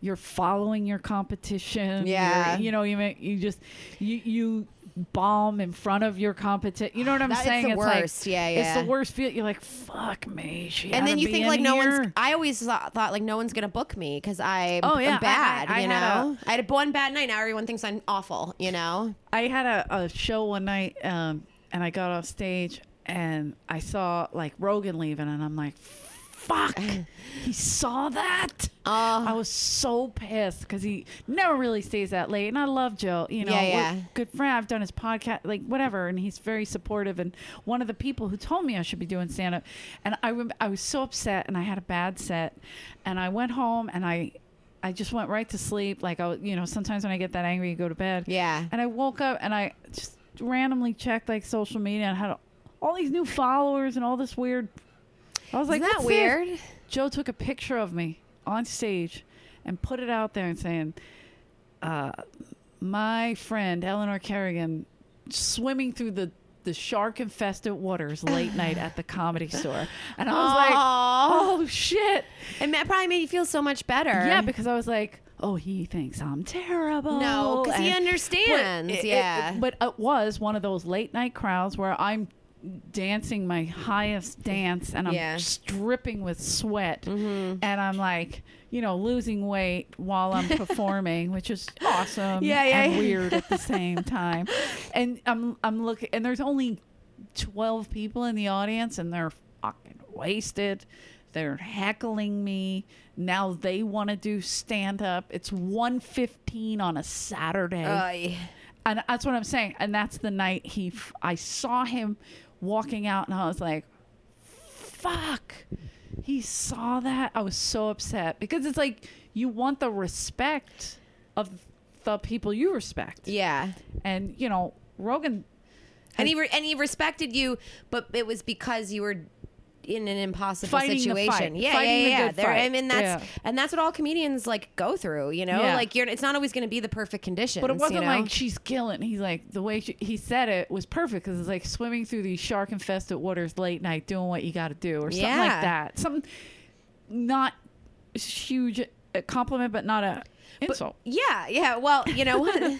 Speaker 6: You're following your competition. you're-
Speaker 2: Yeah.
Speaker 6: you know, you may, you just you you bomb in front of your competition. You know what I'm
Speaker 2: That is
Speaker 6: saying?
Speaker 2: the
Speaker 6: It's like-
Speaker 2: worst. Yeah,
Speaker 6: It's
Speaker 2: yeah.
Speaker 6: the worst feel. You're like, fuck me. She
Speaker 2: and then
Speaker 6: oughta
Speaker 2: you
Speaker 6: be
Speaker 2: think
Speaker 6: in
Speaker 2: like no one's.
Speaker 6: here."
Speaker 2: I always thought, thought like no one's gonna book me because I'm,
Speaker 6: Oh, yeah, I-
Speaker 2: I'm bad.
Speaker 6: I- I
Speaker 2: you
Speaker 6: had
Speaker 2: know, I had one bad night. Now everyone thinks I'm awful. You know,
Speaker 6: I had a, a show one night, um, and I got off stage, and I saw like Rogan leaving, and I'm like, fuck, he saw that. I was so pissed because he never really stays that late, and I love Joe. You know,
Speaker 2: Yeah, yeah.
Speaker 6: we're good friend. I've done his podcast, like whatever, and he's very supportive. And one of the people who told me I should be doing stand up, and I rem- I was so upset, and I had a bad set, and I went home, and I. I just went right to sleep. Like I, was- you know, sometimes when I get that angry, you go to bed.
Speaker 2: Yeah.
Speaker 6: And I woke up and I just randomly checked like social media and had all these new followers and all this weird. I was like,
Speaker 2: Isn't that
Speaker 6: "What's this?"
Speaker 2: weird?
Speaker 6: Joe took a picture of me on stage and put it out there and saying, uh, "My friend Eleanor Kerrigan swimming through the." The shark infested waters late night at the comedy store. And I was like,
Speaker 2: Aw.
Speaker 6: oh shit.
Speaker 2: It ma- probably made you feel so much better.
Speaker 6: Yeah, because I was like, oh, he thinks I'm terrible.
Speaker 2: No, 'cause he
Speaker 6: And-
Speaker 2: understands,
Speaker 6: But it- it-
Speaker 2: yeah.
Speaker 6: but it was one of those late night crowds where I'm dancing my highest dance and I'm
Speaker 2: Yeah. Mm-hmm.
Speaker 6: stripping with sweat and I'm like, you know, losing weight while I'm performing, which is awesome
Speaker 2: Yeah, yeah,
Speaker 6: and
Speaker 2: yeah.
Speaker 6: weird at the same time. And I'm I'm looking and there's only 12 people in the audience and they're fucking wasted. They're heckling me. Now they want to do stand up. It's 1:15 on a Saturday.
Speaker 2: Oy.
Speaker 6: and that's what I'm saying. And that's the night he f- I saw him walking out and I was like, "Fuck." He saw that. I was so upset because it's like you want the respect of the people you respect.
Speaker 2: yeah.
Speaker 6: And you know, Rogan
Speaker 2: And he re- and he respected you, but it was because you were in an impossible
Speaker 6: Fighting the
Speaker 2: situation.
Speaker 6: fight.
Speaker 2: Yeah,
Speaker 6: Fighting
Speaker 2: yeah,
Speaker 6: the
Speaker 2: yeah.
Speaker 6: good
Speaker 2: There- I
Speaker 6: fight.
Speaker 2: mean, that's
Speaker 6: Yeah.
Speaker 2: and that's what all comedians like go through. You know,
Speaker 6: Yeah.
Speaker 2: like you're. It's not always going to be the perfect condition.
Speaker 6: But it wasn't like she's killing. He's like the way she, he said it was perfect because it's like swimming through these shark infested waters late night, doing what you got to do, or something
Speaker 2: Yeah.
Speaker 6: like that. Some not huge a compliment, but not a insult.
Speaker 2: Yeah, yeah. Well, you know what? that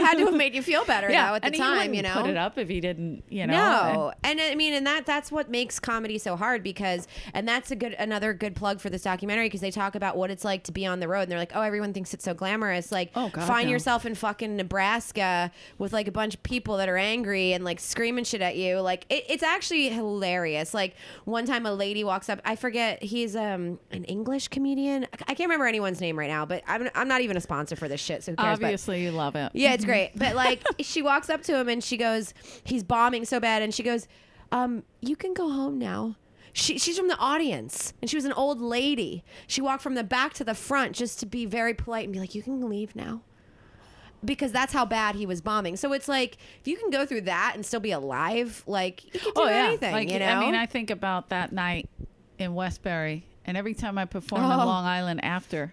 Speaker 2: had to have made you feel better though at the
Speaker 6: and he
Speaker 2: time, you
Speaker 6: wouldn't
Speaker 2: know.
Speaker 6: put it up if he didn't, you know.
Speaker 2: No, Oh, and I mean, and that that's what makes comedy so hard because, and that's a good another good plug for this documentary because they talk about what it's like to be on the road, and they're like, oh, everyone thinks it's so glamorous. Like,
Speaker 6: Oh, God,
Speaker 2: find
Speaker 6: no.
Speaker 2: yourself in fucking Nebraska with like a bunch of people that are angry and like screaming shit at you. Like, it, it's actually hilarious. Like one time, a lady walks up. I forget he's um an English comedian. I- I can't remember anyone's name right now, but I'm I'm not even a sponsor for this shit. So who
Speaker 6: and
Speaker 2: cares? But-
Speaker 6: obviously you love it.
Speaker 2: yeah, it's great. But like she walks up to him and she goes, he's bombing so bad and she goes, um, you can go home now. She, she's from the audience and she was an old lady. She walked from the back to the front just to be very polite and be like, you can leave now. Because that's how bad he was bombing. So it's like if you can go through that and still be alive, like you can do anything,
Speaker 6: Oh, Like,
Speaker 2: you know.
Speaker 6: I mean, I think about that night in Westbury, and every time I perform on
Speaker 2: Oh.
Speaker 6: Long Island after,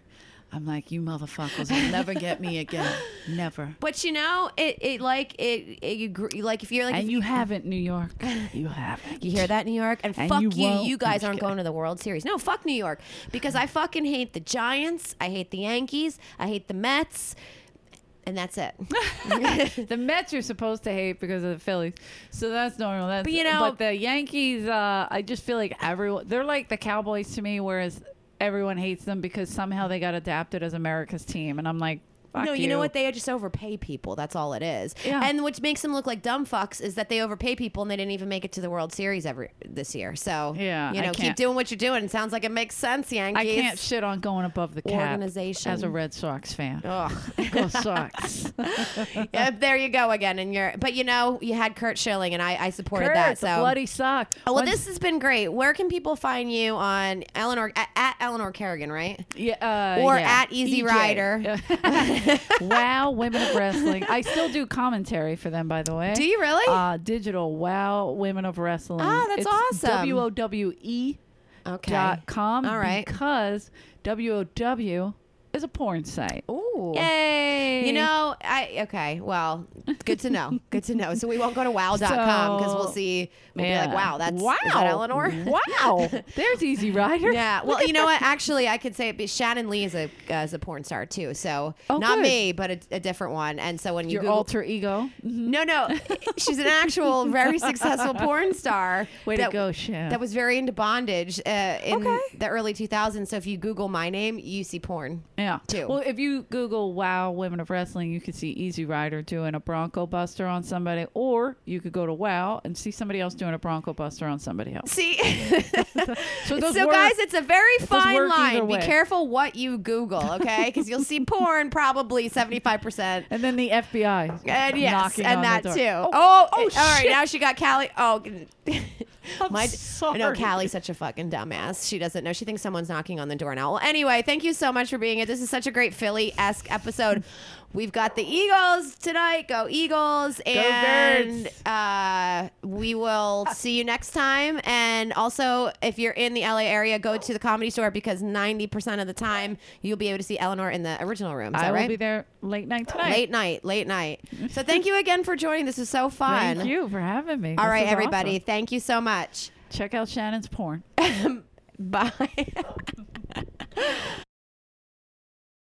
Speaker 6: I'm like, you motherfuckers will never get me again, never.
Speaker 2: but you know, it, it like it, it you gr- like if you're like if
Speaker 6: And you haven't, New York. You haven't.
Speaker 2: You hear that, New York? And,
Speaker 6: And
Speaker 2: fuck you,
Speaker 6: you
Speaker 2: you,
Speaker 6: won't. I'm
Speaker 2: guys
Speaker 6: just
Speaker 2: aren't
Speaker 6: kidding.
Speaker 2: going to the World Series. No, fuck New York. Because I fucking hate the Giants. I hate the Yankees. I hate the Mets. And that's it.
Speaker 6: The Mets you're supposed to hate because of the Phillies, so that's normal. That's,
Speaker 2: But, you know-
Speaker 6: but the Yankees, uh, I just feel like everyone they're like the Cowboys to me, whereas everyone hates them because somehow they got adapted as America's team, and I'm like, fuck
Speaker 2: no,
Speaker 6: you.
Speaker 2: you know what? They just overpay people. That's all it is.
Speaker 6: Yeah.
Speaker 2: And what makes them look like dumb fucks is that they overpay people and they didn't even make it to the World Series every this year. So
Speaker 6: Yeah,
Speaker 2: you
Speaker 6: I
Speaker 2: know, keep
Speaker 6: can't-
Speaker 2: doing what you're doing. Sounds like it makes sense, Yankees.
Speaker 6: I can't shit on going above the cap
Speaker 2: Organization.
Speaker 6: as a Red Sox fan.
Speaker 2: Ugh.
Speaker 6: Go Sox.
Speaker 2: Yeah, there you go again. And you're, but you know, you had Kurt Schilling, and I, I supported that. So
Speaker 6: bloody sock.
Speaker 2: Oh, well, this has been great. Where can people find you on Eleanor at, at Eleanor Kerrigan, right?
Speaker 6: yeah, uh,
Speaker 2: or
Speaker 6: yeah.
Speaker 2: at Easy
Speaker 6: EJ.
Speaker 2: Rider.
Speaker 6: wow, Women of Wrestling. I still do commentary for them, by the way.
Speaker 2: Do you really?
Speaker 6: Uh, digital Wow Women of Wrestling.
Speaker 2: Ah, that's
Speaker 6: it's
Speaker 2: awesome.
Speaker 6: W O W E
Speaker 2: Okay.
Speaker 6: dot com.
Speaker 2: All right.
Speaker 6: Because W O W is a porn site.
Speaker 2: Ooh.
Speaker 6: Yay!
Speaker 2: You know, I okay. Well, good to know. good to know. So we won't go to wow.com because
Speaker 6: So-
Speaker 2: we'll see. We'll
Speaker 6: Yeah.
Speaker 2: be like, wow, that's
Speaker 6: wow,
Speaker 2: is that Eleanor.
Speaker 6: wow, there's Easy Rider.
Speaker 2: Yeah. Well, you know what? Actually, I could say it, but Shannon Lee is a uh, is a porn star too. So
Speaker 6: Oh,
Speaker 2: not
Speaker 6: good.
Speaker 2: me, but a, a different one. And so when you
Speaker 6: your
Speaker 2: Google,
Speaker 6: alter ego.
Speaker 2: no, no, she's an actual very successful porn star.
Speaker 6: Way to go, Shan.
Speaker 2: That was very into bondage uh, in
Speaker 6: Okay.
Speaker 2: the early 2000s. So if you Google my name, you see porn.
Speaker 6: Yeah.
Speaker 2: Too.
Speaker 6: Well, if you Google "Wow Women of Wrestling," you could see Easy Rider doing a Bronco Buster on somebody, or you could go to Wow and see somebody else doing a Bronco Buster on somebody else.
Speaker 2: See,
Speaker 6: So, those
Speaker 2: so
Speaker 6: were-
Speaker 2: guys, it's a very fine
Speaker 6: work either
Speaker 2: line. Be
Speaker 6: way.
Speaker 2: careful what you Google, okay? Because you'll see porn probably 75 percent.
Speaker 6: and then the FBI
Speaker 2: And yes,
Speaker 6: knocking
Speaker 2: and
Speaker 6: on
Speaker 2: that
Speaker 6: the door.
Speaker 2: too. Oh, all right. Now she got Callie. Oh,
Speaker 6: I'm
Speaker 2: my, I
Speaker 6: sorry.
Speaker 2: know Callie's such a fucking dumbass. She doesn't know. She thinks someone's knocking on the door now. Well, anyway, thank you so much for being here. This is such a great Philly esque episode. We've got the Eagles tonight. Go Eagles! And
Speaker 6: Birds.
Speaker 2: uh, we will see you next time. And also, if you're in the LA area, go to the Comedy Store because 90% of the time you'll be able to see Eleanor in the original room. Is
Speaker 6: I
Speaker 2: that
Speaker 6: will
Speaker 2: right?
Speaker 6: be there late night tonight.
Speaker 2: late night, late night. So thank you again for joining. This was so fun.
Speaker 6: Thank you for having me.
Speaker 2: All
Speaker 6: This
Speaker 2: right,
Speaker 6: is
Speaker 2: everybody.
Speaker 6: awesome.
Speaker 2: Thank you so much.
Speaker 6: Check out Shannon's porn.
Speaker 2: Bye.